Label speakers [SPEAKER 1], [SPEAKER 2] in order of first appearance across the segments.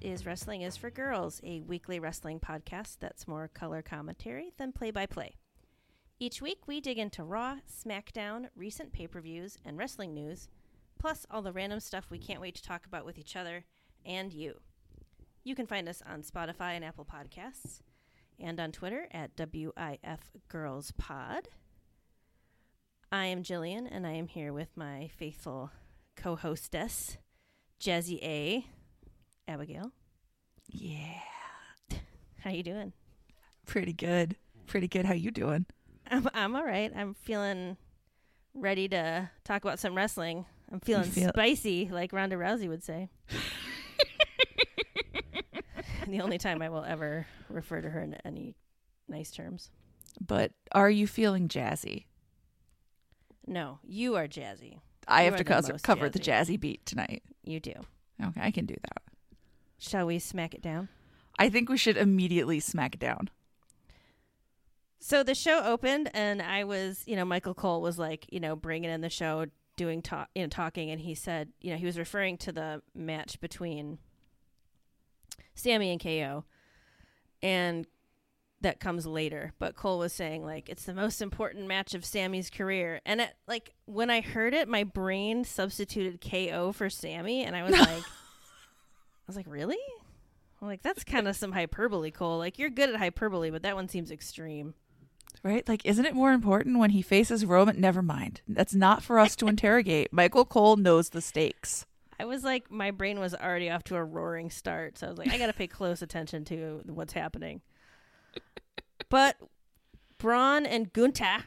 [SPEAKER 1] is Wrestling is for Girls, a weekly wrestling podcast that's more color commentary than play by play. Each week, we dig into Raw, SmackDown, recent pay per views, and wrestling news, plus all the random stuff we can't wait to talk about with each other and you. You can find us on Spotify and Apple Podcasts, and on Twitter at WIF Girls Pod. I am Jillian, and I am here with my faithful co hostess, Jazzy A. Abigail.
[SPEAKER 2] Yeah.
[SPEAKER 1] How you doing?
[SPEAKER 2] Pretty good. Pretty good. How you doing?
[SPEAKER 1] I'm, I'm all right. I'm feeling ready to talk about some wrestling. I'm feeling
[SPEAKER 2] feel-
[SPEAKER 1] spicy, like Ronda Rousey would say. the only time I will ever refer to her in any nice terms.
[SPEAKER 2] But are you feeling jazzy?
[SPEAKER 1] No, you are jazzy.
[SPEAKER 2] I
[SPEAKER 1] You
[SPEAKER 2] have
[SPEAKER 1] are
[SPEAKER 2] to
[SPEAKER 1] the
[SPEAKER 2] cover,
[SPEAKER 1] most
[SPEAKER 2] cover the jazzy beat tonight.
[SPEAKER 1] You do.
[SPEAKER 2] Okay, I can do that.
[SPEAKER 1] Shall we smack it down?
[SPEAKER 2] I think we should immediately smack it down.
[SPEAKER 1] So the show opened, and I was, you know, Michael Cole was like, you know, bringing in the show, doing talk, you know, talking, and he said, you know, he was referring to the match between Sammy and KO, and that comes later. But Cole was saying like it's the most important match of Sammy's career, and it, like when I heard it, my brain substituted KO for Sammy, and I was like, I was like, really? I'm like that's kind of some hyperbole, Cole. Like you're good at hyperbole, but that one seems extreme.
[SPEAKER 2] Right? Like, isn't it more important when he faces Roman? Never mind. That's not for us to interrogate. Michael Cole knows the stakes.
[SPEAKER 1] I was like, my brain was already off to a roaring start. So I was like, I got to pay close attention to what's happening. But Braun and Gunta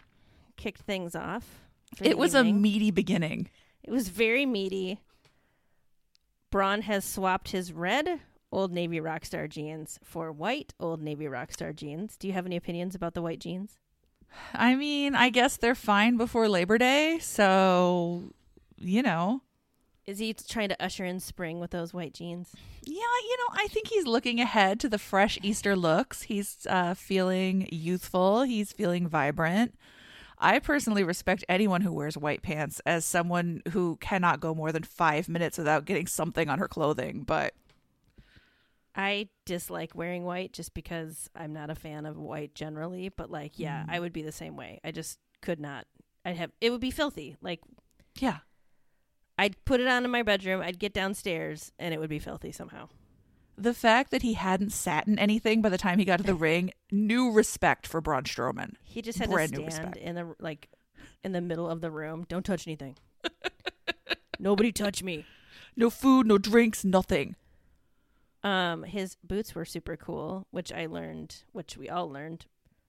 [SPEAKER 1] kicked things off. for the
[SPEAKER 2] It was a
[SPEAKER 1] evening.
[SPEAKER 2] meaty beginning.
[SPEAKER 1] it was very meaty. Braun has swapped his red Old Navy Rockstar jeans for white Old Navy Rockstar jeans. Do you have any opinions about the white jeans?
[SPEAKER 2] I mean, I guess they're fine before Labor Day, so, you know.
[SPEAKER 1] Is he trying to usher in spring with those white jeans?
[SPEAKER 2] Yeah, you know, I think he's looking ahead to the fresh Easter looks. He's uh, feeling youthful. He's feeling vibrant. I personally respect anyone who wears white pants as someone who cannot go more than five minutes without getting something on her clothing. But
[SPEAKER 1] I dislike wearing white just because I'm not a fan of white generally, but like
[SPEAKER 2] Mm.
[SPEAKER 1] yeah, I would be the same way. I just could not. I'd have it would be filthy. Like
[SPEAKER 2] yeah,
[SPEAKER 1] I'd put it on in my bedroom, I'd get downstairs and it would be filthy somehow.
[SPEAKER 2] the fact that he hadn't sat in anything by the time he got to the ring, new respect for Braun Strowman.
[SPEAKER 1] He just had
[SPEAKER 2] Brand new
[SPEAKER 1] to stand
[SPEAKER 2] respect.
[SPEAKER 1] in the like in the middle of the room. Don't touch anything. Nobody touch me.
[SPEAKER 2] No food, no drinks, nothing.
[SPEAKER 1] Um his boots were super cool, which I learned, which we all learned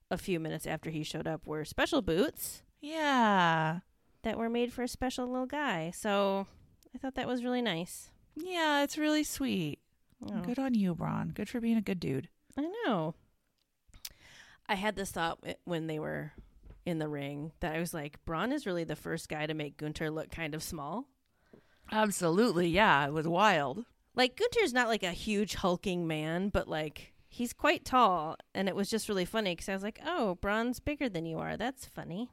[SPEAKER 1] a few minutes after he showed up were special boots.
[SPEAKER 2] Yeah.
[SPEAKER 1] that were made for a special little guy. So I thought that was really nice.
[SPEAKER 2] Yeah, it's really sweet.
[SPEAKER 1] Oh,
[SPEAKER 2] Good on you, Braun. Good for being a good dude.
[SPEAKER 1] I know. I had this thought w- when they were in the ring that I was like, Braun is really the first guy to make Gunter look kind of small.
[SPEAKER 2] Absolutely, yeah. It was wild.
[SPEAKER 1] Like, Gunter's not like a huge hulking man, but like, he's quite tall. And it was just really funny because I was like, oh, Braun's bigger than you are. That's funny.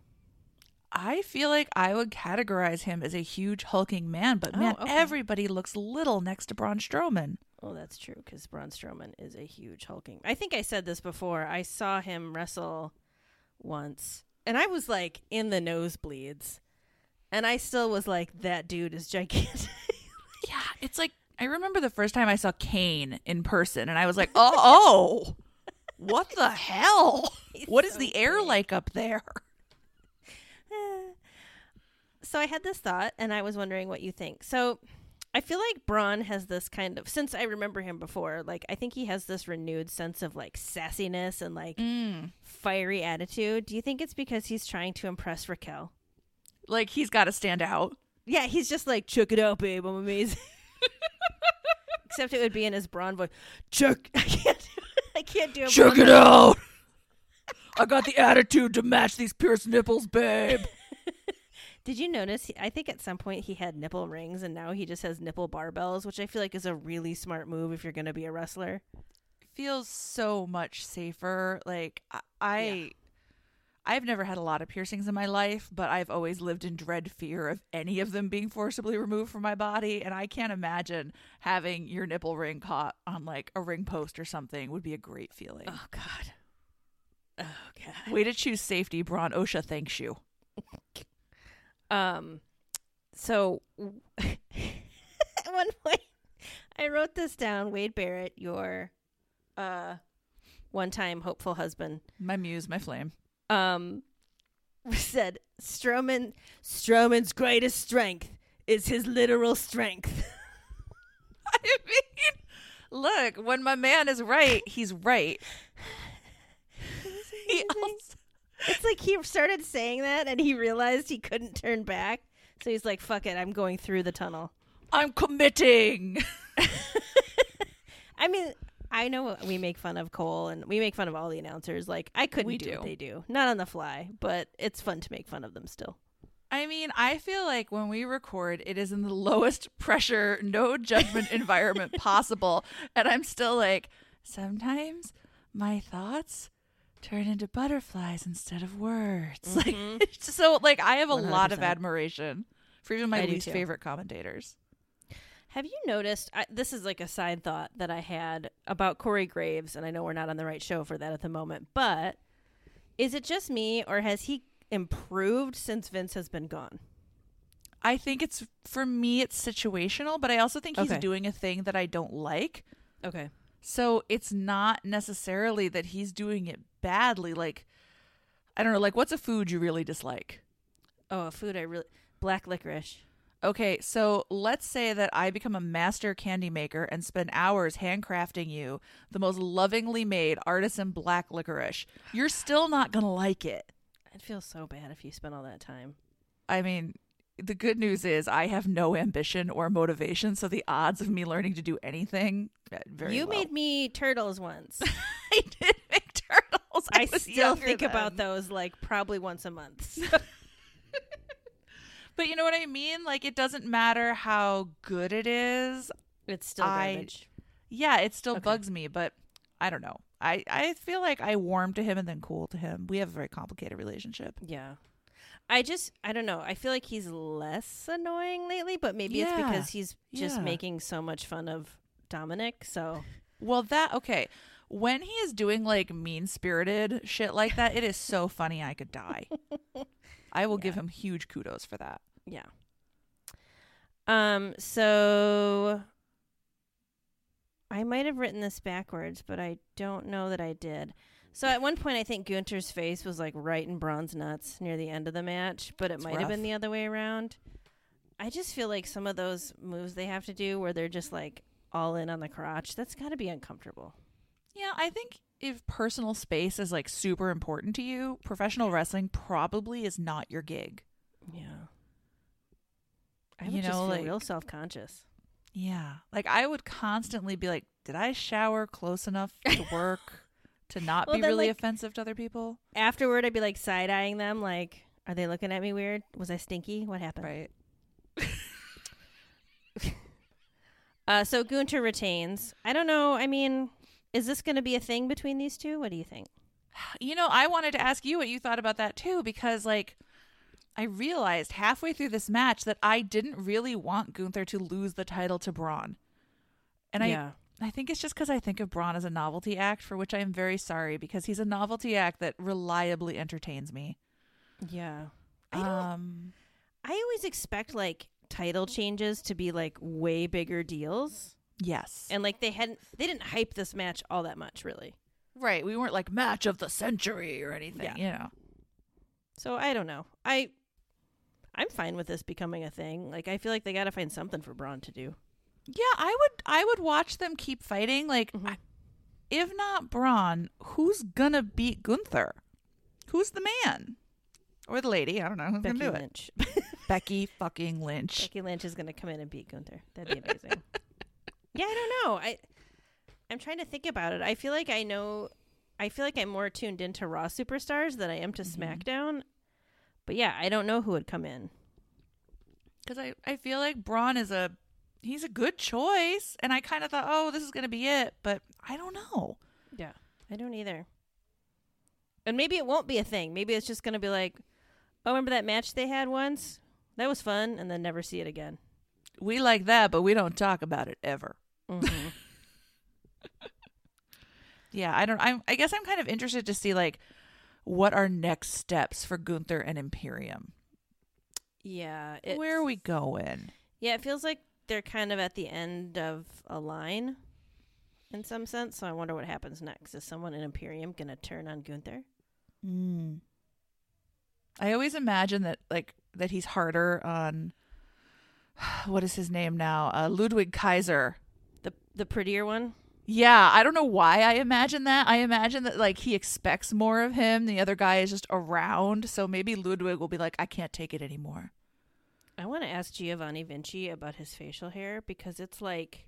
[SPEAKER 2] I feel like I would categorize him as a huge hulking man, but
[SPEAKER 1] Oh,
[SPEAKER 2] man,
[SPEAKER 1] okay.
[SPEAKER 2] everybody looks little next to Braun Strowman.
[SPEAKER 1] Oh, that's true because Braun Strowman is a huge hulking. I think I said this before. I saw him wrestle once, and I was like in the nosebleeds, and I still was like, "That dude is gigantic."
[SPEAKER 2] Yeah, it's like I remember the first time I saw Kane in person, and I was like, "Oh, oh, what the hell? What is the air like up there?"
[SPEAKER 1] so I had this thought, and I was wondering what you think. So I feel like Braun has this kind of since I remember him before. Like I think he has this renewed sense of like sassiness and like fiery attitude. Do you think it's because he's trying to impress Raquel?
[SPEAKER 2] Like he's got to stand out.
[SPEAKER 1] Yeah, he's just like, check it out, babe. I'm amazing. Except it would be in his Braun voice. Check, I can't, do, I can't do it.
[SPEAKER 2] Check it out. I got the attitude to match these pierced nipples, babe.
[SPEAKER 1] Did you notice? he- I think at some point he had nipple rings, and now he just has nipple barbells, which I feel like is a really smart move if you're going to be a wrestler.
[SPEAKER 2] feels so much safer. Like I, I, I've never had a lot of piercings in my life, but I've always lived in dread fear of any of them being forcibly removed from my body. And I can't imagine having your nipple ring caught on like a ring post or something would be a great feeling.
[SPEAKER 1] Oh God. Oh God.
[SPEAKER 2] Way to choose safety, Braun. OSHA thanks you.
[SPEAKER 1] Um, so at one point, I wrote this down. Wade Barrett, your uh, one-time hopeful husband,
[SPEAKER 2] My muse, my flame.
[SPEAKER 1] um, said Strowman. Strowman's greatest strength is his literal strength.
[SPEAKER 2] I mean, look, when my man is right, he's right. He also-
[SPEAKER 1] It's like he started saying that and he realized he couldn't turn back. So he's like, fuck it, I'm going through the tunnel.
[SPEAKER 2] I'm committing.
[SPEAKER 1] I mean, I know we make fun of Cole and we make fun of all the announcers. Like, I couldn't
[SPEAKER 2] We
[SPEAKER 1] do, what
[SPEAKER 2] do.
[SPEAKER 1] they do. Not on the fly, but it's fun to make fun of them still.
[SPEAKER 2] I mean, I feel like when we record, it is in the lowest pressure, no judgment environment possible. And I'm still like, sometimes my thoughts turn into butterflies instead of words.
[SPEAKER 1] Mm. Mm-hmm.
[SPEAKER 2] Like, so, like, I have a lot of
[SPEAKER 1] 100%.
[SPEAKER 2] admiration for even my
[SPEAKER 1] I do
[SPEAKER 2] least
[SPEAKER 1] too.
[SPEAKER 2] favorite commentators.
[SPEAKER 1] Have you noticed? I, this is like a side thought that I had about Corey Graves, and I know we're not on the right show for that at the moment, but is it just me or has he improved since Vince has been gone?
[SPEAKER 2] I think it's for me, it's situational, but I also think he's
[SPEAKER 1] Okay.
[SPEAKER 2] doing a thing that I don't like.
[SPEAKER 1] Okay.
[SPEAKER 2] So it's not necessarily that he's doing it badly. Like, I don't know, like, what's a food you really dislike?
[SPEAKER 1] Oh, a food I really. Black licorice.
[SPEAKER 2] Okay, so let's say that I become a master candy maker and spend hours handcrafting you the most lovingly made artisan black licorice. You're still not going to like it.
[SPEAKER 1] I'd feel so bad if you spent all that time.
[SPEAKER 2] I mean, the good news is I have no ambition or motivation, so the odds of me learning to do anything uh, very
[SPEAKER 1] you
[SPEAKER 2] low.
[SPEAKER 1] made me turtles once.
[SPEAKER 2] I did make turtles.
[SPEAKER 1] I,
[SPEAKER 2] was
[SPEAKER 1] still
[SPEAKER 2] younger
[SPEAKER 1] think
[SPEAKER 2] then.
[SPEAKER 1] about those like probably once a month.
[SPEAKER 2] But you know what I mean? Like it doesn't matter how good it is.
[SPEAKER 1] it's still
[SPEAKER 2] I-
[SPEAKER 1] garbage.
[SPEAKER 2] Yeah, it still bugs me, but I don't know. I, I feel like I warm to him and then cool to him. We have a very complicated relationship.
[SPEAKER 1] Yeah. I just I don't know. I feel like he's less annoying lately, but maybe it's
[SPEAKER 2] Yeah.
[SPEAKER 1] because he's just
[SPEAKER 2] Yeah.
[SPEAKER 1] making so much fun of Dominic. So
[SPEAKER 2] Well, that okay. When he is doing like mean spirited shit like that, it is so funny I could die. I will give him huge kudos for that.
[SPEAKER 1] yeah. Um so I might have written this backwards, but I don't know that I did. So at one point I think Gunter's face was like right in bronze nuts near the end of the match, but it
[SPEAKER 2] It's
[SPEAKER 1] might have been
[SPEAKER 2] rough.
[SPEAKER 1] the other way around. I just feel like some of those moves they have to do where they're just like all in on the crotch, that's got to be uncomfortable.
[SPEAKER 2] Yeah, I think if personal space is like super important to you, professional wrestling probably is not your gig.
[SPEAKER 1] Yeah. I
[SPEAKER 2] You
[SPEAKER 1] would just
[SPEAKER 2] know,
[SPEAKER 1] feel
[SPEAKER 2] like-
[SPEAKER 1] real self conscious.
[SPEAKER 2] Yeah. Like I would constantly be like, did I shower close enough to work to not
[SPEAKER 1] Well,
[SPEAKER 2] be
[SPEAKER 1] then,
[SPEAKER 2] really
[SPEAKER 1] like-
[SPEAKER 2] offensive to other people?
[SPEAKER 1] Afterward, I'd be like side eyeing them, like, are they looking at me weird? Was I stinky? What happened?
[SPEAKER 2] Right.
[SPEAKER 1] Uh, so Gunter retains. I don't know. I mean, is this going to be a thing between these two? What do you think?
[SPEAKER 2] You know, I wanted to ask you what you thought about that too, because like I realized halfway through this match that I didn't really want Gunther to lose the title to Braun. And
[SPEAKER 1] Yeah.
[SPEAKER 2] I I think it's just because I think of Braun as a novelty act, for which I am very sorry, because he's a novelty act that reliably entertains me.
[SPEAKER 1] Yeah. I don't.
[SPEAKER 2] Um
[SPEAKER 1] I always expect like title changes to be like way bigger deals,
[SPEAKER 2] Yes.
[SPEAKER 1] and like they hadn't. They didn't hype this match all that much, really.
[SPEAKER 2] right. We weren't like match of the century or anything.
[SPEAKER 1] Yeah.
[SPEAKER 2] You know.
[SPEAKER 1] So I don't know. I. I'm fine with this becoming a thing. Like I feel like they got to find something for Braun to do.
[SPEAKER 2] Yeah, I would I would watch them keep fighting. Like
[SPEAKER 1] Mhm.
[SPEAKER 2] I- if not Braun, who's gonna beat Gunther? Who's the man? Or the lady, I don't know who's
[SPEAKER 1] Becky
[SPEAKER 2] gonna do it.
[SPEAKER 1] Lynch.
[SPEAKER 2] Becky fucking Lynch.
[SPEAKER 1] Becky Lynch is going to come in and beat Gunther. That'd be amazing. yeah, I don't know. I I'm trying to think about it. I feel like I know. I feel like I'm more tuned into Raw superstars than I am to SmackDown. But yeah, I don't know who would come in.
[SPEAKER 2] Because I, I feel like Braun is a he's a good choice. And I kinda thought, oh, this is gonna be it, but I don't know.
[SPEAKER 1] Yeah, I don't either. And maybe it won't be a thing. Maybe it's just going to be like, oh, remember that match they had once? That was fun, and then never see it again.
[SPEAKER 2] We like that, but we don't talk about it ever.
[SPEAKER 1] Mhm.
[SPEAKER 2] Yeah, I don't. I'm. I guess I'm kind of interested to see like what are next steps for Gunther and Imperium.
[SPEAKER 1] yeah. It,
[SPEAKER 2] Where are we going?
[SPEAKER 1] Yeah, it feels like they're kind of at the end of a line in some sense. So I wonder what happens next. Is someone in Imperium going to turn on Gunther?
[SPEAKER 2] Mm. I always imagine that like that he's harder on. What is his name now? Uh, Ludwig Kaiser.
[SPEAKER 1] The the prettier one?
[SPEAKER 2] Yeah, I don't know why I imagine that. I imagine that like he expects more of him. The other guy is just around, so maybe Ludwig will be like, "I can't take it anymore."
[SPEAKER 1] I want to ask Giovanni Vinci about his facial hair because it's like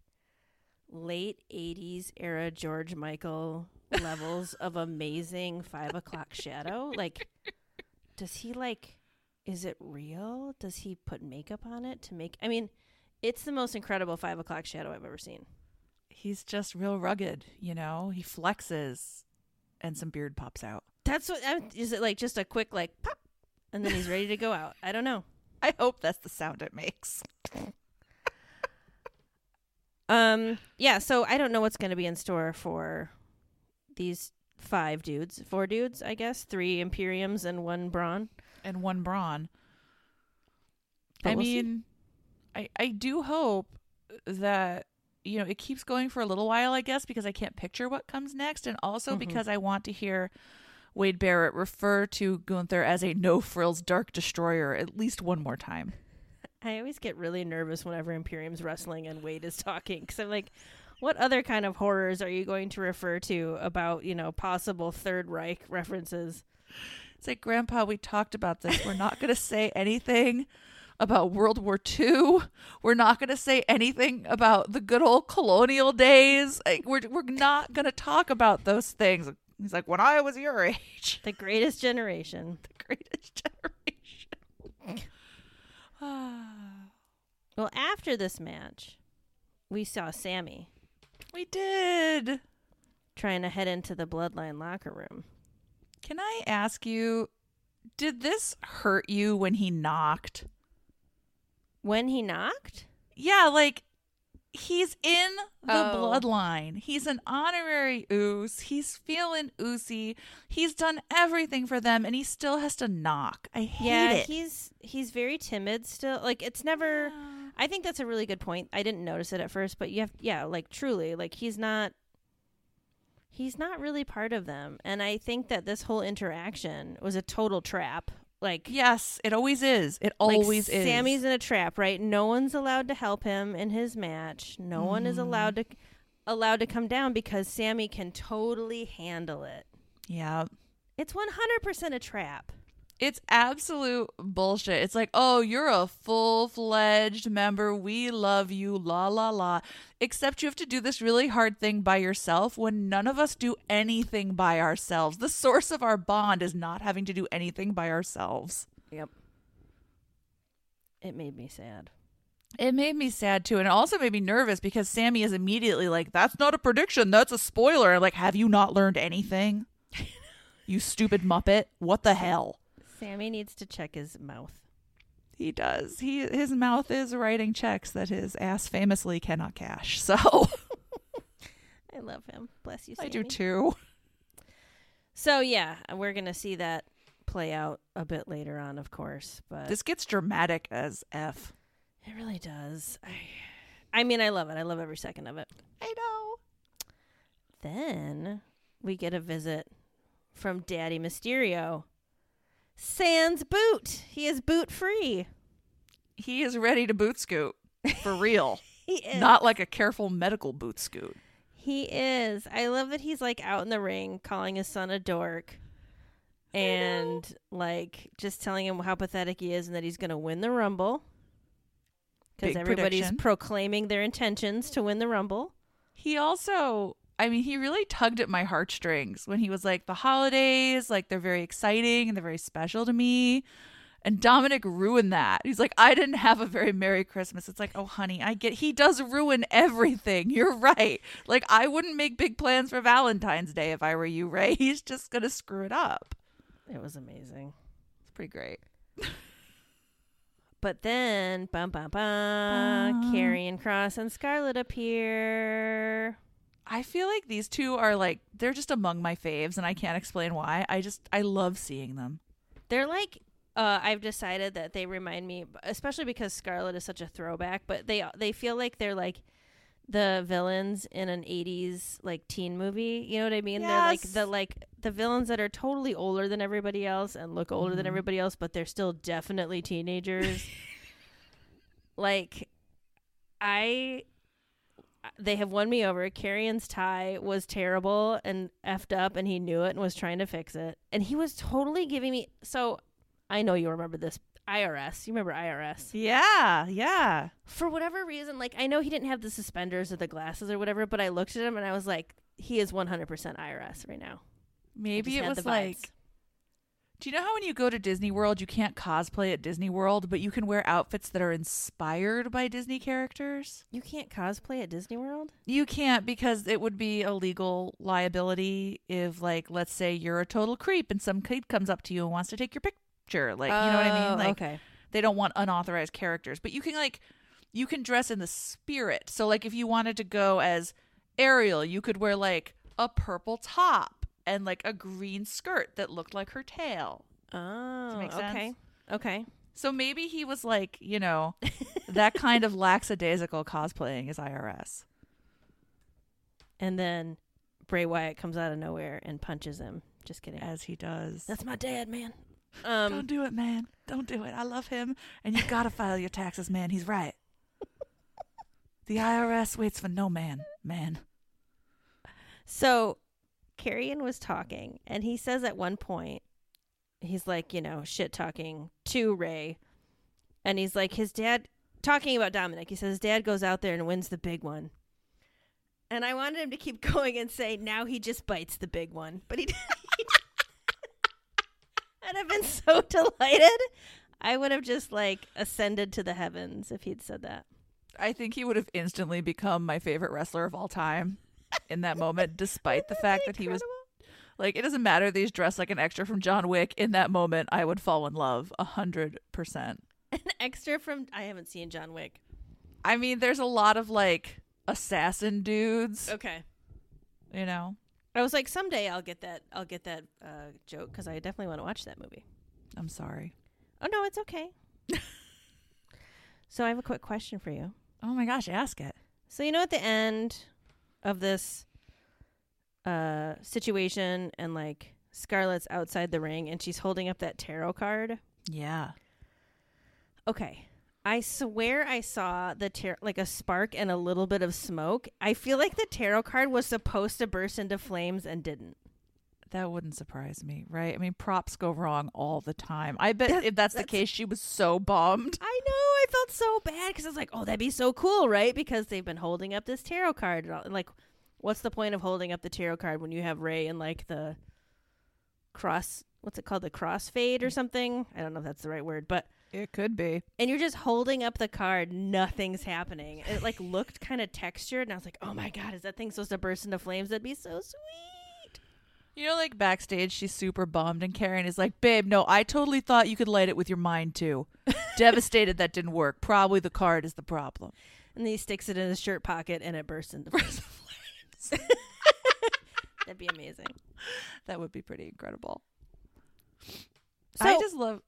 [SPEAKER 1] late 80s era George Michael levels of amazing five o'clock shadow. Like, does he like, is it real? Does he put makeup on it to make? I mean, it's the most incredible five o'clock shadow I've ever seen.
[SPEAKER 2] He's just real rugged, you know. He flexes, and some beard pops out.
[SPEAKER 1] That's what, I, is it like just a quick, like, pop, and then he's ready to go out? I don't know.
[SPEAKER 2] I hope that's the sound it makes.
[SPEAKER 1] Um, yeah, so I don't know what's going to be in store for these five dudes, four dudes, I guess, three Imperiums and one Brawn.
[SPEAKER 2] And one brawn.
[SPEAKER 1] But
[SPEAKER 2] I
[SPEAKER 1] we'll see.
[SPEAKER 2] mean, I I do hope that you know it keeps going for a little while. I guess because I can't picture what comes next, and also
[SPEAKER 1] Mm-hmm.
[SPEAKER 2] because I want to hear Wade Barrett refer to Gunther as a no frills dark destroyer at least one more time.
[SPEAKER 1] I always get really nervous whenever Imperium's wrestling and Wade is talking because I'm like, what other kind of horrors are you going to refer to about, you know, possible Third Reich references?
[SPEAKER 2] It's like, Grandpa, we talked about this. We're not going to say anything about World War II. We're not going to say anything about the good old colonial days. Like, we're, we're not going to talk about those things. He's like, when I was your age,
[SPEAKER 1] The Greatest Generation.
[SPEAKER 2] the greatest generation. Ah,
[SPEAKER 1] Well, after this match, we saw Sammy
[SPEAKER 2] we did.
[SPEAKER 1] trying to head into the Bloodline locker room.
[SPEAKER 2] Can I ask you, did this hurt you when he knocked?
[SPEAKER 1] When he knocked,
[SPEAKER 2] Yeah, like he's in the
[SPEAKER 1] Oh.
[SPEAKER 2] bloodline. He's an honorary ooze. He's feeling oozy. He's done everything for them and he still has to knock. I hate
[SPEAKER 1] yeah
[SPEAKER 2] it.
[SPEAKER 1] he's he's very timid still like it's never i think that's a really good point i didn't notice it at first but you have yeah like truly like he's not he's not really part of them and i think that this whole interaction was a total trap like
[SPEAKER 2] yes, it always is. It
[SPEAKER 1] like,
[SPEAKER 2] always is.
[SPEAKER 1] sammy's in a trap right no one's allowed to help him in his match no one
[SPEAKER 2] Mm-hmm.
[SPEAKER 1] is allowed to allowed to come down because sammy can totally handle it
[SPEAKER 2] Yeah.
[SPEAKER 1] it's 100% a trap
[SPEAKER 2] It's absolute bullshit. It's like, oh, you're a full fledged member. We love you. La, la, la. Except you have to do this really hard thing by yourself when none of us do anything by ourselves. The source of our bond is not having to do anything by ourselves.
[SPEAKER 1] yep it made me sad
[SPEAKER 2] It made me sad too. And it also made me nervous because Sammy is immediately like, that's not a prediction. That's a spoiler. I'm like, have you not learned anything? you stupid Muppet. What the hell?
[SPEAKER 1] Sammy needs to check his mouth.
[SPEAKER 2] He does. He his mouth is writing checks that his ass famously cannot cash. So
[SPEAKER 1] I love him. Bless you, Sammy.
[SPEAKER 2] I do too.
[SPEAKER 1] So yeah, we're gonna see that play out a bit later on, of course. But
[SPEAKER 2] This gets dramatic as f.
[SPEAKER 1] it really does. I, I mean, I love it. I love every second of it.
[SPEAKER 2] I know.
[SPEAKER 1] Then we get a visit from Daddy Mysterio. Sans boot. He is boot free.
[SPEAKER 2] He is ready to boot scoot for real.
[SPEAKER 1] He is.
[SPEAKER 2] Not like a careful medical boot scoot.
[SPEAKER 1] he is. I love that he's like out in the ring calling his son a dork. And like just telling him how pathetic he is and that he's going to win the Rumble. because
[SPEAKER 2] Big
[SPEAKER 1] everybody's
[SPEAKER 2] prediction.
[SPEAKER 1] proclaiming their intentions to win the rumble.
[SPEAKER 2] He also, I mean, he really tugged at my heartstrings when he was like, the holidays, like they're very exciting and they're very special to me. And Dominic ruined that. He's like, I didn't have a very Merry Christmas. It's like, oh, honey, I get he does ruin everything. You're right. Like, I wouldn't make big plans for Valentine's Day if I were you, Ray. He's just going to screw it up.
[SPEAKER 1] It was amazing.
[SPEAKER 2] It's pretty great.
[SPEAKER 1] But then, bum bum bum, Carrie and Cross and Scarlet appear.
[SPEAKER 2] I feel like these two are like, they're just among my faves, and I can't explain why. I just, I love seeing them.
[SPEAKER 1] They're like, uh, I've decided that they remind me, especially because Scarlet is such a throwback. But they they feel like they're like the villains in an '80s like teen movie. You know what I mean? They're like
[SPEAKER 2] Yes.
[SPEAKER 1] the like the villains that are totally older than everybody else and look older than everybody else, but they're still definitely teenagers. like, I. uh, They have won me over. Carrion's tie was terrible and effed up, and he knew it and was trying to fix it. And he was totally giving me. So I know you remember this IRS. You remember IRS.
[SPEAKER 2] Yeah, yeah.
[SPEAKER 1] For whatever reason, like I know he didn't have the suspenders or the glasses or whatever, but I looked at him and I was like, he is 100% IRS right now. I
[SPEAKER 2] Maybe
[SPEAKER 1] just
[SPEAKER 2] it
[SPEAKER 1] had
[SPEAKER 2] was
[SPEAKER 1] the
[SPEAKER 2] like,
[SPEAKER 1] vibes.
[SPEAKER 2] do you know how when you go to Disney World, you can't cosplay at Disney World, but you can wear outfits that are inspired by Disney characters?
[SPEAKER 1] you can't cosplay at Disney World?
[SPEAKER 2] You can't because it would be a legal liability if, like, let's say you're a total creep and some kid comes up to you and wants to take your picture. Like, you know what I mean? Like,
[SPEAKER 1] Oh, okay.
[SPEAKER 2] they don't want unauthorized characters but you can like you can dress in the spirit so like if you wanted to go as ariel you could wear like a purple top and like a green skirt that looked like her tail
[SPEAKER 1] Oh,
[SPEAKER 2] make sense?
[SPEAKER 1] okay. Okay.
[SPEAKER 2] so maybe he was like you know that kind of lackadaisical cosplaying is irs
[SPEAKER 1] And then Bray Wyatt comes out of nowhere and punches him. Just kidding.
[SPEAKER 2] as he does
[SPEAKER 1] That's my dad, man. Um,
[SPEAKER 2] don't do it man don't do it i love him and you gotta file your taxes man he's right the irs waits for no man man
[SPEAKER 1] So Carrion was talking, and he says at one point, he's like, you know, shit talking to Ray. And he's like, his dad, talking about Dominic, he says, his dad goes out there and wins the big one. And I wanted him to keep going and say, now he just bites the big one. But he didn't. and I've been so delighted. I would have just like ascended to the heavens if he'd said that.
[SPEAKER 2] I think he would have instantly become my favorite wrestler of all time in that moment, despite the fact that he was like, it doesn't matter that he's dressed like an extra from John Wick. In that moment, I would fall in love a hundred percent.
[SPEAKER 1] An extra from, I haven't seen John Wick.
[SPEAKER 2] I mean, there's a lot of like assassin dudes,
[SPEAKER 1] Okay.
[SPEAKER 2] you know.
[SPEAKER 1] I was like, someday I'll get that. I'll get that uh, joke because I definitely want to watch that movie.
[SPEAKER 2] I'm sorry.
[SPEAKER 1] Oh no, it's okay. so I have a quick question for you.
[SPEAKER 2] Oh my gosh, ask it.
[SPEAKER 1] So you know, at the end of this uh, situation, and like Scarlett's outside the ring, and she's holding up that tarot card.
[SPEAKER 2] Yeah.
[SPEAKER 1] Okay. I swear I saw the tar- like a spark and a little bit of smoke. I feel like the tarot card was supposed to burst into flames and didn't.
[SPEAKER 2] That wouldn't surprise me, right? I mean, props go wrong all the time. I bet if that's the case, she was so bummed.
[SPEAKER 1] I know. I felt so bad because I was like, "Oh, that'd be so cool, right?" Because they've been holding up this tarot card, and all, and like, what's the point of holding up the tarot card when you have Ray and like the cross? What's it called? The crossfade or something? I don't know if that's the right word, but
[SPEAKER 2] It could be.
[SPEAKER 1] and you're just holding up the card, nothing's happening. It like looked kind of textured, and I was like, "Oh my god, is that thing supposed to burst into flames? That'd be so sweet."
[SPEAKER 2] You know, like backstage, she's super bummed, and Karen is like, "Babe, no, I totally thought you could light it with your mind too. Devastated that didn't work. Probably the card is the problem."
[SPEAKER 1] And then he sticks it in his shirt pocket, and it bursts into flames. that'd be amazing.
[SPEAKER 2] That would be pretty incredible.
[SPEAKER 1] So, Oh,
[SPEAKER 2] I just love.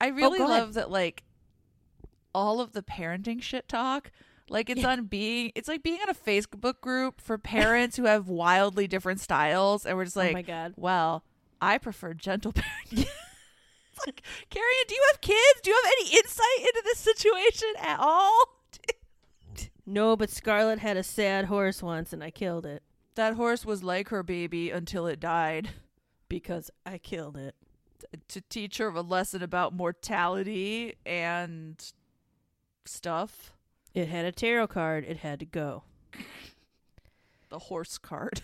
[SPEAKER 2] I really
[SPEAKER 1] go ahead.
[SPEAKER 2] love that, like, all of the parenting shit talk. Like it's on being. It's like being on a Facebook group for parents who have wildly different styles, and we're just like,
[SPEAKER 1] oh my god.
[SPEAKER 2] Well, I prefer gentle parenting. It's like, Carrie, do you have kids? Do you have any insight into this situation at all?
[SPEAKER 1] No, but Scarlet had a sad horse once and I killed it.
[SPEAKER 2] That horse was like her baby until it died.
[SPEAKER 1] Because I killed it.
[SPEAKER 2] To teach her a lesson about mortality and stuff.
[SPEAKER 1] It had a tarot card. It had to go.
[SPEAKER 2] The horse card.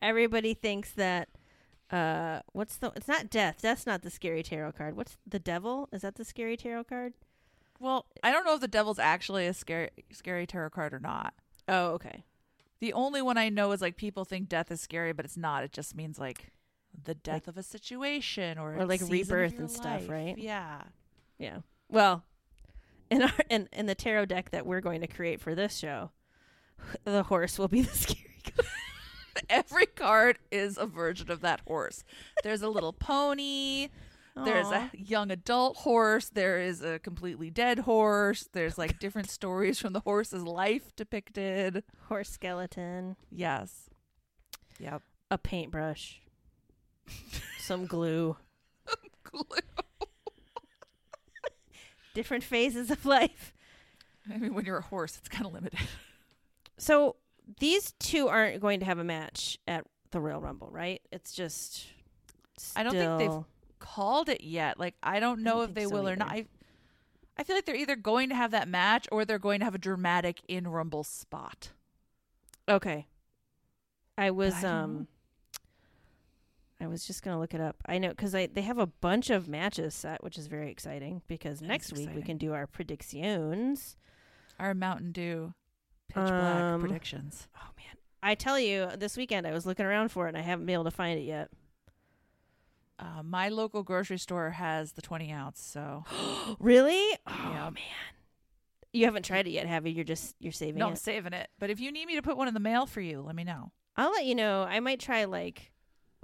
[SPEAKER 1] Everybody thinks that uh what's the it's not death that's not the scary tarot card what's the devil is that the scary tarot card
[SPEAKER 2] Well, I don't know if the devil's actually a scary scary tarot card or not.
[SPEAKER 1] oh okay
[SPEAKER 2] The only one I know is like people think death is scary, but it's not. It just means like the death of a situation or
[SPEAKER 1] Or,
[SPEAKER 2] a
[SPEAKER 1] like,
[SPEAKER 2] season of
[SPEAKER 1] rebirth
[SPEAKER 2] your
[SPEAKER 1] and stuff,
[SPEAKER 2] life.
[SPEAKER 1] right?
[SPEAKER 2] Yeah.
[SPEAKER 1] yeah well in our in, in the tarot deck that we're going to create for this show the horse will be the scary card
[SPEAKER 2] Every card is a version of that horse. There's a little pony. There's
[SPEAKER 1] Aw.
[SPEAKER 2] a young adult horse. There is a completely dead horse. There's like different stories from the horse's life depicted.
[SPEAKER 1] horse skeleton
[SPEAKER 2] Yes. Yep.
[SPEAKER 1] a paintbrush some glue different phases of life
[SPEAKER 2] I mean, when you're a horse, it's kind of limited.
[SPEAKER 1] so these two aren't going to have a match at the Royal Rumble right it's just
[SPEAKER 2] I don't think they've
[SPEAKER 1] still-
[SPEAKER 2] called it yet. Like I don't know
[SPEAKER 1] don't
[SPEAKER 2] if
[SPEAKER 1] think
[SPEAKER 2] they
[SPEAKER 1] so
[SPEAKER 2] will or not. I,
[SPEAKER 1] either.
[SPEAKER 2] I feel like they're either going to have that match or they're going to have a dramatic in Rumble spot.
[SPEAKER 1] Okay. I was
[SPEAKER 2] I don't know.
[SPEAKER 1] um I was just going to look it up. I know cuz I they have a bunch of matches set, which is very exciting because
[SPEAKER 2] is
[SPEAKER 1] next week we
[SPEAKER 2] exciting.
[SPEAKER 1] can do our predictions.
[SPEAKER 2] Our Mountain Dew pitch black
[SPEAKER 1] Um,
[SPEAKER 2] predictions.
[SPEAKER 1] Oh man. I tell you, this weekend I was looking around for it and I haven't been able to find it yet.
[SPEAKER 2] Uh, my local grocery store has the twenty ounce, so
[SPEAKER 1] Really? Oh
[SPEAKER 2] Yeah.
[SPEAKER 1] man. You haven't tried it yet, have you? You're just you're saving
[SPEAKER 2] no, I'm
[SPEAKER 1] it.
[SPEAKER 2] saving it. But if you need me to put one in the mail for you, let me know.
[SPEAKER 1] I'll let you know. I might try like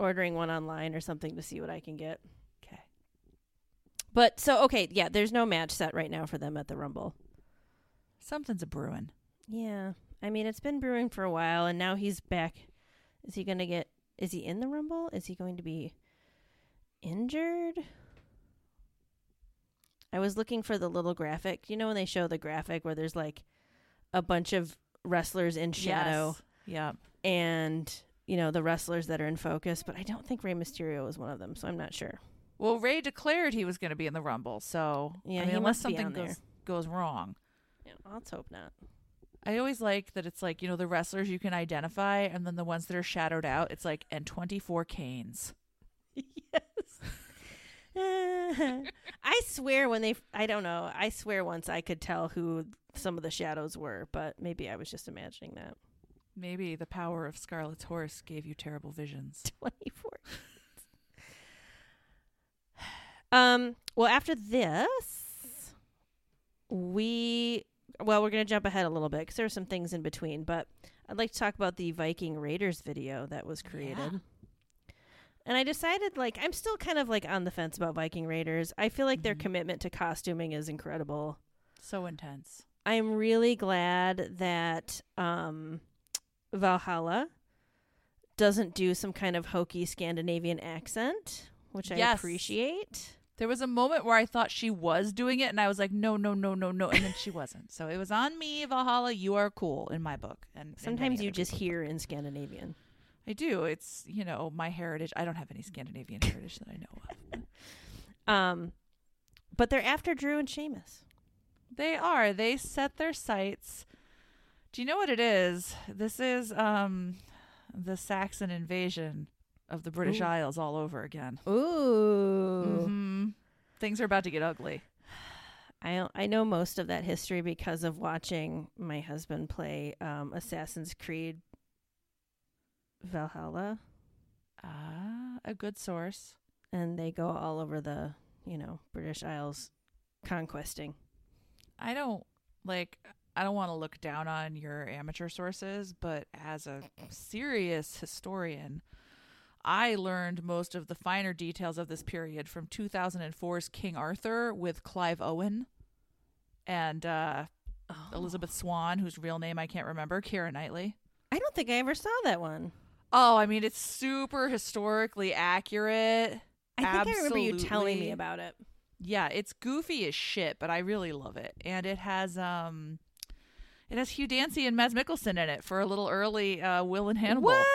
[SPEAKER 1] ordering one online or something to see what I can get.
[SPEAKER 2] Okay.
[SPEAKER 1] But so okay, yeah, there's no match set right now for them at the Rumble.
[SPEAKER 2] Something's a brewing.
[SPEAKER 1] Yeah. I mean, it's been brewing for a while and now he's back. Is he going to get is he in the rumble? Is he going to be injured? I was looking for the little graphic. You know when they show the graphic where there's like a bunch of wrestlers in shadow
[SPEAKER 2] Yes. Yep.
[SPEAKER 1] and you know the wrestlers that are in focus, but I don't think Rey Mysterio is one of them, so I'm not sure.
[SPEAKER 2] Well, Ray declared he was going to be in the Rumble, so
[SPEAKER 1] Yeah,
[SPEAKER 2] I mean,
[SPEAKER 1] he
[SPEAKER 2] unless
[SPEAKER 1] must be
[SPEAKER 2] something
[SPEAKER 1] on there.
[SPEAKER 2] goes goes wrong.
[SPEAKER 1] Yeah, let's hope not.
[SPEAKER 2] I always like that it's like, you know, the wrestlers you can identify and then the ones that are shadowed out, it's like and 24 canes.
[SPEAKER 1] yes. I swear when they I don't know. I swear once I could tell who some of the shadows were, but maybe I was just imagining that.
[SPEAKER 2] Maybe the power of Scarlet's horse gave you terrible visions.
[SPEAKER 1] 24. um well after this we well we're going to jump ahead a little bit cuz there are some things in between, but I'd like to talk about the Viking Raiders video that was created.
[SPEAKER 2] Yeah.
[SPEAKER 1] And I decided like I'm still kind of like on the fence about Viking Raiders. I feel like their
[SPEAKER 2] Mhm.
[SPEAKER 1] commitment to costuming is incredible.
[SPEAKER 2] So intense.
[SPEAKER 1] I'm really glad that um, Valhalla doesn't do some kind of hokey Scandinavian accent, which I
[SPEAKER 2] Yes.
[SPEAKER 1] appreciate.
[SPEAKER 2] There was a moment where I thought she was doing it and I was like, no, no, no, no, no. And then she wasn't. So it was on me, Valhalla. You are cool in my book. And and
[SPEAKER 1] Sometimes
[SPEAKER 2] many
[SPEAKER 1] you
[SPEAKER 2] other
[SPEAKER 1] just
[SPEAKER 2] people's
[SPEAKER 1] hear in Scandinavian.
[SPEAKER 2] book. I do. It's, you know, my heritage. I don't have any Scandinavian heritage that I know of.
[SPEAKER 1] Um, but they're after Drew and Seamus.
[SPEAKER 2] They are. They set their sights. Do you know what it is? This is um the Saxon invasion of the British
[SPEAKER 1] Ooh.
[SPEAKER 2] Isles all over again.
[SPEAKER 1] Ooh.
[SPEAKER 2] hmm Things are about to get ugly.
[SPEAKER 1] I, I know most of that history because of watching my husband play um, Assassin's Creed Valhalla,
[SPEAKER 2] Ah, a good source.
[SPEAKER 1] and they go all over the, you know, British Isles conquesting.
[SPEAKER 2] I don't like I don't want to look down on your amateur sources, but as a serious historian, I learned most of the finer details of this period from 2004's King Arthur with Clive Owen and uh
[SPEAKER 1] Oh.
[SPEAKER 2] Elizabeth Swan, whose real name I can't remember, Kira Knightley.
[SPEAKER 1] I don't think I ever saw that one.
[SPEAKER 2] Oh, I mean, it's super historically accurate.
[SPEAKER 1] I think I remember you telling
[SPEAKER 2] Absolutely.
[SPEAKER 1] me about it.
[SPEAKER 2] Yeah, it's goofy as shit, but I really love it. And it has um it has Hugh Dancy and Mads Mikkelsen in it for a little early uh Will and Hannibal.
[SPEAKER 1] What?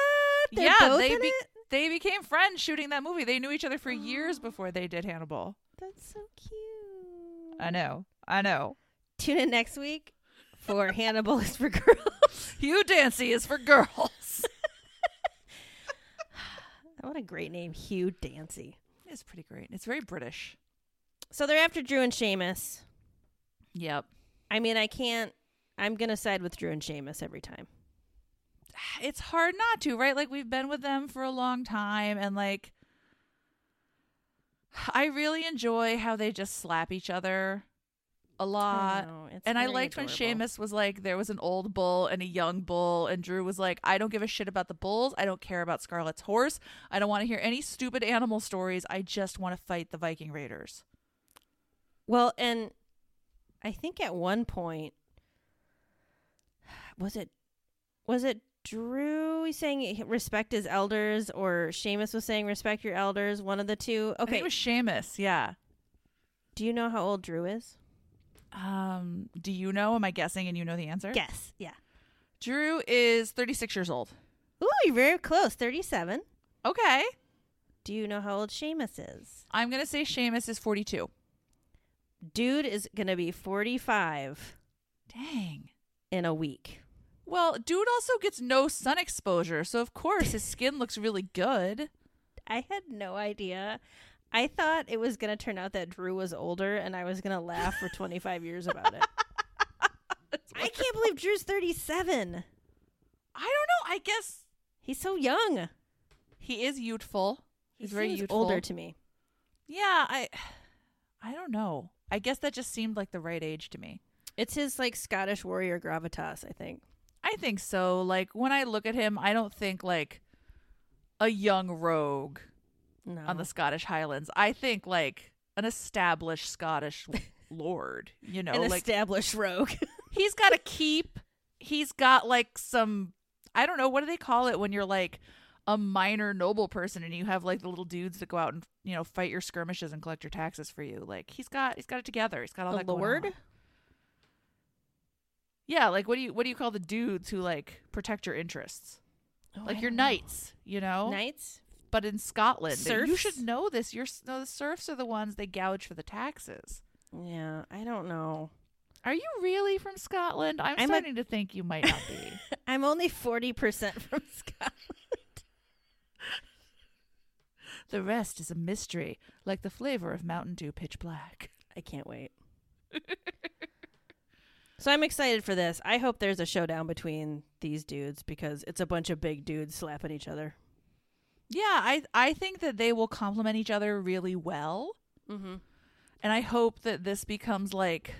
[SPEAKER 1] They're
[SPEAKER 2] yeah,
[SPEAKER 1] both
[SPEAKER 2] they
[SPEAKER 1] in it?
[SPEAKER 2] they became friends shooting that movie. They knew each other for years before they did Hannibal.
[SPEAKER 1] That's so cute.
[SPEAKER 2] I know. I know.
[SPEAKER 1] Tune in next week for Hannibal is for Girls.
[SPEAKER 2] Hugh Dancy is for girls.
[SPEAKER 1] What a great name, Hugh Dancy.
[SPEAKER 2] It's pretty great. It's very British.
[SPEAKER 1] So they're after Drew and Seamus.
[SPEAKER 2] Yep.
[SPEAKER 1] I mean, I can't. I'm gonna side with Drew and Seamus every time.
[SPEAKER 2] It's hard not to, right? Like we've been with them for a long time and like I really enjoy how they just slap each other a lot.
[SPEAKER 1] know, it's
[SPEAKER 2] Uh, and I
[SPEAKER 1] very
[SPEAKER 2] liked when
[SPEAKER 1] adorable.
[SPEAKER 2] Seamus was like, there was an old bull and a young bull, and Drew was like, I don't give a shit about the bulls. I don't care about Scarlet's horse. I don't want to hear any stupid animal stories. I just want to fight the Viking Raiders.
[SPEAKER 1] Well, and I think at one point was it was it Drew he's saying respect his elders or Seamus was saying respect your elders, one of the two.
[SPEAKER 2] I think
[SPEAKER 1] Okay.
[SPEAKER 2] it was Seamus. Yeah.
[SPEAKER 1] Do you know how old Drew is?
[SPEAKER 2] Um, do you know? Am I guessing? And you know the answer?
[SPEAKER 1] Guess. Yeah.
[SPEAKER 2] Drew is 36 years old.
[SPEAKER 1] Ooh, you're very close. Thirty seven.
[SPEAKER 2] Okay.
[SPEAKER 1] Do you know how old Seamus is?
[SPEAKER 2] I'm going to say Seamus is 42.
[SPEAKER 1] Dude is gonna be forty five
[SPEAKER 2] Dang.
[SPEAKER 1] in a week.
[SPEAKER 2] Well, dude also gets no sun exposure, so of course his skin looks really good.
[SPEAKER 1] I had no idea. I thought it was gonna turn out that Drew was older and I was gonna laugh for twenty five years about it. I can't believe Drew's 37.
[SPEAKER 2] I don't know. I guess
[SPEAKER 1] He's so young.
[SPEAKER 2] he is youthful.
[SPEAKER 1] He
[SPEAKER 2] He's very
[SPEAKER 1] seems
[SPEAKER 2] youthful.
[SPEAKER 1] older to me.
[SPEAKER 2] yeah, I I don't know. I guess that just seemed like the right age to me.
[SPEAKER 1] It's his like Scottish warrior gravitas, I think.
[SPEAKER 2] I think so. Like when I look at him, I don't think like a young rogue
[SPEAKER 1] No.
[SPEAKER 2] on the Scottish Highlands. I think like an established Scottish lord, you know,
[SPEAKER 1] An
[SPEAKER 2] like
[SPEAKER 1] established rogue.
[SPEAKER 2] he's got a keep. He's got like some I don't know what do they call it when you're like a minor noble person and you have like the little dudes that go out and you know fight your skirmishes and collect your taxes for you. Like he's got he's got it together. He's got all
[SPEAKER 1] A
[SPEAKER 2] that going
[SPEAKER 1] lord?
[SPEAKER 2] on. Yeah, like what do you what do you call the dudes who like protect your interests?
[SPEAKER 1] Oh, I
[SPEAKER 2] like your
[SPEAKER 1] don't know.
[SPEAKER 2] knights, you know.
[SPEAKER 1] Knights?
[SPEAKER 2] But in Scotland, you
[SPEAKER 1] Serfs?
[SPEAKER 2] should know this. Your no, the serfs are the ones they gouge for the taxes.
[SPEAKER 1] Yeah, I don't know.
[SPEAKER 2] Are you really from Scotland? I'm,
[SPEAKER 1] I'm a-
[SPEAKER 2] starting to think you might not be.
[SPEAKER 1] I'm only 40% from Scotland.
[SPEAKER 2] The rest is a mystery, like the flavor of Mountain Dew pitch black.
[SPEAKER 1] I can't wait. so I'm excited for this. I hope there's a showdown between these dudes because it's a bunch of big dudes slapping each other.
[SPEAKER 2] Yeah, I I think that they will complement each other really well,
[SPEAKER 1] Mm-hmm.
[SPEAKER 2] and I hope that this becomes like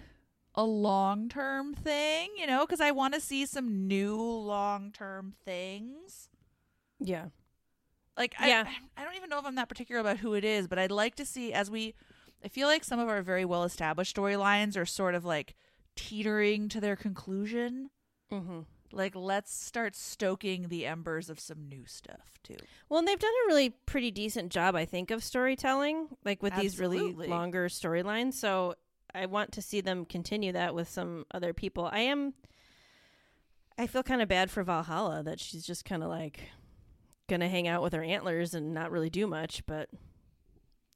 [SPEAKER 2] a long-term thing, you know, cuz I want to see some new long-term things.
[SPEAKER 1] Yeah.
[SPEAKER 2] Like
[SPEAKER 1] Yeah.
[SPEAKER 2] I I don't even know if I'm that particular about who it is, but I'd like to see as we I feel like some of our very well-established storylines are sort of like teetering to their conclusion.
[SPEAKER 1] Mm-hmm.
[SPEAKER 2] like let's start stoking the embers of some new stuff too
[SPEAKER 1] Well, and they've done a really pretty decent job, I think, of storytelling, like with these
[SPEAKER 2] Absolutely.
[SPEAKER 1] really longer storylines. So I want to see them continue that with some other people. I am, I feel kind of bad for Valhalla that she's just kind of like gonna hang out with her antlers and not really do much. But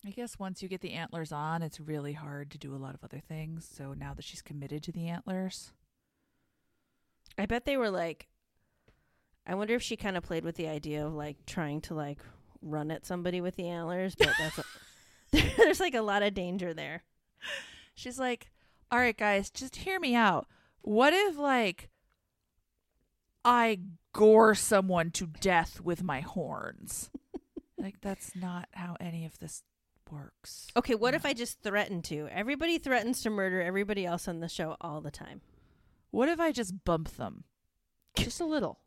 [SPEAKER 2] i guess once you get the antlers on it's really hard to do a lot of other things so now that she's committed to the antlers
[SPEAKER 1] I bet they were like, I wonder if she kind of played with the idea of like trying to like run at somebody with the antlers, but that's there's like a lot of danger there.
[SPEAKER 2] she's like all right guys just hear me out what if like i gore someone to death with my horns like that's not how any of this works
[SPEAKER 1] Okay, what if I just threaten to? Everybody threatens to murder everybody else on the show all the time.
[SPEAKER 2] what if i just bump them just a little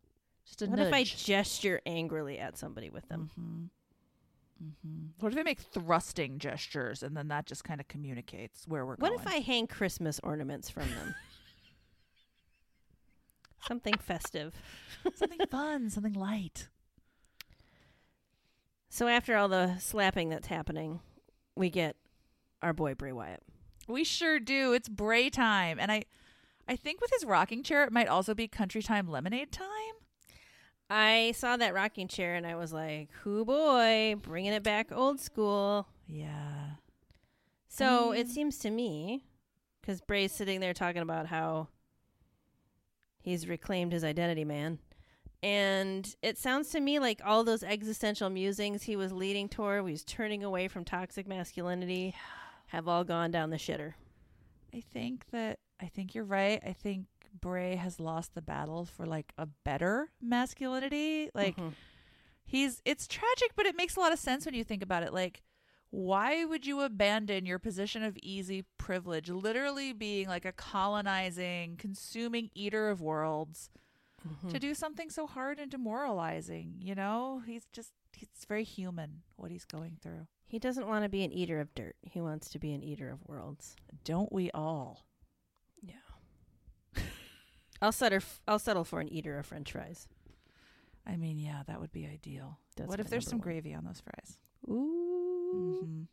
[SPEAKER 2] just a
[SPEAKER 1] what if I
[SPEAKER 2] nudge.
[SPEAKER 1] gesture angrily at somebody with them?
[SPEAKER 2] What if they make thrusting gestures and then that just kind of communicates where we're
[SPEAKER 1] What
[SPEAKER 2] going?
[SPEAKER 1] if I hang Christmas ornaments from them? Something festive.
[SPEAKER 2] something fun, something light?
[SPEAKER 1] So after all the slapping that's happening, we get our boy Bray Wyatt.
[SPEAKER 2] We sure do. It's Bray time, and I, I think with his rocking chair, it might also be country time, lemonade time.
[SPEAKER 1] I saw that rocking chair and I was like, "Who boy, bringing it back old school."
[SPEAKER 2] Yeah.
[SPEAKER 1] So
[SPEAKER 2] Mm.
[SPEAKER 1] it seems to me, because Bray's sitting there talking about how he's reclaimed his identity, man, And it sounds to me like all those existential musings he was leading toward, he was turning away from toxic masculinity, have all gone down the shitter.
[SPEAKER 2] I think that I think you're right. I think Bray has lost the battle for like a better masculinity. Like
[SPEAKER 1] Mhm.
[SPEAKER 2] he's it's tragic, but it makes a lot of sense when you think about it. Like why would you abandon your position of easy privilege, literally being like a colonizing, consuming eater of worlds, to do something so hard and demoralizing? You know, he's just, it's very human what he's going through.
[SPEAKER 1] He doesn't want to be an eater of dirt. He wants to be an eater of worlds.
[SPEAKER 2] Don't we all?
[SPEAKER 1] I'll settle. F- I'll settle for an eater of French fries.
[SPEAKER 2] I mean, yeah, that would be ideal.
[SPEAKER 1] That's
[SPEAKER 2] what if
[SPEAKER 1] my
[SPEAKER 2] there's
[SPEAKER 1] number
[SPEAKER 2] some
[SPEAKER 1] one.
[SPEAKER 2] gravy on those fries?
[SPEAKER 1] Ooh.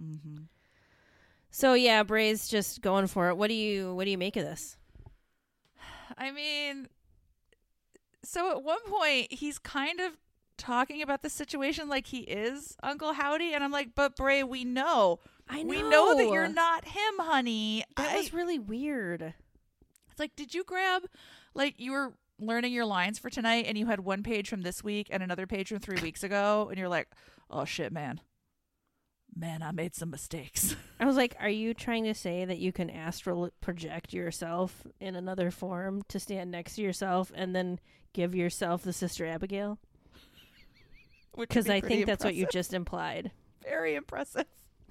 [SPEAKER 2] Mm-hmm. Mm-hmm.
[SPEAKER 1] So yeah, Bray's just going for it. What do you What do you make of this?
[SPEAKER 2] I mean, so at one point he's kind of talking about the situation like he is Uncle Howdy, and I'm like, but Bray, we know,
[SPEAKER 1] I
[SPEAKER 2] we know that you're not him, honey.
[SPEAKER 1] That
[SPEAKER 2] I-
[SPEAKER 1] was really weird.
[SPEAKER 2] it's like, did you grab, like, you were learning your lines for tonight, and you had one page from this week and another page from three weeks ago, and you're like, oh shit, man, man, I made some mistakes.
[SPEAKER 1] I was like, are you trying to say that you can astral project yourself in another form to stand next to yourself and then give yourself the Sister Abigail?
[SPEAKER 2] Which would
[SPEAKER 1] Because
[SPEAKER 2] be
[SPEAKER 1] I
[SPEAKER 2] pretty
[SPEAKER 1] think that's what you
[SPEAKER 2] impressive.
[SPEAKER 1] just implied.
[SPEAKER 2] very impressive.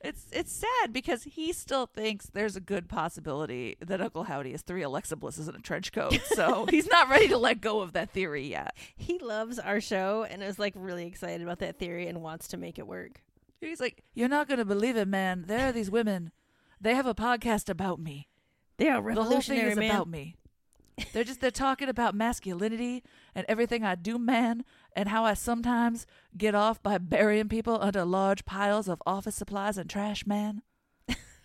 [SPEAKER 2] it's it's sad because he still thinks there's a good possibility that Uncle Howdy is three Alexa Blisses in a trench coat. So he's not ready to let go of that theory yet.
[SPEAKER 1] He loves our show and is like really excited about that theory and wants to make it work.
[SPEAKER 2] He's like, You're not gonna believe it, man. There are these women. They have a podcast about me.
[SPEAKER 1] They are
[SPEAKER 2] The whole thing
[SPEAKER 1] revolutionary,
[SPEAKER 2] is
[SPEAKER 1] man.
[SPEAKER 2] about me. They're just they're talking about masculinity and everything I do, man, and how I sometimes get off by burying people under large piles of office supplies and trash, man.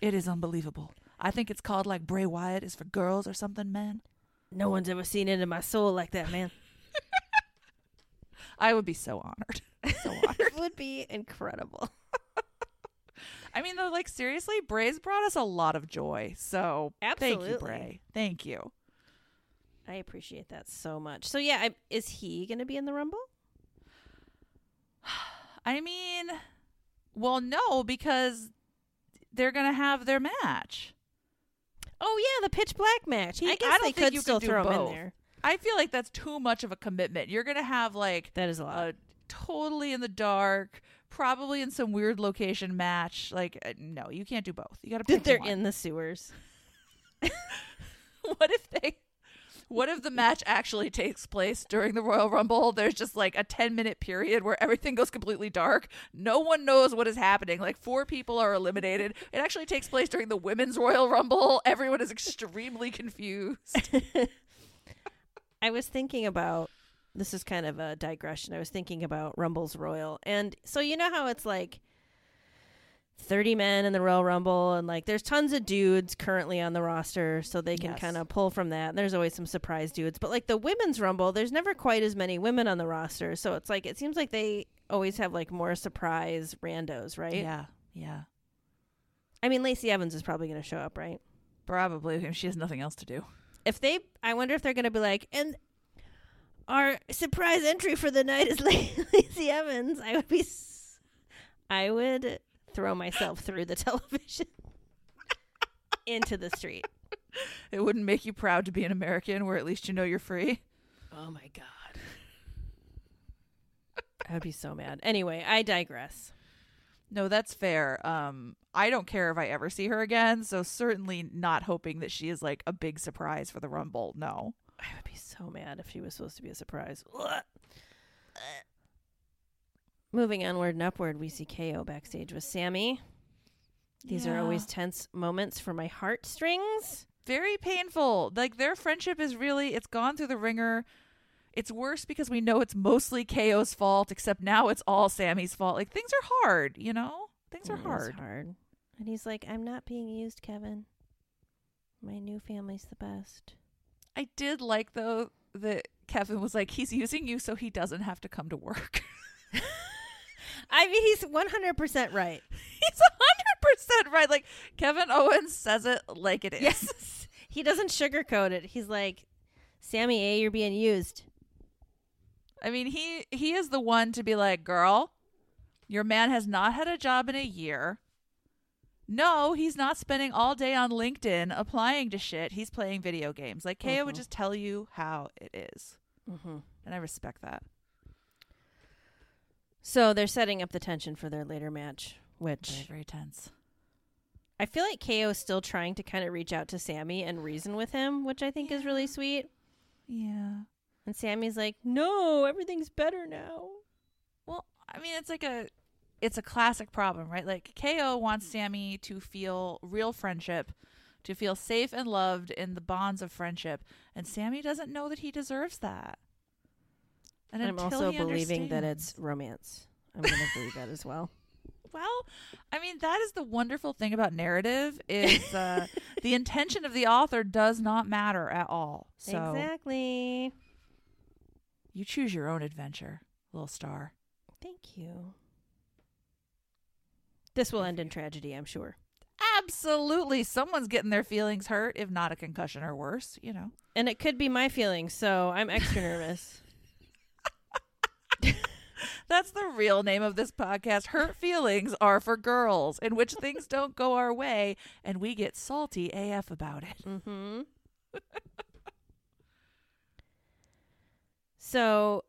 [SPEAKER 2] It is unbelievable. I think it's called like Bray Wyatt is for girls or something, man.
[SPEAKER 1] no one's ever seen into my soul like that, man.
[SPEAKER 2] I would be so honored. So honored.
[SPEAKER 1] it would be incredible.
[SPEAKER 2] I mean, though, like seriously, Bray's brought us a lot of joy. So thank
[SPEAKER 1] Absolutely.
[SPEAKER 2] you, Bray. Thank you.
[SPEAKER 1] I appreciate that so much. So yeah, I, is he going to be in the Rumble?
[SPEAKER 2] I mean, well, no, because they're gonna have their match.
[SPEAKER 1] Oh yeah, the pitch black match. He,
[SPEAKER 2] I
[SPEAKER 1] I guess
[SPEAKER 2] don't
[SPEAKER 1] they
[SPEAKER 2] think
[SPEAKER 1] could
[SPEAKER 2] you could
[SPEAKER 1] still
[SPEAKER 2] do
[SPEAKER 1] throw him in
[SPEAKER 2] both.
[SPEAKER 1] there.
[SPEAKER 2] I feel like that's too much of a commitment. You're gonna have like
[SPEAKER 1] That is a lot.
[SPEAKER 2] a totally in the dark, probably in some weird location match. Like, uh, no, you can't do both. You gotta pick
[SPEAKER 1] That they're
[SPEAKER 2] one.
[SPEAKER 1] in the sewers.
[SPEAKER 2] what if they? What if the match actually takes place during the Royal Rumble? There's just like a 10 minute period where everything goes completely dark. No one knows what is happening. Like four people are eliminated. It actually takes place during the Women's Royal Rumble. Everyone is extremely confused.
[SPEAKER 1] I was thinking about this is kind of a digression. I was thinking about Rumble's Royal. And so you know how it's like 30 men in the Royal Rumble and like there's tons of dudes currently on the roster so they can
[SPEAKER 2] Yes.
[SPEAKER 1] kind of pull from that. And there's always some surprise dudes. But like the Women's Rumble, there's never quite as many women on the roster. So it's like it seems like they always have like more surprise randos, right?
[SPEAKER 2] Yeah, yeah.
[SPEAKER 1] I mean, Lacey Evans is probably going to show up, right?
[SPEAKER 2] Probably. She has nothing else to do.
[SPEAKER 1] if they i wonder if they're gonna be like and our surprise entry for the night is lacey evans i would be s- i would throw myself through the television into the street
[SPEAKER 2] It wouldn't make you proud to be an American, where at least you know you're free.
[SPEAKER 1] oh my god i would be so mad anyway i digress
[SPEAKER 2] No, that's fair. Um, I don't care if I ever see her again, so certainly not hoping that she is like a big surprise for the Rumble. No.
[SPEAKER 1] i would be so mad if she was supposed to be a surprise moving onward and upward we see ko backstage with sammy These are
[SPEAKER 2] Yeah.
[SPEAKER 1] always tense moments for my heartstrings.
[SPEAKER 2] very painful. Like their friendship is really it's gone through the ringer. It's worse because we know it's mostly KO's fault, except now it's all Sammy's fault. Like things are hard, you know? Things are
[SPEAKER 1] It was
[SPEAKER 2] hard.
[SPEAKER 1] hard. And he's like, I'm not being used, Kevin. My new family's the best.
[SPEAKER 2] I did like though that Kevin was like, he's using you so he doesn't have to come to work.
[SPEAKER 1] I mean, he's 100% right.
[SPEAKER 2] he's hundred percent right. Like Kevin Owens says it like it is.
[SPEAKER 1] Yes. he doesn't sugarcoat it. He's like, Sammy A, you're being used.
[SPEAKER 2] I mean, he he is the one to be like, "Girl, your man has not had a job in a year. No, he's not spending all day on LinkedIn applying to shit. He's playing video games." Like, Kaya would just tell you how it is.
[SPEAKER 1] Mm-hmm.
[SPEAKER 2] And I respect that.
[SPEAKER 1] So they're setting up the tension for their later match, which
[SPEAKER 2] very tense.
[SPEAKER 1] I feel like KO is still trying to kind of reach out to Sammy and reason with him, which I think is really sweet.
[SPEAKER 2] Yeah.
[SPEAKER 1] And Sammy's like, "No, everything's better now."
[SPEAKER 2] Well, I mean, it's like a it's a classic problem, right? Like KO wants Sammy to feel real friendship, to feel safe and loved in the bonds of friendship, and Sammy doesn't know that he deserves that. And
[SPEAKER 1] And I'm
[SPEAKER 2] until
[SPEAKER 1] also
[SPEAKER 2] he
[SPEAKER 1] believing that it's
[SPEAKER 2] understands-
[SPEAKER 1] romance. I'm going to believe that as well.
[SPEAKER 2] well, I mean, that is the wonderful thing about narrative is uh, the intention of the author does not matter at all. So
[SPEAKER 1] Exactly.
[SPEAKER 2] you choose your own adventure, little star.
[SPEAKER 1] Thank you. This will end in tragedy, I'm sure.
[SPEAKER 2] Absolutely, someone's getting their feelings hurt, if not a concussion or worse. You know.
[SPEAKER 1] And it could be my feelings, so I'm extra nervous.
[SPEAKER 2] That's the real name of this podcast. Hurt feelings are for girls, in which things don't go our way, and we get salty AF about it.
[SPEAKER 1] Mm-hmm. so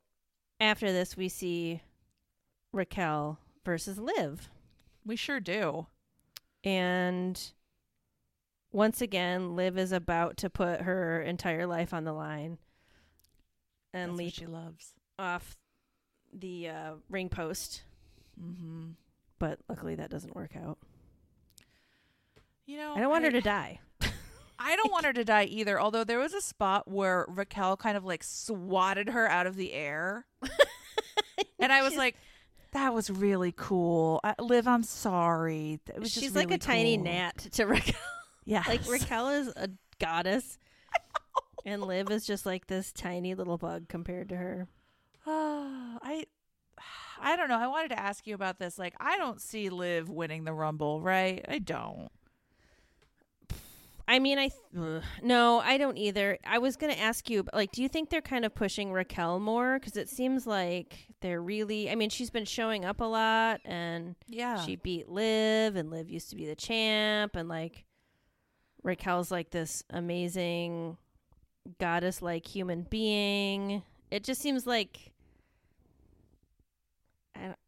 [SPEAKER 1] after this, we see Raquel versus Liv.
[SPEAKER 2] We sure do.
[SPEAKER 1] And once again, Liv is about to put her entire life on the line and
[SPEAKER 2] That's
[SPEAKER 1] leap
[SPEAKER 2] what she loves.
[SPEAKER 1] off the uh, ring post.
[SPEAKER 2] hmm
[SPEAKER 1] But luckily, that doesn't work out.
[SPEAKER 2] You know,
[SPEAKER 1] Oh, I don't want her to die.
[SPEAKER 2] I don't want her to die either. Although there was a spot where Raquel kind of like swatted her out of the air, and I was
[SPEAKER 1] She's-
[SPEAKER 2] like, "That was really cool, I, Liv. I'm sorry. That was just
[SPEAKER 1] She's like
[SPEAKER 2] really
[SPEAKER 1] a tiny
[SPEAKER 2] cool."
[SPEAKER 1] gnat to Raquel.
[SPEAKER 2] Yeah,
[SPEAKER 1] Like Raquel is a goddess, and Liv is just like this tiny little bug compared to her.
[SPEAKER 2] Oh, I I don't know. I wanted to ask you about this. Like, I don't see Liv winning the Rumble, right? I don't.
[SPEAKER 1] I mean, I th- no, I don't either. I was gonna ask you, but like, do you think they're kind of pushing Raquel more? Because it seems like they're really. I mean, she's been showing up a lot, and
[SPEAKER 2] Yeah.
[SPEAKER 1] she beat Liv, and Liv used to be the champ, and like Raquel's like this amazing goddess like human being. It just seems like I don't,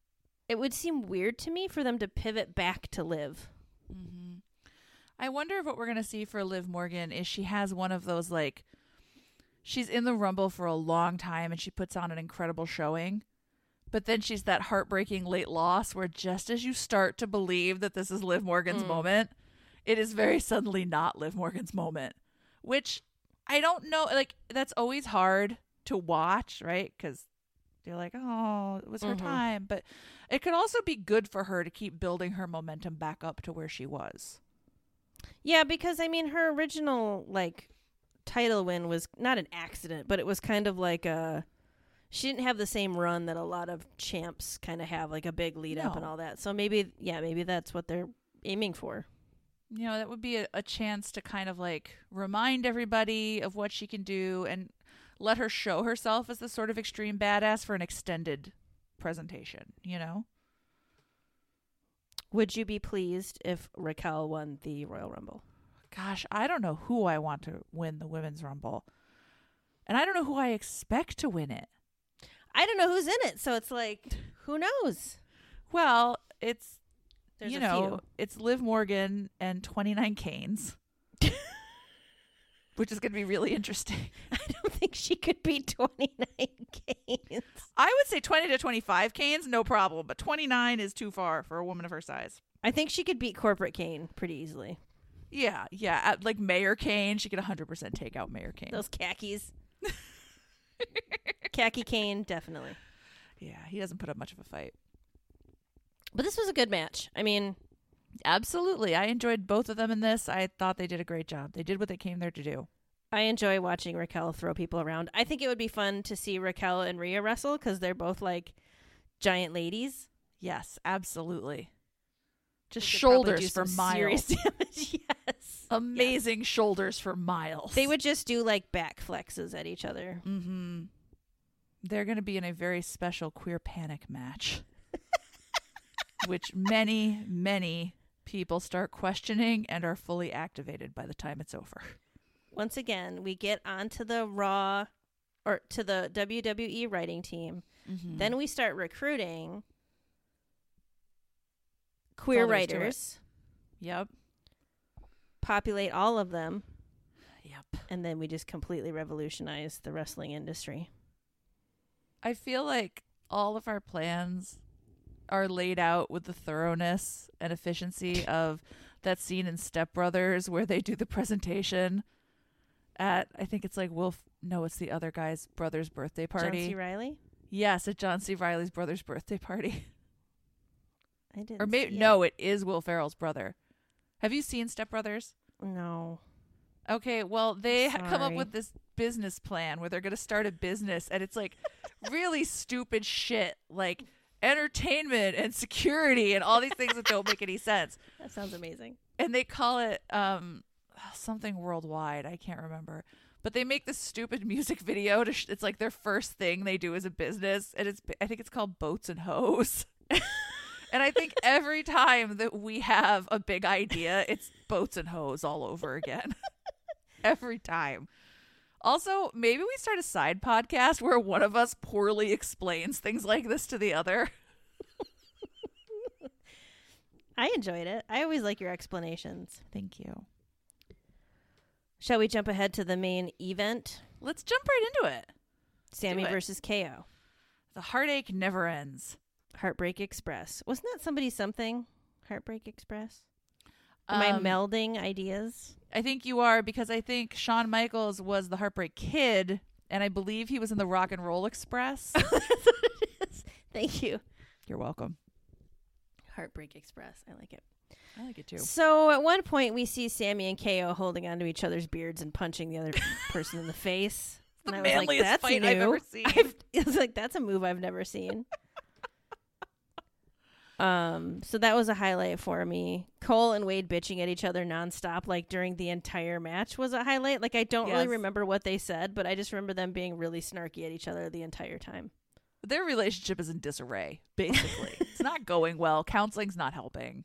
[SPEAKER 1] it would seem weird to me for them to pivot back to Liv.
[SPEAKER 2] hmm I wonder if what we're gonna see for Liv Morgan is she has one of those like she's in the Rumble for a long time and she puts on an incredible showing. But then she's that heartbreaking late loss where just as you start to believe that this is Liv Morgan's moment, it is very suddenly not Liv Morgan's moment, which I don't know. Like, that's always hard to watch, right? Because you're like, oh, it was her
[SPEAKER 1] Mhm.
[SPEAKER 2] time. But it could also be good for her to keep building her momentum back up to where she was.
[SPEAKER 1] Yeah, because I mean, her original like title win was not an accident, but it was kind of like a. She didn't have the same run that a lot of champs kind of have, like a big lead up and
[SPEAKER 2] No.
[SPEAKER 1] all that. So maybe, yeah, maybe that's what they're aiming for.
[SPEAKER 2] you know that would be a, a chance to kind of like remind everybody of what she can do and let her show herself as the sort of extreme badass for an extended presentation you know
[SPEAKER 1] Would you be pleased if Raquel won the Royal Rumble?
[SPEAKER 2] gosh i don't know who i want to win the women's rumble and i don't know who i expect to win it
[SPEAKER 1] I don't know who's in it, so it's like, who knows?
[SPEAKER 2] well it's
[SPEAKER 1] There's
[SPEAKER 2] you
[SPEAKER 1] a
[SPEAKER 2] know
[SPEAKER 1] few.
[SPEAKER 2] it's liv morgan and 29 canes which is going to be really interesting
[SPEAKER 1] I don't think she could be 29 games.
[SPEAKER 2] i would say 20 to 25 canes no problem but 29 is too far for a woman of her size
[SPEAKER 1] I think she could beat Corporate Kane pretty easily.
[SPEAKER 2] Yeah, yeah. At, like Mayor Kane, she could 100% take out Mayor Kane.
[SPEAKER 1] Those khakis. Khaki Kane, definitely.
[SPEAKER 2] yeah, he doesn't put up much of a fight.
[SPEAKER 1] But this was a good match. I mean,
[SPEAKER 2] Absolutely. I enjoyed both of them in this. I thought they did a great job. They did what they came there to do.
[SPEAKER 1] I enjoy watching Raquel throw people around. I think it would be fun to see Raquel and Rhea wrestle because they're both like giant ladies.
[SPEAKER 2] Yes, absolutely. Just
[SPEAKER 1] They could probably
[SPEAKER 2] shoulders
[SPEAKER 1] do
[SPEAKER 2] for
[SPEAKER 1] some
[SPEAKER 2] miles.
[SPEAKER 1] serious damage. yes.
[SPEAKER 2] Amazing shoulders for miles.
[SPEAKER 1] They would just do like back flexes at each other.
[SPEAKER 2] Mm-hmm. They're going to be in a very special queer panic match, which many, many people start questioning and are fully activated by the time it's over.
[SPEAKER 1] Once again, we get onto the Raw or to the WWE writing team.
[SPEAKER 2] Mm-hmm.
[SPEAKER 1] Then we start recruiting queer
[SPEAKER 2] all there is to it.
[SPEAKER 1] writers,
[SPEAKER 2] Yep.
[SPEAKER 1] populate all of them,
[SPEAKER 2] Yep.
[SPEAKER 1] and then we just completely revolutionize the wrestling industry.
[SPEAKER 2] I feel like all of our plans are laid out with the thoroughness and efficiency of that scene in Step Brothers where they do the presentation at I think it's like Wolf no, it's the other guy's brother's birthday party.
[SPEAKER 1] John C. Riley?
[SPEAKER 2] Yes, at John C. Riley's brother's birthday party.
[SPEAKER 1] I didn't.
[SPEAKER 2] or maybe
[SPEAKER 1] see it.
[SPEAKER 2] no, it is Will Ferrell's brother. Have you seen Step Brothers?
[SPEAKER 1] No.
[SPEAKER 2] Okay, well, they ha- come up
[SPEAKER 1] Sorry.
[SPEAKER 2] with this business plan where they're going to start a business, and it's like really stupid shit, like entertainment and security and all these things that don't make any sense.
[SPEAKER 1] That sounds amazing.
[SPEAKER 2] And they call it um, something worldwide. I can't remember. But they make this stupid music video. To sh- it's like their first thing they do as a business, and it's I think it's called Boats and Hoes. and I think every time that we have a big idea, it's boats and hoes all over again. every time. Also, maybe we start a side podcast where one of us poorly explains things like this to the other.
[SPEAKER 1] I enjoyed it. I always like your explanations.
[SPEAKER 2] Thank you.
[SPEAKER 1] Shall we jump ahead to the main event?
[SPEAKER 2] Let's jump right into it.
[SPEAKER 1] Sammy
[SPEAKER 2] it.
[SPEAKER 1] versus KO.
[SPEAKER 2] The heartache never ends.
[SPEAKER 1] Heartbreak Express. Wasn't that somebody something? Heartbreak Express? Am I
[SPEAKER 2] Um,
[SPEAKER 1] melding ideas?
[SPEAKER 2] I think you are because I think Shawn Michaels was the Heartbreak Kid, and I believe he was in the Rock and Roll Express.
[SPEAKER 1] That's what it is. Thank you.
[SPEAKER 2] You're welcome.
[SPEAKER 1] Heartbreak Express. I like it.
[SPEAKER 2] I like it too.
[SPEAKER 1] So at one point, we see Sammy and KO holding onto each other's beards and punching the other person in the face.
[SPEAKER 2] The
[SPEAKER 1] and
[SPEAKER 2] manliest fight I've ever seen.
[SPEAKER 1] I've, I was like, that's a move I've never seen. um, so that was a highlight for me. Cole and Wade bitching at each other nonstop, like during the entire match, was a highlight. Like I don't really
[SPEAKER 2] Yes.
[SPEAKER 1] remember what they said, but I just remember them being really snarky at each other the entire time.
[SPEAKER 2] Their relationship is in disarray, basically. it's not going well. Counseling's not helping.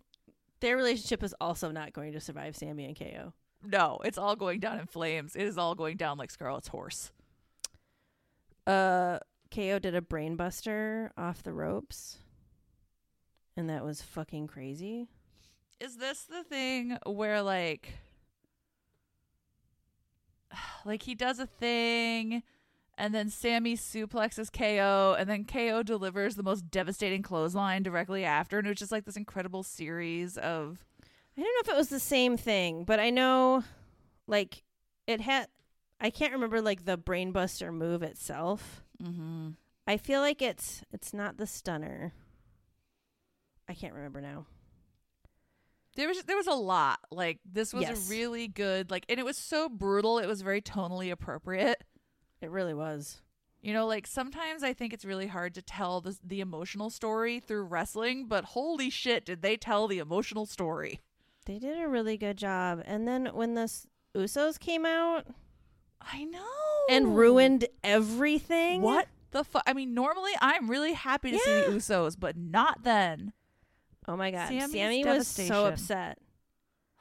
[SPEAKER 1] Their relationship is also not going to survive Sammy and KO.
[SPEAKER 2] No, it's all going down in flames. It is all going down like Scarlet's horse.
[SPEAKER 1] uh KO did a brainbuster off the ropes. And that was fucking crazy.
[SPEAKER 2] Is this the thing where like like he does a thing and then Sammy suplexes KO and then KO delivers the most devastating clothesline directly after and it was just like this incredible series of
[SPEAKER 1] I don't know if it was the same thing, but I know like it had I can't remember like the brainbuster move itself.
[SPEAKER 2] mm-hmm.
[SPEAKER 1] I feel like it's it's not the stunner. I can't remember now.
[SPEAKER 2] there was there was a lot like this was
[SPEAKER 1] Yes.
[SPEAKER 2] a really good like and it was so brutal it was very tonally appropriate
[SPEAKER 1] It really was.
[SPEAKER 2] You know, like sometimes I think it's really hard to tell the, the emotional story through wrestling, but holy shit, did they tell the emotional story?
[SPEAKER 1] They did a really good job. And then when the S- Usos came out
[SPEAKER 2] I know.
[SPEAKER 1] and ruined everything.
[SPEAKER 2] What the fuck? I mean, normally I'm really happy to see the
[SPEAKER 1] Yeah.
[SPEAKER 2] Usos, but not then.
[SPEAKER 1] Oh my god,
[SPEAKER 2] Sammy's
[SPEAKER 1] Sammy was so
[SPEAKER 2] devastation.
[SPEAKER 1] upset.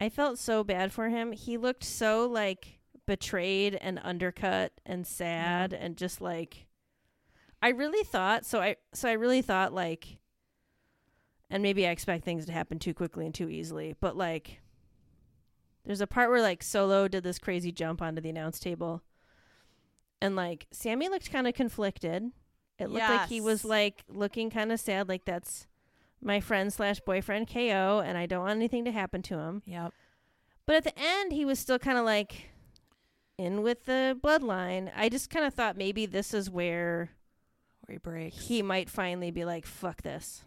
[SPEAKER 1] I felt so bad for him. He looked so like betrayed and undercut and sad and just like I really thought so I so I really thought like and maybe I expect things to happen too quickly and too easily, but like there's a part where like Solo did this crazy jump onto the announce table and like Sammy looked kind of conflicted. It looked like he was
[SPEAKER 2] Yes.
[SPEAKER 1] like looking kind of sad, like that's my friend slash boyfriend KO, and I don't want anything to happen to him.
[SPEAKER 2] Yep.
[SPEAKER 1] But at the end, he was still kind of like in with the bloodline. I just kind of thought maybe this is where
[SPEAKER 2] Where he breaks.
[SPEAKER 1] he might finally be like, "Fuck this."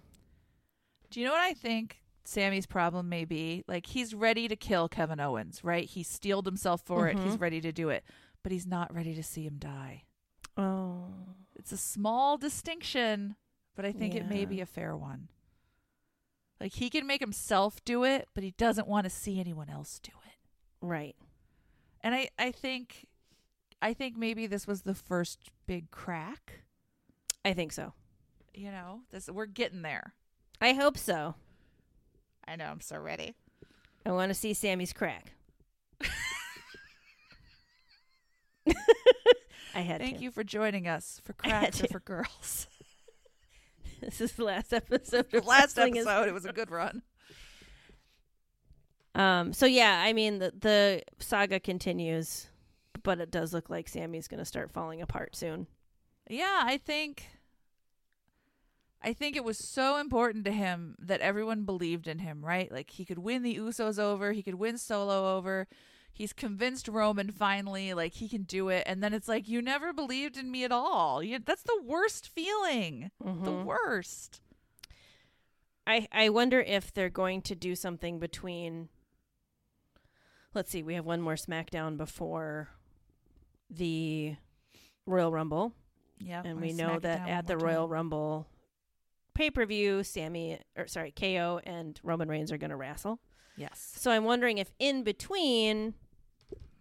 [SPEAKER 2] Do you know what I think Sammy's problem may be? Like, he's ready to kill Kevin Owens, right? He steeled himself for it. He's
[SPEAKER 1] Mhm.
[SPEAKER 2] ready to do it, but he's not ready to see him die.
[SPEAKER 1] Oh,
[SPEAKER 2] It's a small distinction, but I think it may
[SPEAKER 1] Yeah.
[SPEAKER 2] be a fair one. Like he can make himself do it, but he doesn't want to see anyone else do it.
[SPEAKER 1] Right.
[SPEAKER 2] And I, I think I think maybe this was the first big crack.
[SPEAKER 1] I think so.
[SPEAKER 2] You know, this we're getting there.
[SPEAKER 1] I hope so.
[SPEAKER 2] I know I'm so ready.
[SPEAKER 1] I want to see Sammy's crack. I had
[SPEAKER 2] Thank
[SPEAKER 1] to.
[SPEAKER 2] you for joining us for
[SPEAKER 1] I had
[SPEAKER 2] cracks or
[SPEAKER 1] to.
[SPEAKER 2] for girls.
[SPEAKER 1] This is the last episode. Of
[SPEAKER 2] Last
[SPEAKER 1] Wrestling is-
[SPEAKER 2] episode, it was a good run.
[SPEAKER 1] Um. So yeah, I mean the the saga continues, but it does look like Sammy's going to start falling apart soon.
[SPEAKER 2] Yeah, I think I think it was so important to him that everyone believed in him, right? Like he could win the Usos over, he could win Solo over. He's convinced Roman finally, like he can do it, and then it's like you never believed in me at all. You, that's the worst feeling, the
[SPEAKER 1] Mhm.
[SPEAKER 2] worst.
[SPEAKER 1] I I wonder if they're going to do something between. Let's see. We have one more SmackDown before the Royal Rumble,
[SPEAKER 2] Yeah,
[SPEAKER 1] and
[SPEAKER 2] I'm
[SPEAKER 1] we
[SPEAKER 2] gonna
[SPEAKER 1] know
[SPEAKER 2] smack it
[SPEAKER 1] that
[SPEAKER 2] down
[SPEAKER 1] at
[SPEAKER 2] one
[SPEAKER 1] the
[SPEAKER 2] more
[SPEAKER 1] Royal
[SPEAKER 2] time.
[SPEAKER 1] Rumble pay per view, Sammy or sorry KO and Roman Reigns are going to wrestle.
[SPEAKER 2] yes,
[SPEAKER 1] So I'm wondering if in between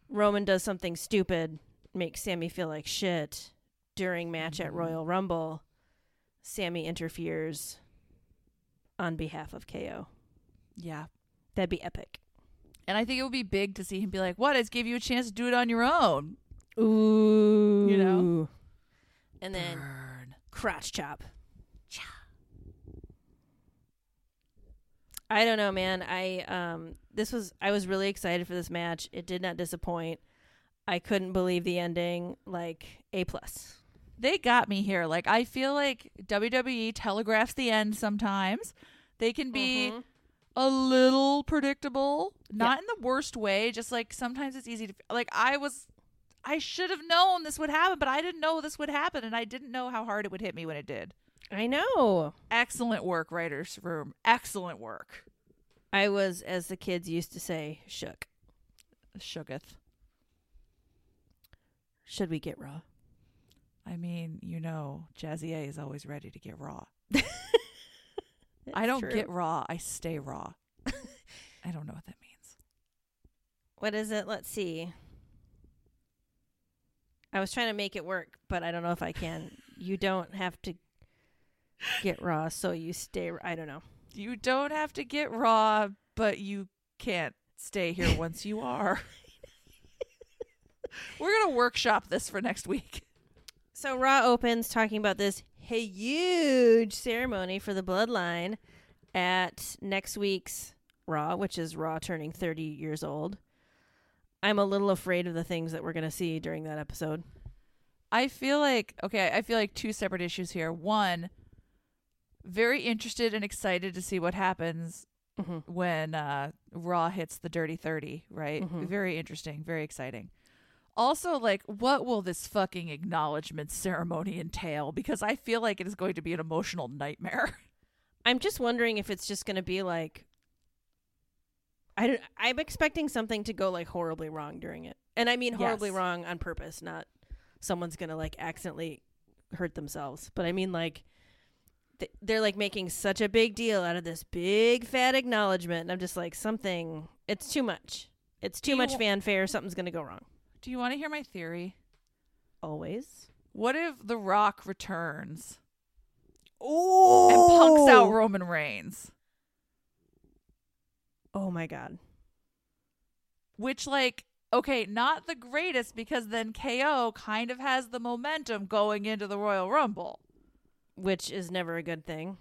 [SPEAKER 1] Roman does something stupid, makes Sammy feel like shit during match
[SPEAKER 2] Mm-hmm.
[SPEAKER 1] at Royal Rumble, Sammy interferes on behalf of KO.
[SPEAKER 2] yeah,
[SPEAKER 1] That'd be epic.
[SPEAKER 2] and I think it would be big to see him be like, "What? I just gave you a chance to do it on your own."
[SPEAKER 1] Ooh.
[SPEAKER 2] You
[SPEAKER 1] know? And then
[SPEAKER 2] Burn.
[SPEAKER 1] crotch chop. I don't know, man. I um this was I was really excited for this match. It did not disappoint. I couldn't believe the ending. Like A plus.
[SPEAKER 2] they got me here. Like I feel like WWE telegraphs the end sometimes. They can be
[SPEAKER 1] Mm-hmm.
[SPEAKER 2] a little predictable, not in the worst way, just like sometimes it's easy to like I was I should have known this would happen, but I didn't know this would happen and I didn't know how hard it would hit me when it did.
[SPEAKER 1] I know.
[SPEAKER 2] Excellent work, writers room. Excellent work.
[SPEAKER 1] I was, as the kids used to say, shook.
[SPEAKER 2] Shooketh.
[SPEAKER 1] Should we get raw?
[SPEAKER 2] I mean, you know, Jazzy A is always ready to get raw. I don't
[SPEAKER 1] True.
[SPEAKER 2] get raw, I stay raw. I don't know what that means.
[SPEAKER 1] What is it? Let's see. I was trying to make it work, but I don't know if I can. you don't have to get raw, so you stay. I don't know.
[SPEAKER 2] You don't have to get raw, but you can't stay here once you are. We're going to workshop this for next week.
[SPEAKER 1] So Raw opens talking about this huge ceremony for the bloodline at next week's Raw, which is Raw turning 30 years old. I'm a little afraid of the things that we're going to see during that episode.
[SPEAKER 2] I feel like, okay, I feel like two separate issues here. One, very interested and excited to see what happens
[SPEAKER 1] Mhm.
[SPEAKER 2] when uh, Raw hits the Dirty 30, right? Very interesting, very exciting. Also, like, what will this fucking acknowledgement ceremony entail? Because I feel like it is going to be an emotional nightmare.
[SPEAKER 1] I'm just wondering if it's just going to be like I don't I'm expecting something to go like horribly wrong during it. And I mean horribly
[SPEAKER 2] Yes.
[SPEAKER 1] wrong on purpose, not someone's going to like accidentally hurt themselves. But I mean like th- they're like making such a big deal out of this big fat acknowledgement and I'm just like something it's too much. It's too
[SPEAKER 2] you
[SPEAKER 1] much
[SPEAKER 2] wa-
[SPEAKER 1] fanfare, something's going to go wrong.
[SPEAKER 2] Do you want to hear my theory?
[SPEAKER 1] Always.
[SPEAKER 2] What if The Rock returns
[SPEAKER 1] Oh.
[SPEAKER 2] and punks out Roman Reigns?
[SPEAKER 1] Oh my god.
[SPEAKER 2] Which, like, okay, not the greatest because then KO kind of has the momentum going into the Royal Rumble.
[SPEAKER 1] Which is never a good thing.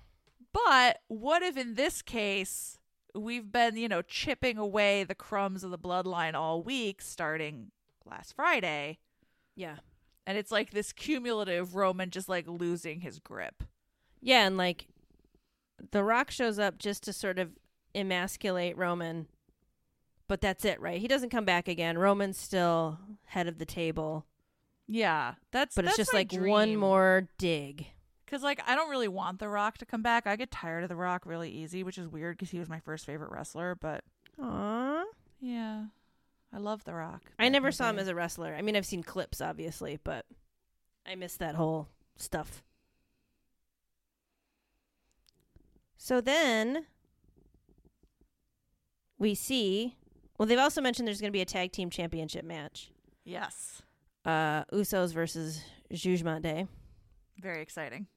[SPEAKER 2] But what if in this case we've been, you know, chipping away the crumbs of the bloodline all week starting last Friday?
[SPEAKER 1] Yeah.
[SPEAKER 2] And it's like this cumulative Roman just like losing his grip.
[SPEAKER 1] Yeah, and like The Rock shows up just to sort of emasculate Roman, but that's it, right? He doesn't come back again. Roman's still head of the table,
[SPEAKER 2] Yeah, that's
[SPEAKER 1] but it's
[SPEAKER 2] that's
[SPEAKER 1] just
[SPEAKER 2] my
[SPEAKER 1] like one
[SPEAKER 2] dream.
[SPEAKER 1] more dig.
[SPEAKER 2] Because, like, I don't really want The Rock to come back. I get tired of The Rock really easy, which is weird because he was my first favorite wrestler. But
[SPEAKER 1] Aww.
[SPEAKER 2] yeah, I love The Rock.
[SPEAKER 1] I never saw him as a wrestler. I mean, I've seen clips, obviously, but I miss that whole stuff. So then we see. Well, they've also mentioned there's going to be a tag team championship match.
[SPEAKER 2] Yes.
[SPEAKER 1] Uh, Usos versus Judgment Day.
[SPEAKER 2] Very exciting.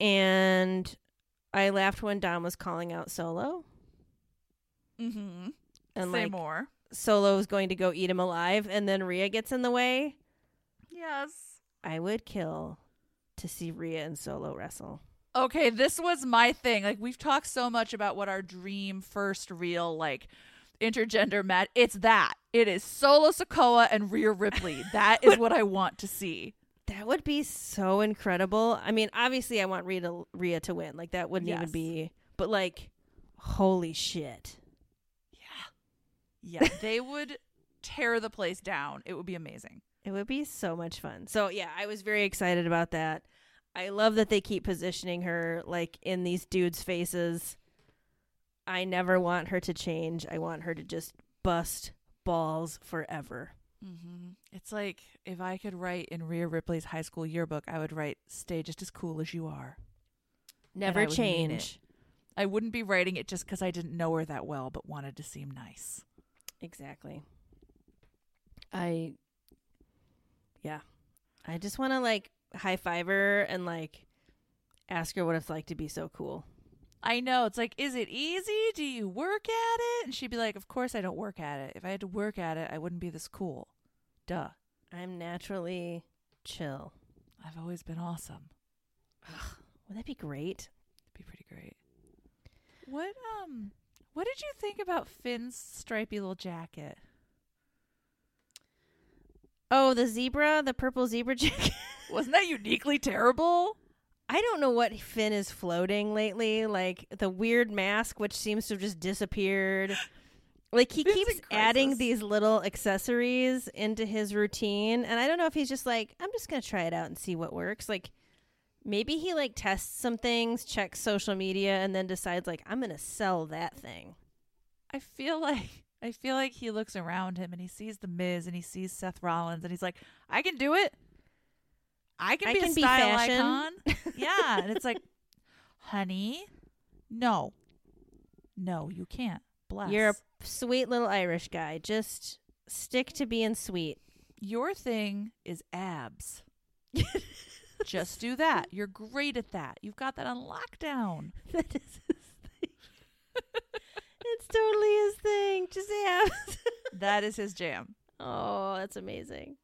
[SPEAKER 1] And I laughed when Dom was calling out Solo.
[SPEAKER 2] Mm-hmm.
[SPEAKER 1] And
[SPEAKER 2] Say
[SPEAKER 1] like
[SPEAKER 2] more.
[SPEAKER 1] Solo was going to go eat him alive, and then Rhea gets in the way.
[SPEAKER 2] Yes.
[SPEAKER 1] I would kill to see Rhea and Solo wrestle.
[SPEAKER 2] Okay, this was my thing. Like we've talked so much about what our dream first real like intergender match. It's that. It is Solo Sokoa and Rhea Ripley. That is what I want to see.
[SPEAKER 1] That would be so incredible. I mean, obviously, I want Rhea to, Rhea to win. Like that wouldn't
[SPEAKER 2] Yes.
[SPEAKER 1] even be. But like, holy shit!
[SPEAKER 2] Yeah. Yeah. they would tear the place down. It would be amazing.
[SPEAKER 1] It would be so much fun. So yeah, I was very excited about that. I love that they keep positioning her like in these dudes' faces. I never want her to change. I want her to just bust balls forever.
[SPEAKER 2] Mm-hmm. It's like if I could write in Rhea Ripley's high school yearbook, I would write "Stay just as cool as you are." I
[SPEAKER 1] Never
[SPEAKER 2] would mean
[SPEAKER 1] change.
[SPEAKER 2] I wouldn't be writing it just because I didn't know her that well, but wanted to seem nice.
[SPEAKER 1] Exactly. I yeah. I just want to like high five her and like ask her what it's like to be so cool.
[SPEAKER 2] I know. It's like, is it easy? Do you work at it? And she'd be like, Of course I don't work at it. If I had to work at it, I wouldn't be this cool. Duh.
[SPEAKER 1] I'm naturally chill.
[SPEAKER 2] I've always been awesome.
[SPEAKER 1] Would that be great?
[SPEAKER 2] It'd be pretty great. What um what did you think about Finn's stripy little jacket?
[SPEAKER 1] Oh, the zebra, the purple zebra jacket.
[SPEAKER 2] Wasn't that uniquely terrible?
[SPEAKER 1] I don't know what Finn is floating lately. Like the weird mask, which seems to have just disappeared. Like he
[SPEAKER 2] Finn's in
[SPEAKER 1] keeps adding
[SPEAKER 2] crisis.
[SPEAKER 1] these little accessories into his routine, and I don't know if he's just like, I'm just gonna try it out and see what works. Like maybe he like tests some things, checks social media, and then decides like I'm gonna sell that thing.
[SPEAKER 2] I feel like I feel like he looks around him and he sees the Miz and he sees Seth Rollins and he's like, I can do it. I can
[SPEAKER 1] I
[SPEAKER 2] be a
[SPEAKER 1] can be
[SPEAKER 2] style
[SPEAKER 1] fashion."
[SPEAKER 2] icon. yeah. And it's like, honey, no. No, you can't. Bless.
[SPEAKER 1] You're a sweet little Irish guy. Just stick to being sweet.
[SPEAKER 2] Your thing is abs. Just do that. You're great at that. You've got that on lockdown.
[SPEAKER 1] That is his thing. it's totally his thing. Just abs.
[SPEAKER 2] That is his jam.
[SPEAKER 1] oh, that's amazing.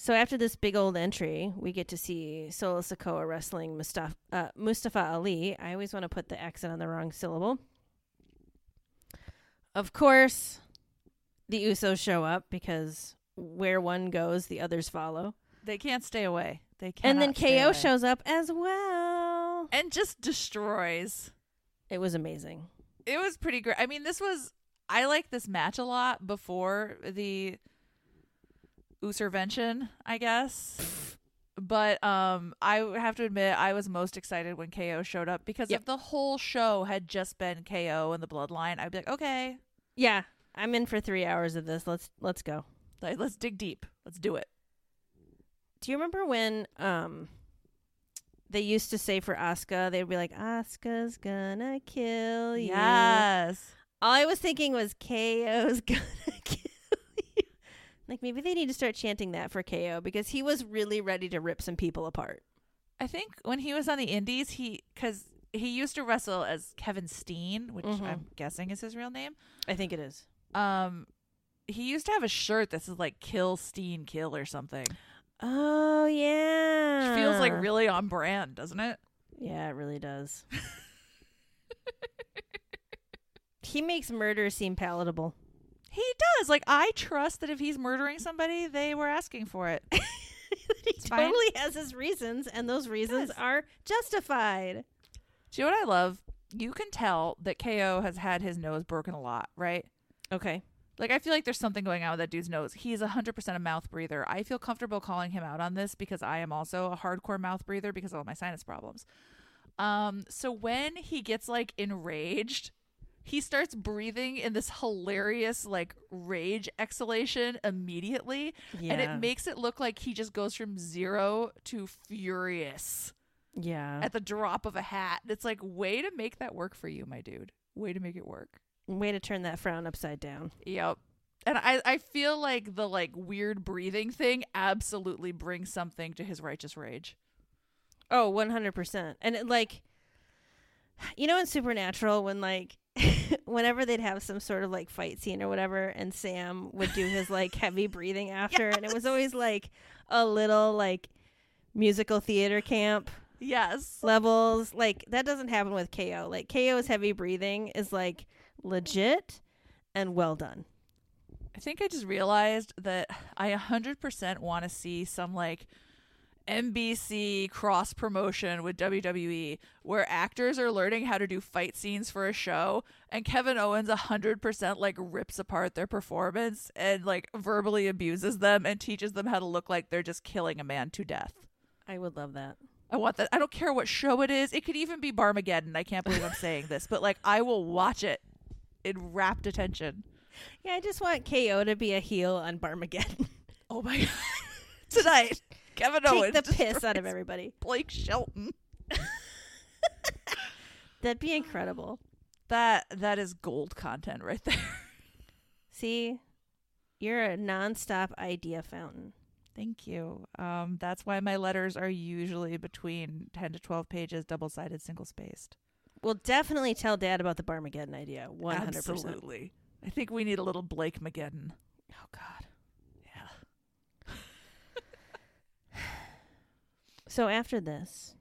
[SPEAKER 1] So after this big old entry, we get to see Solo Sokoa wrestling Mustafa, uh, Mustafa Ali. I always want to put the accent on the wrong syllable. Of course, the Usos show up because where one goes, the others follow.
[SPEAKER 2] They can't stay away. They
[SPEAKER 1] And
[SPEAKER 2] can't.
[SPEAKER 1] then KO shows up as well.
[SPEAKER 2] and just destroys.
[SPEAKER 1] It was amazing.
[SPEAKER 2] it was pretty great. I mean, this was I like this match a lot before the usurvention, I guess. But um I have to admit I was most excited when KO showed up because
[SPEAKER 1] Yep.
[SPEAKER 2] if the whole show had just been KO and the bloodline, I'd be like, "Okay,
[SPEAKER 1] Yeah, I'm in for three hours of this. Let's let's go.
[SPEAKER 2] like, let's dig deep. Let's do it."
[SPEAKER 1] Do you remember when um they used to say for Asuka, they'd be like, Asuka's gonna kill you.
[SPEAKER 2] Yes.
[SPEAKER 1] All I was thinking was KO's gonna kill you. Like maybe they need to start chanting that for KO because he was really ready to rip some people apart.
[SPEAKER 2] I think when he was on the indies, he cuz he used to wrestle as Kevin Steen, which
[SPEAKER 1] Mhm.
[SPEAKER 2] I'm guessing is his real name.
[SPEAKER 1] I think it is.
[SPEAKER 2] Um, he used to have a shirt that says like "Kill Steen Kill" or something.
[SPEAKER 1] Oh yeah.
[SPEAKER 2] Which feels
[SPEAKER 1] Hmm.
[SPEAKER 2] like really on brand, doesn't it?
[SPEAKER 1] Yeah, it really does. he makes murder seem palatable.
[SPEAKER 2] He does. Like I trust that if he's murdering somebody, they were asking for it.
[SPEAKER 1] he
[SPEAKER 2] fine.
[SPEAKER 1] totally has his reasons, and those reasons
[SPEAKER 2] does.
[SPEAKER 1] are justified.
[SPEAKER 2] Do you know what I love? You can tell that KO has had his nose broken a lot, right?
[SPEAKER 1] Okay.
[SPEAKER 2] Like I feel like there's something going on with that dude's nose. He's 100% a mouth breather. I feel comfortable calling him out on this because I am also a hardcore mouth breather because of all my sinus problems. Um so when he gets like enraged, he starts breathing in this hilarious like rage exhalation immediately
[SPEAKER 1] Yeah.
[SPEAKER 2] and it makes it look like he just goes from 0 to furious
[SPEAKER 1] yeah.
[SPEAKER 2] at the drop of a hat. It's like way to make that work for you, my dude. Way to make it work.
[SPEAKER 1] Way to turn that frown upside down.
[SPEAKER 2] Yep. And I, I feel like the like weird breathing thing absolutely brings something to his righteous rage.
[SPEAKER 1] Oh, 100%. And it, like, you know, in Supernatural, when like, whenever they'd have some sort of like fight scene or whatever, and Sam would do his like heavy breathing after, and it was always like a little like musical theater camp
[SPEAKER 2] Yes.
[SPEAKER 1] levels. Like, that doesn't happen with KO. Like, KO's heavy breathing is like legit and well done.
[SPEAKER 2] I think I just realized that I 100% want to see some like NBC cross promotion with WWE where actors are learning how to do fight scenes for a show and Kevin Owens 100% like rips apart their performance and like verbally abuses them and teaches them how to look like they're just killing a man to death.
[SPEAKER 1] I would love that.
[SPEAKER 2] I want that. I don't care what show it is. It could even be Barmageddon. I can't believe I'm saying this, but like I will watch it in rapt attention.
[SPEAKER 1] Yeah, I just want KO to be a heel on Barmageddon.
[SPEAKER 2] Oh my god. Tonight, Kevin
[SPEAKER 1] Take
[SPEAKER 2] Owens
[SPEAKER 1] the
[SPEAKER 2] destroys
[SPEAKER 1] piss out of everybody.
[SPEAKER 2] Blake Shelton.
[SPEAKER 1] That'd be incredible.
[SPEAKER 2] That that is gold content right there.
[SPEAKER 1] See, you're a nonstop idea fountain.
[SPEAKER 2] Thank you. Um, that's why my letters are usually between ten to twelve pages, double sided, single spaced.
[SPEAKER 1] We'll definitely tell Dad about the Barmageddon idea. One hundred percent.
[SPEAKER 2] Absolutely. I think we need a little Blake Mageddon.
[SPEAKER 1] Oh God.
[SPEAKER 2] Yeah.
[SPEAKER 1] So after this,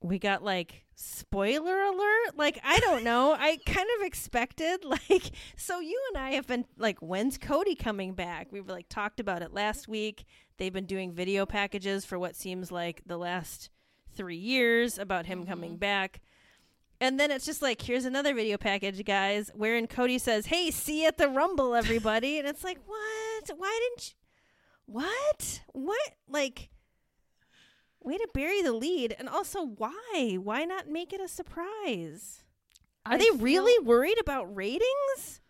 [SPEAKER 1] we got like spoiler alert. Like I don't know. I kind of expected like so. You and I have been like, when's Cody coming back? We've like talked about it last week. They've been doing video packages for what seems like the last three years about him coming back. And then it's just like, here's another video package, guys, wherein Cody says, Hey, see you at the Rumble, everybody. and it's like, What? Why didn't you? What? What? Like, way to bury the lead. And also, why? Why not make it a surprise? Are
[SPEAKER 2] I
[SPEAKER 1] they
[SPEAKER 2] feel-
[SPEAKER 1] really worried about ratings?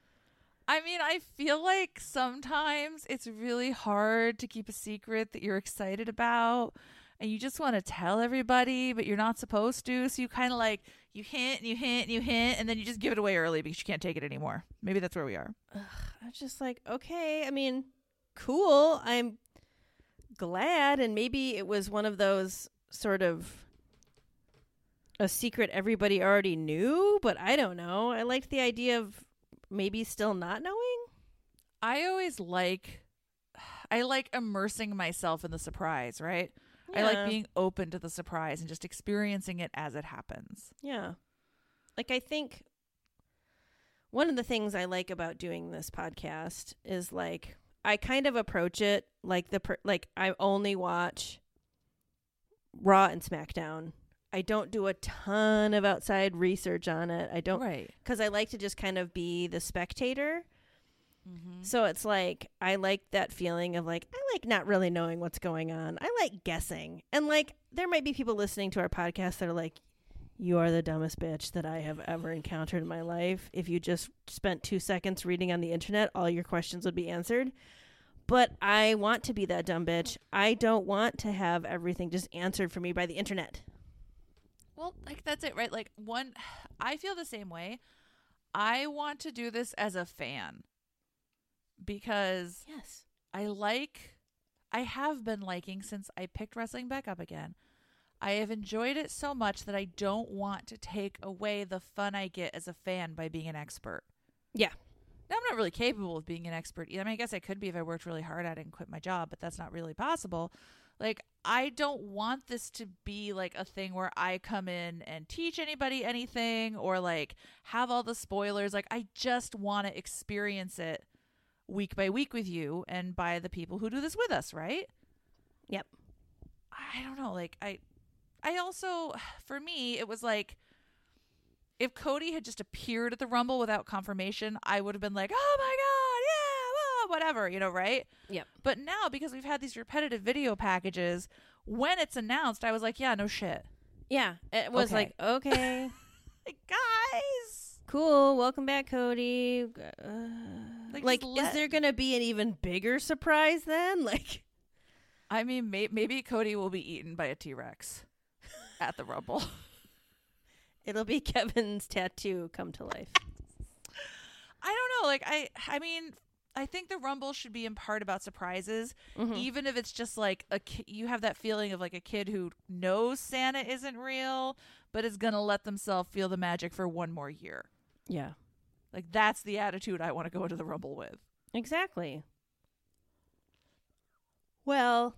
[SPEAKER 2] I mean, I feel like sometimes it's really hard to keep a secret that you're excited about and you just want to tell everybody, but you're not supposed to. So you kind of like, you hint and you hint and you hint, and then you just give it away early because you can't take it anymore. Maybe that's where we are.
[SPEAKER 1] I was just like, okay, I mean, cool. I'm glad. And maybe it was one of those sort of a secret everybody already knew, but I don't know. I liked the idea of maybe still not knowing.
[SPEAKER 2] I always like, I like immersing myself in the surprise, right? I
[SPEAKER 1] Yeah.
[SPEAKER 2] like being open to the surprise and just experiencing it as it happens.
[SPEAKER 1] Yeah. Like I think one of the things I like about doing this podcast is like I kind of approach it like the per- like I only watch Raw and SmackDown. I don't do a ton of outside research on it. I don't
[SPEAKER 2] Right.
[SPEAKER 1] cuz I like to just kind of be the spectator.
[SPEAKER 2] Mm-hmm.
[SPEAKER 1] So it's like I like that feeling of like I like not really knowing what's going on. I like guessing. And like there might be people listening to our podcast that are like you are the dumbest bitch that I have ever encountered in my life. If you just spent 2 seconds reading on the internet, all your questions would be answered. But I want to be that dumb bitch. I don't want to have everything just answered for me by the internet.
[SPEAKER 2] Well, like that's it, right? Like one I feel the same way. I want to do this as a fan because
[SPEAKER 1] Yes.
[SPEAKER 2] I like I have been liking since I picked wrestling back up again. I have enjoyed it so much that I don't want to take away the fun I get as a fan by being an expert.
[SPEAKER 1] Yeah.
[SPEAKER 2] Now I'm not really capable of being an expert. either. I mean, I guess I could be if I worked really hard at it and quit my job, but that's not really possible. Like, I don't want this to be like a thing where I come in and teach anybody anything or like have all the spoilers. Like, I just want to experience it week by week with you and by the people who do this with us, right?
[SPEAKER 1] Yep.
[SPEAKER 2] I don't know. Like, I, I also, for me, it was like, if Cody had just appeared at the Rumble without confirmation, I would have been like, oh my God, yeah, whoa, whatever, you know, right?
[SPEAKER 1] Yep.
[SPEAKER 2] But now, because we've had these repetitive video packages, when it's announced, I was like, yeah, no shit.
[SPEAKER 1] Yeah, it was
[SPEAKER 2] Okay.
[SPEAKER 1] like okay,
[SPEAKER 2] Like, guys.
[SPEAKER 1] cool. Welcome back, Cody. Uh,
[SPEAKER 2] Like,
[SPEAKER 1] like,
[SPEAKER 2] just
[SPEAKER 1] is
[SPEAKER 2] let-
[SPEAKER 1] there gonna be an even bigger surprise then? Like,
[SPEAKER 2] I mean, may- maybe Cody will be eaten by a T Rex at the Rumble.
[SPEAKER 1] it'll be Kevin's tattoo come to life.
[SPEAKER 2] don't know. Like I I mean, I think the rumble should be in part about surprises,
[SPEAKER 1] Mm-hmm.
[SPEAKER 2] even if it's just like a ki- you have that feeling of like a kid who knows Santa isn't real, but is gonna let themselves feel the magic for one more year.
[SPEAKER 1] Yeah.
[SPEAKER 2] Like that's the attitude I want to go into the rumble with.
[SPEAKER 1] Exactly. Well,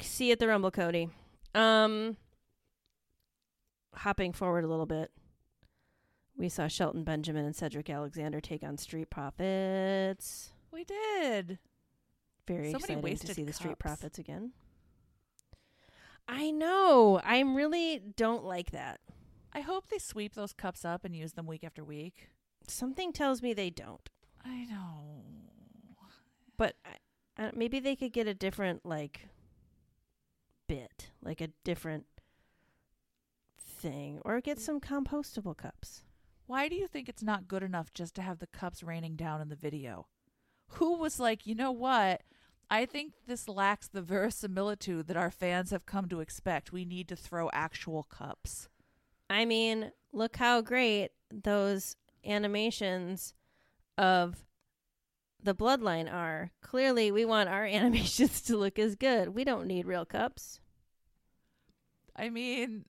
[SPEAKER 1] see you at the Rumble, Cody. Um, hopping forward a little bit, we saw Shelton Benjamin and Cedric Alexander take on Street Profits.
[SPEAKER 2] We did.
[SPEAKER 1] Very
[SPEAKER 2] So many
[SPEAKER 1] exciting to
[SPEAKER 2] wasted
[SPEAKER 1] see the Street
[SPEAKER 2] cups.
[SPEAKER 1] Profits again. I know. I really don't like that.
[SPEAKER 2] I hope they sweep those cups up and use them week after week.
[SPEAKER 1] Something tells me they don't.
[SPEAKER 2] I know.
[SPEAKER 1] but I, I, maybe they could get a different like bit like a different thing or get some compostable cups
[SPEAKER 2] Why do you think it's not good enough just to have the cups raining down in the video? Who was like, you know what? I think this lacks the verisimilitude that our fans have come to expect. We need to throw actual cups.
[SPEAKER 1] i mean look how great those animations of the bloodline are clearly we want our animations to look as good we don't need real cups
[SPEAKER 2] I mean,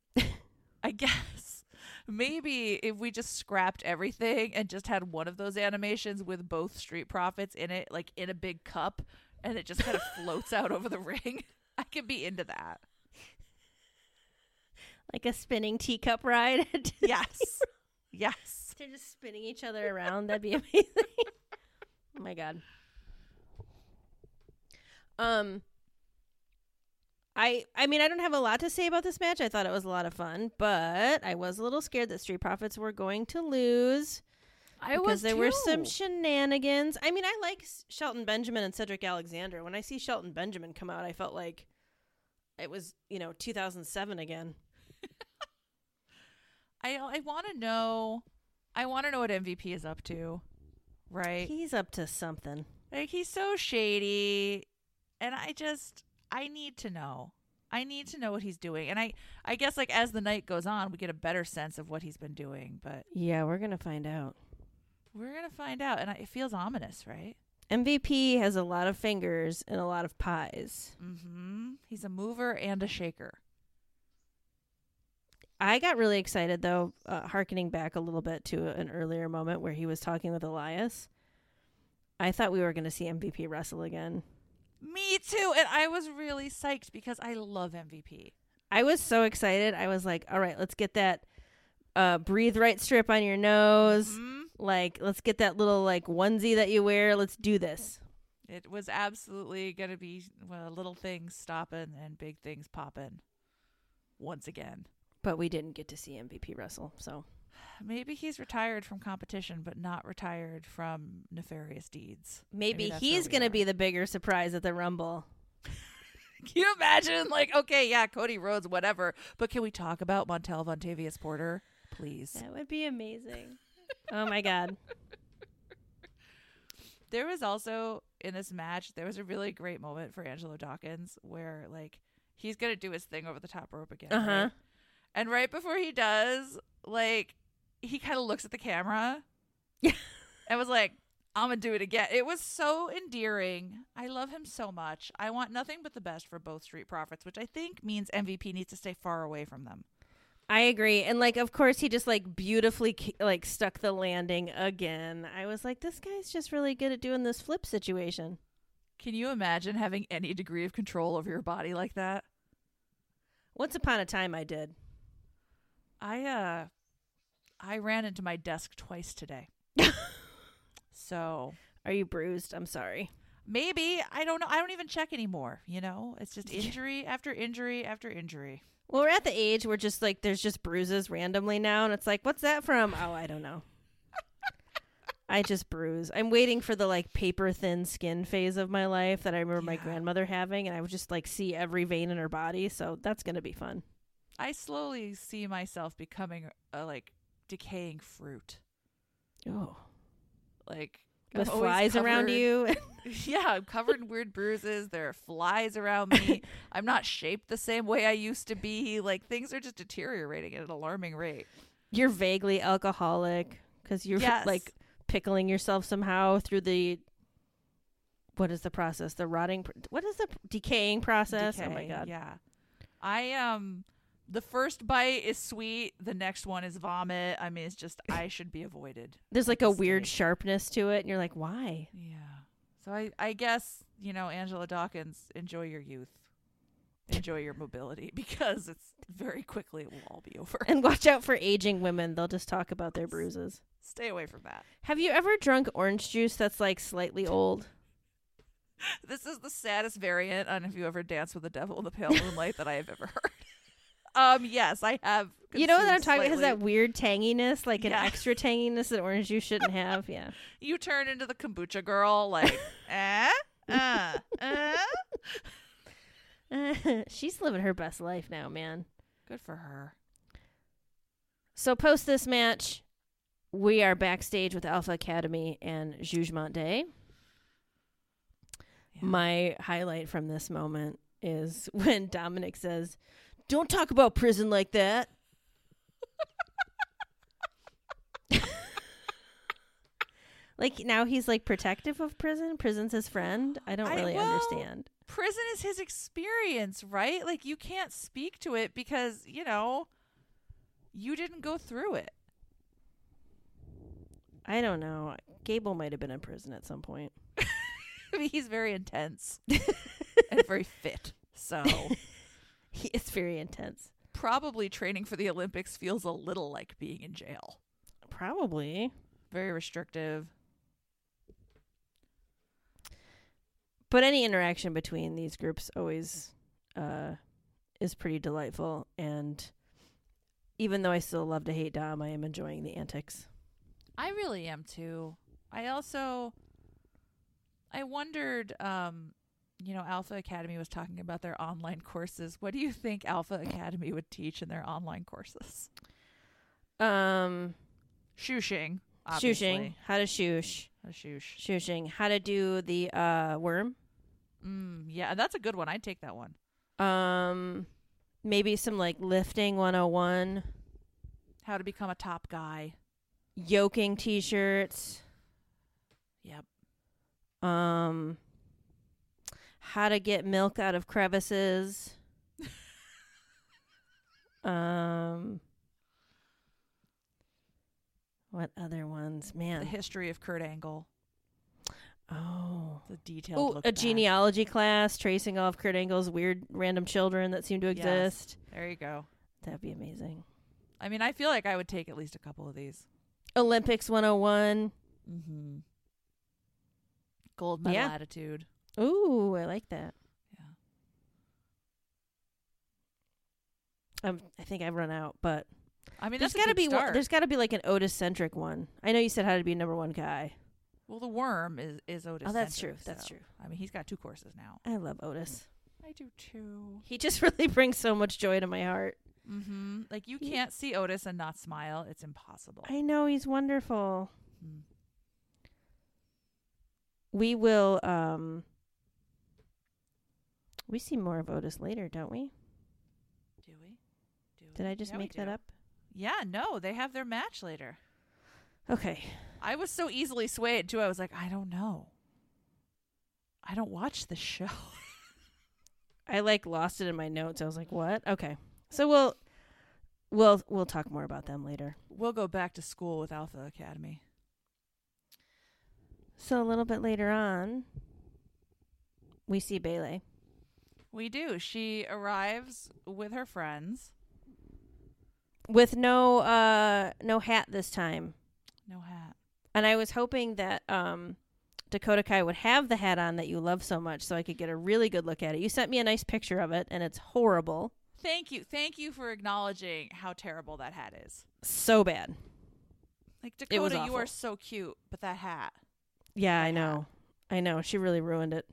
[SPEAKER 2] I guess maybe if we just scrapped everything and just had one of those animations with both Street Profits in it, like in a big cup, and it just kind of floats out over the ring, I could be into that.
[SPEAKER 1] like a spinning teacup ride
[SPEAKER 2] Yes. yes.
[SPEAKER 1] They're just spinning each other around. That'd be amazing. oh my god. Um I I mean I don't have a lot to say about this match. I thought it was a lot of fun, but I was a little scared that Street Profits were going to lose
[SPEAKER 2] I
[SPEAKER 1] because there were some
[SPEAKER 2] too.
[SPEAKER 1] shenanigans. I mean, I like S- Shelton Benjamin and Cedric Alexander. When I see Shelton Benjamin come out, I felt like it was, you know, 2007 again.
[SPEAKER 2] I I want to know. I want to know what MVP is up to, right?
[SPEAKER 1] He's up to something.
[SPEAKER 2] like he's so shady, and I just I need to know. I need to know what he's doing, and I I guess like as the night goes on, we get a better sense of what he's been doing. But
[SPEAKER 1] Yeah, we're going to find out.
[SPEAKER 2] we're gonna find out, and I, it feels ominous, right?
[SPEAKER 1] MVP has a lot of fingers and a lot of pies.
[SPEAKER 2] Mm-hmm. He's a mover and a shaker.
[SPEAKER 1] I got really excited though, uh, harkening back a little bit to an earlier moment where he was talking with Elias. I thought we were going to see MVP wrestle again.
[SPEAKER 2] Me too, and I was really psyched because I love MVP.
[SPEAKER 1] I was so excited. I was like, "All right, let's get that uh, breathe right strip on your nose.
[SPEAKER 2] Mhm.
[SPEAKER 1] Like, let's get that little like onesie that you wear. Let's do this."
[SPEAKER 2] It was absolutely going to be well, little things stopping and big things popping once again.
[SPEAKER 1] But we didn't get to see MVP wrestle, so
[SPEAKER 2] Maybe he's retired from competition, but not retired from nefarious deeds.
[SPEAKER 1] maybe,
[SPEAKER 2] that's where
[SPEAKER 1] he's
[SPEAKER 2] we
[SPEAKER 1] going
[SPEAKER 2] are.
[SPEAKER 1] to be the bigger surprise at the Rumble.
[SPEAKER 2] Can you imagine? Like, okay, yeah, Cody Rhodes, whatever. But can we talk about Montel Vontavious Porter, please?
[SPEAKER 1] That would be amazing. oh my god.
[SPEAKER 2] There was also in this match, there was a really great moment for Angelo Dawkins where like he's gonna do his thing over the top rope again.
[SPEAKER 1] Uh-huh.
[SPEAKER 2] right? And right before he does, like he kind of looks at the camera.
[SPEAKER 1] Yeah.
[SPEAKER 2] And was like, I'm gonna do it again. It was so endearing. I love him so much. I want nothing but the best for both Street Profits, which I think means MVP needs to stay far away from them.
[SPEAKER 1] I agree. And like of course he just like beautifully ki- like stuck the landing again. I was like this guy's just really good at doing this flip situation.
[SPEAKER 2] Can you imagine having any degree of control over your body like that?
[SPEAKER 1] Once upon a time I did.
[SPEAKER 2] I uh I ran into my desk twice today. so
[SPEAKER 1] Are you bruised? I'm sorry.
[SPEAKER 2] maybe I don't know. I don't even check anymore, you know? It's just injury after injury after injury.
[SPEAKER 1] Well, we're at the age where just like there's just bruises randomly now and it's like what's that from? Oh, I don't know. I just bruise. I'm waiting for the like paper thin skin phase of my life that I remember my
[SPEAKER 2] Yeah.
[SPEAKER 1] grandmother having and I would just like see every vein in her body, so that's going to be fun.
[SPEAKER 2] I slowly see myself becoming a like decaying fruit.
[SPEAKER 1] Oh.
[SPEAKER 2] Like I'm
[SPEAKER 1] with
[SPEAKER 2] always
[SPEAKER 1] flies around
[SPEAKER 2] covered-
[SPEAKER 1] you.
[SPEAKER 2] Yeah, I'm covered in weird bruises. There are flies around me. I'm not shaped the same way I used to be. Like things are just deteriorating at an alarming rate.
[SPEAKER 1] You're vaguely alcoholic because you're
[SPEAKER 2] Yes.
[SPEAKER 1] like pickling yourself somehow through the what is the process? The rotting. pr- What is the p- decaying process? Oh my
[SPEAKER 2] Decay,
[SPEAKER 1] god!
[SPEAKER 2] Yeah. I um the first bite is sweet, the next one is vomit. I mean, it's just I should be avoided.
[SPEAKER 1] There's like a weird
[SPEAKER 2] Steak.
[SPEAKER 1] sharpness to it, and you're like, why?
[SPEAKER 2] Yeah. So I I guess, you know, Angela Dawkins, enjoy your youth. Enjoy your mobility because it's very quickly it will all be over.
[SPEAKER 1] And watch out for aging women. They'll just talk about their bruises.
[SPEAKER 2] Stay away from that.
[SPEAKER 1] Have you ever drunk orange juice that's like slightly old?
[SPEAKER 2] This is the saddest variant on if you ever dance with the devil in the pale moonlight that I have ever heard. Um, yes, I have.
[SPEAKER 1] You know what I'm
[SPEAKER 2] consumed
[SPEAKER 1] talking about? It has
[SPEAKER 2] slightly-
[SPEAKER 1] that weird tanginess, like
[SPEAKER 2] Yeah.
[SPEAKER 1] an extra tanginess that orange juice shouldn't have. Yeah.
[SPEAKER 2] you turn into the kombucha girl, like, eh? Uh, uh.
[SPEAKER 1] She's living her best life now, man.
[SPEAKER 2] Good for her.
[SPEAKER 1] So post this match, we are backstage with Alpha Academy and Jugement Day.
[SPEAKER 2] Yeah.
[SPEAKER 1] My highlight from this moment is when Dominic says, "Don't talk about prison like that." like now he's like protective of prison. Prison's his friend. I don't
[SPEAKER 2] I-
[SPEAKER 1] really
[SPEAKER 2] well,
[SPEAKER 1] understand.
[SPEAKER 2] Prison is his experience, right? Like, you can't speak to it because, you know, you didn't go through it.
[SPEAKER 1] I don't know. Gable might have been in prison at some point.
[SPEAKER 2] I mean, he's very intense and very fit. So,
[SPEAKER 1] He is very intense.
[SPEAKER 2] probably training for the Olympics feels a little like being in jail.
[SPEAKER 1] Probably.
[SPEAKER 2] Very restrictive.
[SPEAKER 1] but any interaction between these groups always uh, is pretty delightful and even though i still love to hate dom i am enjoying the antics
[SPEAKER 2] I really am too. I also I wondered um you know Alpha Academy was talking about their online courses. What do you think Alpha Academy would teach in their online courses?
[SPEAKER 1] um
[SPEAKER 2] Shooshing.
[SPEAKER 1] shooshing how to shoosh
[SPEAKER 2] A shoosh.
[SPEAKER 1] shooshing how to do the uh, worm
[SPEAKER 2] Mm, yeah, that's a good one. I'd take that one.
[SPEAKER 1] um maybe some like lifting 101
[SPEAKER 2] How to become a top guy.
[SPEAKER 1] yoking t-shirts
[SPEAKER 2] Yep.
[SPEAKER 1] um how to get milk out of crevices um what other ones
[SPEAKER 2] The
[SPEAKER 1] man
[SPEAKER 2] history of Kurt Angle.
[SPEAKER 1] oh
[SPEAKER 2] The detailed
[SPEAKER 1] oh
[SPEAKER 2] look
[SPEAKER 1] a
[SPEAKER 2] back.
[SPEAKER 1] genealogy class tracing all of kurt angle's weird random children that seem to
[SPEAKER 2] Yes.
[SPEAKER 1] exist
[SPEAKER 2] There you go.
[SPEAKER 1] that'd be amazing
[SPEAKER 2] I mean, I feel like I would take at least a couple of these.
[SPEAKER 1] olympics 101
[SPEAKER 2] Mm-hmm. Gold medal
[SPEAKER 1] Yeah.
[SPEAKER 2] attitude.
[SPEAKER 1] ooh i like that
[SPEAKER 2] Yeah.
[SPEAKER 1] um, i think i've run out but
[SPEAKER 2] I mean,
[SPEAKER 1] there's
[SPEAKER 2] that's got to
[SPEAKER 1] be
[SPEAKER 2] start.
[SPEAKER 1] one, there's got to be like an otis centric one i know you said how to be a number one guy
[SPEAKER 2] Well, the worm is is Otis.
[SPEAKER 1] Oh, that's true.
[SPEAKER 2] centric,
[SPEAKER 1] That's
[SPEAKER 2] so-
[SPEAKER 1] true.
[SPEAKER 2] I mean, he's got two courses now.
[SPEAKER 1] I love Otis.
[SPEAKER 2] I do too.
[SPEAKER 1] He just really brings so much joy to my heart.
[SPEAKER 2] Mm-hmm. Like you
[SPEAKER 1] Yeah.
[SPEAKER 2] can't see Otis and not smile. It's impossible.
[SPEAKER 1] I know he's wonderful.
[SPEAKER 2] Mm.
[SPEAKER 1] We will um we see more of Otis later, don't we?
[SPEAKER 2] Do we? Do we?
[SPEAKER 1] Did I just
[SPEAKER 2] Yeah, we
[SPEAKER 1] make that
[SPEAKER 2] do.
[SPEAKER 1] up?
[SPEAKER 2] Yeah. No, they have their match later.
[SPEAKER 1] Okay.
[SPEAKER 2] I was so easily swayed too. I was like, I don't know. I don't watch the show.
[SPEAKER 1] I like lost it in my notes. I was like, "What?" Okay. So we'll we'll we'll talk more about them later.
[SPEAKER 2] we'll go back to school with Alpha Academy.
[SPEAKER 1] So a little bit later on, we see Bailey.
[SPEAKER 2] We do. She arrives with her friends.
[SPEAKER 1] with no uh no hat this time.
[SPEAKER 2] No hat.
[SPEAKER 1] And I was hoping that um, Dakota Kai would have the hat on that you love so much so I could get a really good look at it. You sent me a nice picture of it, and it's horrible.
[SPEAKER 2] Thank you. Thank you for acknowledging how terrible that hat is.
[SPEAKER 1] So bad.
[SPEAKER 2] Like
[SPEAKER 1] It was
[SPEAKER 2] Dakota, you are
[SPEAKER 1] awful.
[SPEAKER 2] so cute, but that hat.
[SPEAKER 1] Yeah,
[SPEAKER 2] That
[SPEAKER 1] I know. I know. She really ruined it.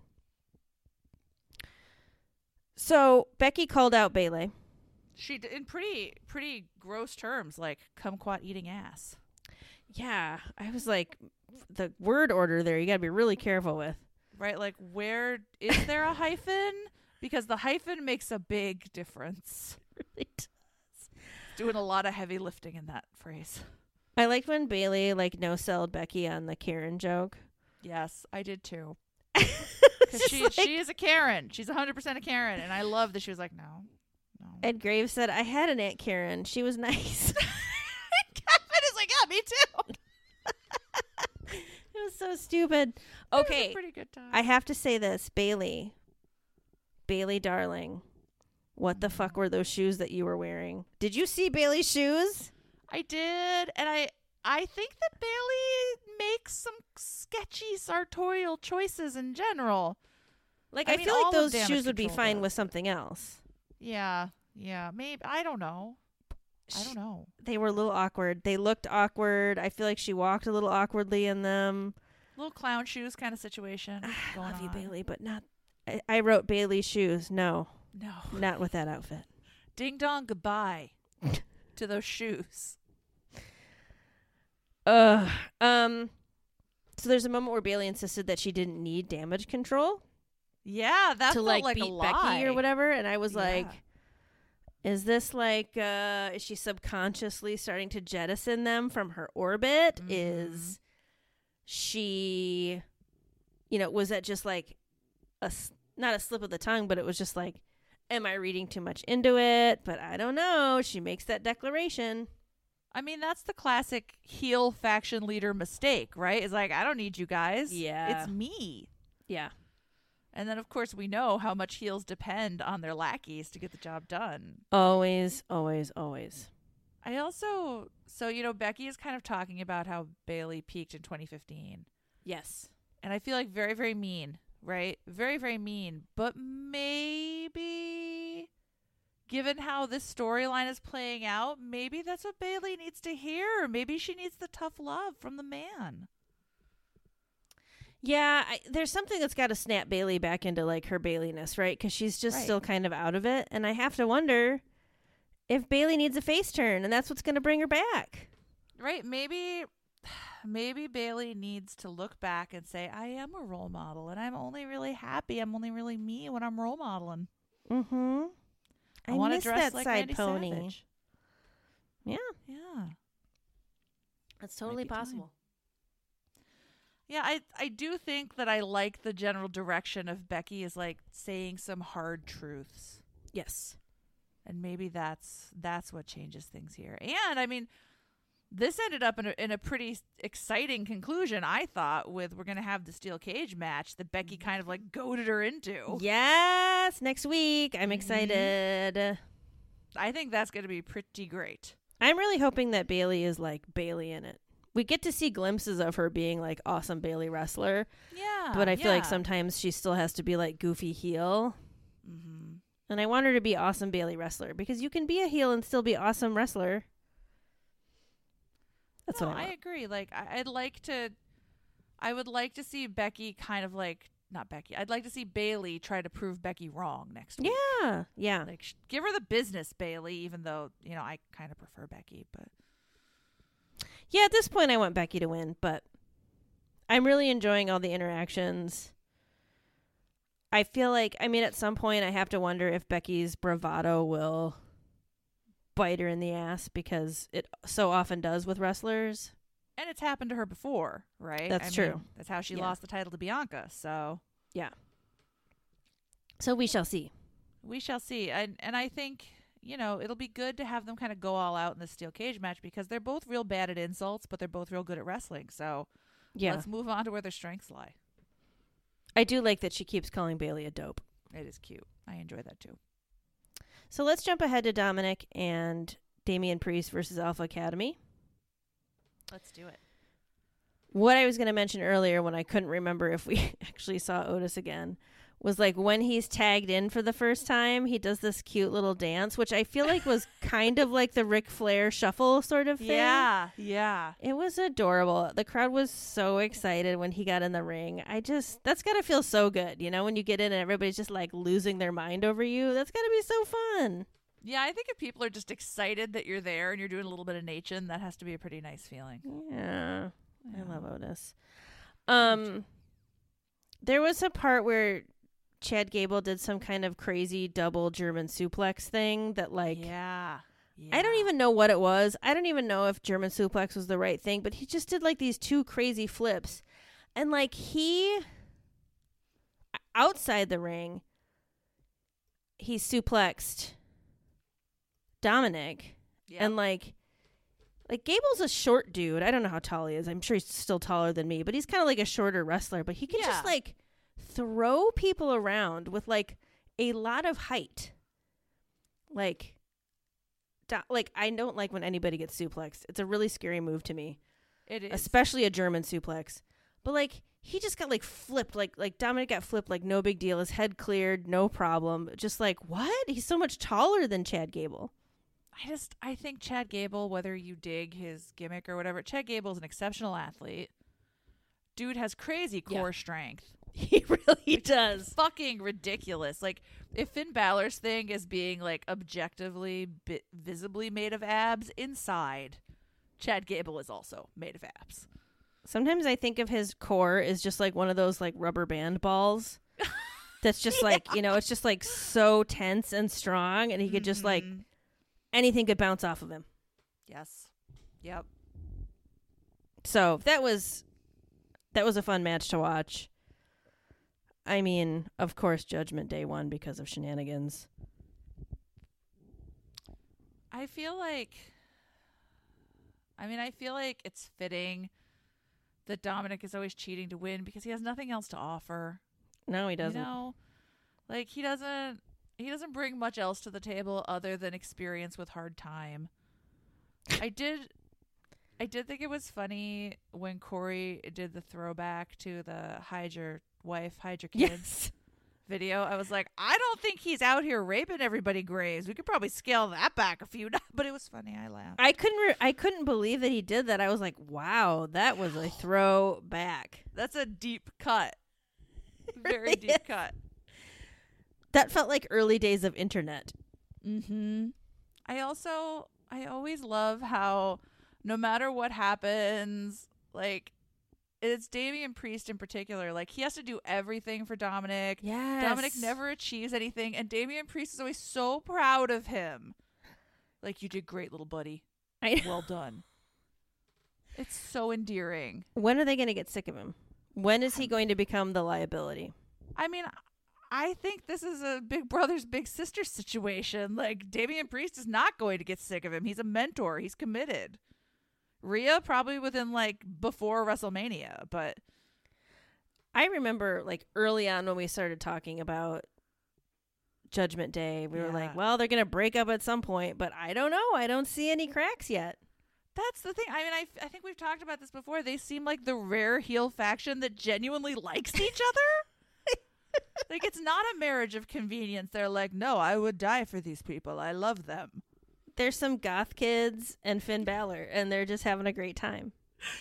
[SPEAKER 1] So Becky called out Bailey.
[SPEAKER 2] She d- in pretty pretty gross terms, like kumquat eating ass.
[SPEAKER 1] Yeah, I was like, the word order there, you got to be really careful with.
[SPEAKER 2] Right? Like where is there a hyphen? Because the hyphen makes a big difference. Doing a lot of heavy lifting in that phrase.
[SPEAKER 1] I liked when Bailey like no sold Becky on the Karen joke.
[SPEAKER 2] Yes, I did too. Because
[SPEAKER 1] Just
[SPEAKER 2] she
[SPEAKER 1] like-
[SPEAKER 2] she is a Karen. She's 100% a Karen, and I love that she was like, no, no.
[SPEAKER 1] Ed Graves said, "I had an Aunt Karen. She was nice."
[SPEAKER 2] Kevin is like, yeah, me too.
[SPEAKER 1] it was so stupid. Okay,
[SPEAKER 2] pretty good time.
[SPEAKER 1] I have to say this, Bailey. Bailey, darling, what the fuck were those shoes that you were wearing? Did you see Bailey's shoes?
[SPEAKER 2] I did, and I I think that Bailey makes some sketchy sartorial choices in general.
[SPEAKER 1] Like
[SPEAKER 2] I
[SPEAKER 1] I,
[SPEAKER 2] mean,
[SPEAKER 1] feel
[SPEAKER 2] all of
[SPEAKER 1] like those
[SPEAKER 2] damage
[SPEAKER 1] shoes would be
[SPEAKER 2] control,
[SPEAKER 1] fine
[SPEAKER 2] though.
[SPEAKER 1] with something else.
[SPEAKER 2] Yeah, yeah, maybe I don't know. I don't know.
[SPEAKER 1] They were a little awkward. They looked awkward. I feel like she walked a little awkwardly in them.
[SPEAKER 2] Little clown shoes kind of situation. going
[SPEAKER 1] Love you,
[SPEAKER 2] on.
[SPEAKER 1] Bailey, but not. I, I wrote Bailey shoes. No,
[SPEAKER 2] No,
[SPEAKER 1] not with that outfit.
[SPEAKER 2] ding dong goodbye to those shoes.
[SPEAKER 1] Ugh. Um. So there's a moment where Bailey insisted that she didn't need damage control
[SPEAKER 2] Yeah, that
[SPEAKER 1] to
[SPEAKER 2] felt
[SPEAKER 1] like,
[SPEAKER 2] like a
[SPEAKER 1] beat
[SPEAKER 2] lie.
[SPEAKER 1] Becky or whatever, and I was
[SPEAKER 2] Yeah.
[SPEAKER 1] like, "Is this like? uh Is she subconsciously starting to jettison them from her orbit?
[SPEAKER 2] Mm-hmm.
[SPEAKER 1] Is she? You know, was that just like a s- not a slip of the tongue, but it was just like." Am I reading too much into it? But I don't know. She makes that declaration.
[SPEAKER 2] I mean, that's the classic heel faction leader mistake, right? It's like, I don't need you guys.
[SPEAKER 1] Yeah.
[SPEAKER 2] It's me.
[SPEAKER 1] Yeah.
[SPEAKER 2] And then, of course, we know how much heels depend on their lackeys to get the job done.
[SPEAKER 1] Always, always, always.
[SPEAKER 2] I also, so, you know, Becky is kind of talking about how Bailey peaked in 2015.
[SPEAKER 1] Yes.
[SPEAKER 2] And I feel like very, very mean, right? Very, very mean. But maybe, given how this storyline is playing out, maybe that's what Bailey needs to hear. Maybe she needs the tough love from the man.
[SPEAKER 1] Yeah, I, there's something that's got to snap Bailey back into like her Baileyness, right? Because she's just
[SPEAKER 2] Right.
[SPEAKER 1] still kind of out of it, and I have to wonder if Bailey needs a face turn, and that's what's going to bring her back.
[SPEAKER 2] Right? Maybe maybe Bailey needs to look back and say, I am a role model and I'm only really happy. I'm only really me when I'm role modeling.
[SPEAKER 1] Mm-hmm. I,
[SPEAKER 2] I, want to
[SPEAKER 1] miss
[SPEAKER 2] dress
[SPEAKER 1] that
[SPEAKER 2] like
[SPEAKER 1] side
[SPEAKER 2] Randy
[SPEAKER 1] pony.
[SPEAKER 2] Savage.
[SPEAKER 1] Yeah,
[SPEAKER 2] Yeah.
[SPEAKER 1] that's
[SPEAKER 2] totally be time. possible. Yeah, I I do think that I like the general direction of Becky is like saying some hard truths.
[SPEAKER 1] Yes.
[SPEAKER 2] And maybe that's that's what changes things here. And I mean this ended up in a, in a pretty exciting conclusion, I thought, with we're going to have the steel cage match that Becky
[SPEAKER 1] Mm-hmm.
[SPEAKER 2] kind of like goaded her into.
[SPEAKER 1] Yes, next week.
[SPEAKER 2] Mm-hmm.
[SPEAKER 1] I'm excited.
[SPEAKER 2] I think that's going to be pretty great.
[SPEAKER 1] I'm really hoping that Bailey is like Bailey in it. We get to see glimpses of her being like awesome Bailey wrestler,
[SPEAKER 2] Ah, Yeah.
[SPEAKER 1] but I feel like sometimes she still has to be like goofy heel.
[SPEAKER 2] Mm-hmm.
[SPEAKER 1] And I want her to be awesome Bailey wrestler because you can be a heel and still be awesome wrestler. That's
[SPEAKER 2] no,
[SPEAKER 1] what I
[SPEAKER 2] I,
[SPEAKER 1] want.
[SPEAKER 2] agree. Like, I, I'd like to. I would like to see Becky kind of like not Becky. I'd like to see Bailey try to prove Becky wrong next week.
[SPEAKER 1] yeah, Ah, yeah.
[SPEAKER 2] Like, sh- give her the business, Bailey. Even though you know I kind of prefer Becky, but
[SPEAKER 1] Yeah, at this point I want Becky to win, but I'm really enjoying all the interactions. I feel like I mean at some point I have to wonder if Becky's bravado will bite her in the ass because it so often does with wrestlers.
[SPEAKER 2] and it's happened to her before, right?
[SPEAKER 1] That's
[SPEAKER 2] I
[SPEAKER 1] true.
[SPEAKER 2] mean, that's how she
[SPEAKER 1] Yeah.
[SPEAKER 2] lost the title to Bianca. So
[SPEAKER 1] So we shall see.
[SPEAKER 2] We shall see. And and I think, you know, it'll be good to have them kind of go all out in the steel cage match because they're both real bad at insults, but they're both real good at wrestling. So
[SPEAKER 1] Yeah.
[SPEAKER 2] let's move on to where their strengths lie.
[SPEAKER 1] I do like that she keeps calling Bailey a dope.
[SPEAKER 2] It is cute. I enjoy that too.
[SPEAKER 1] So let's jump ahead to Dominic and Damian Priest versus Alpha Academy.
[SPEAKER 2] Let's do it.
[SPEAKER 1] What I was going to mention earlier when I couldn't remember if we actually saw Otis again was like when he's tagged in for the first time, he does this cute little dance, which I feel like was kind of like the Ric Flair shuffle sort of thing.
[SPEAKER 2] Yeah. Yeah.
[SPEAKER 1] It was adorable. The crowd was so excited when he got in the ring. I just, that's got to feel so good, you know, when you get in and everybody's just like losing their mind over you. That's got to be so fun.
[SPEAKER 2] Yeah, I think if people are just excited that you're there and you're doing a little bit of nature, that has to be a pretty nice feeling.
[SPEAKER 1] Yeah. I love Otis. Um, there was a part where Chad Gable did some kind of crazy double German suplex thing that, like,
[SPEAKER 2] yeah.
[SPEAKER 1] I don't even know what it was. I don't even know if German suplex was the right thing, but he just did like these two crazy flips. And like he outside the ring, he suplexed Dominic.
[SPEAKER 2] Yeah.
[SPEAKER 1] And like like Gable's a short dude. I don't know how tall he is. I'm sure he's still taller than me, but he's kind of like a shorter wrestler, but he can just
[SPEAKER 2] Yeah.
[SPEAKER 1] like throw people around with like a lot of height. Like do- like I don't like when anybody gets suplexed. It's a really scary move to me,
[SPEAKER 2] it is.
[SPEAKER 1] especially a German suplex. But like he just got like flipped, like like Dominic got flipped, like no big deal. His head cleared, no problem. Just like what? He's so much taller than Chad Gable.
[SPEAKER 2] I just I think Chad Gable, whether you dig his gimmick or whatever, Chad Gable's an exceptional athlete. Dude has crazy
[SPEAKER 1] Yeah.
[SPEAKER 2] core strength.
[SPEAKER 1] He really does.
[SPEAKER 2] Fucking ridiculous. Like if Finn Balor's thing is being like objectively bi- visibly made of abs inside, Chad Gable is also made of abs.
[SPEAKER 1] Sometimes I think of his core is just like one of those like rubber band balls. That's just like you know, it's just like so tense and strong, and he could just like
[SPEAKER 2] Mhm.
[SPEAKER 1] anything could bounce off of him.
[SPEAKER 2] Yes. Yep.
[SPEAKER 1] so that was that was a fun match to watch i mean of course judgment day won because of shenanigans
[SPEAKER 2] I feel like I mean, I feel like it's fitting that Dominic is always cheating to win because he has nothing else to offer.
[SPEAKER 1] no he doesn't
[SPEAKER 2] You know, like he doesn't he doesn't bring much else to the table other than experience with hard time. I did I did think it was funny when Corey did the throwback to the hide your wife, hide your kids
[SPEAKER 1] yes
[SPEAKER 2] video. I was like, I don't think he's out here raping everybody graves. We could probably scale that back a few but it was funny, I laughed.
[SPEAKER 1] i couldn't re- i couldn't believe that he did that i was like wow that was a throwback
[SPEAKER 2] That's a deep cut. Very
[SPEAKER 1] really
[SPEAKER 2] deep
[SPEAKER 1] is.
[SPEAKER 2] cut.
[SPEAKER 1] that felt like early days of internet
[SPEAKER 2] Mm-hmm. I also I always love how no matter what happens, like it's Damian Priest in particular, like he has to do everything for Dominic.
[SPEAKER 1] yeah
[SPEAKER 2] Dominic never achieves anything, and Damian Priest is always so proud of him. Like you did great, little buddy.
[SPEAKER 1] I know.
[SPEAKER 2] Well done. It's so endearing.
[SPEAKER 1] when are they going to get sick of him when is he going to become the liability
[SPEAKER 2] I mean, I think this is a big brother's big sister situation. Like Damian Priest is not going to get sick of him. He's a mentor. He's committed. Rhea probably within like before WrestleMania, but
[SPEAKER 1] I remember like early on when we started talking about Judgment Day, we were
[SPEAKER 2] Yeah.
[SPEAKER 1] like, well, they're going to break up at some point, but I don't know. I don't see any cracks yet.
[SPEAKER 2] that's the thing. I mean, I, I think we've talked about this before. They seem like the rare heel faction that genuinely likes each other. like it's not a marriage of convenience. They're like, no, I would die for these people. I love them.
[SPEAKER 1] There's some goth kids and Finn Balor, and they're just having a great time.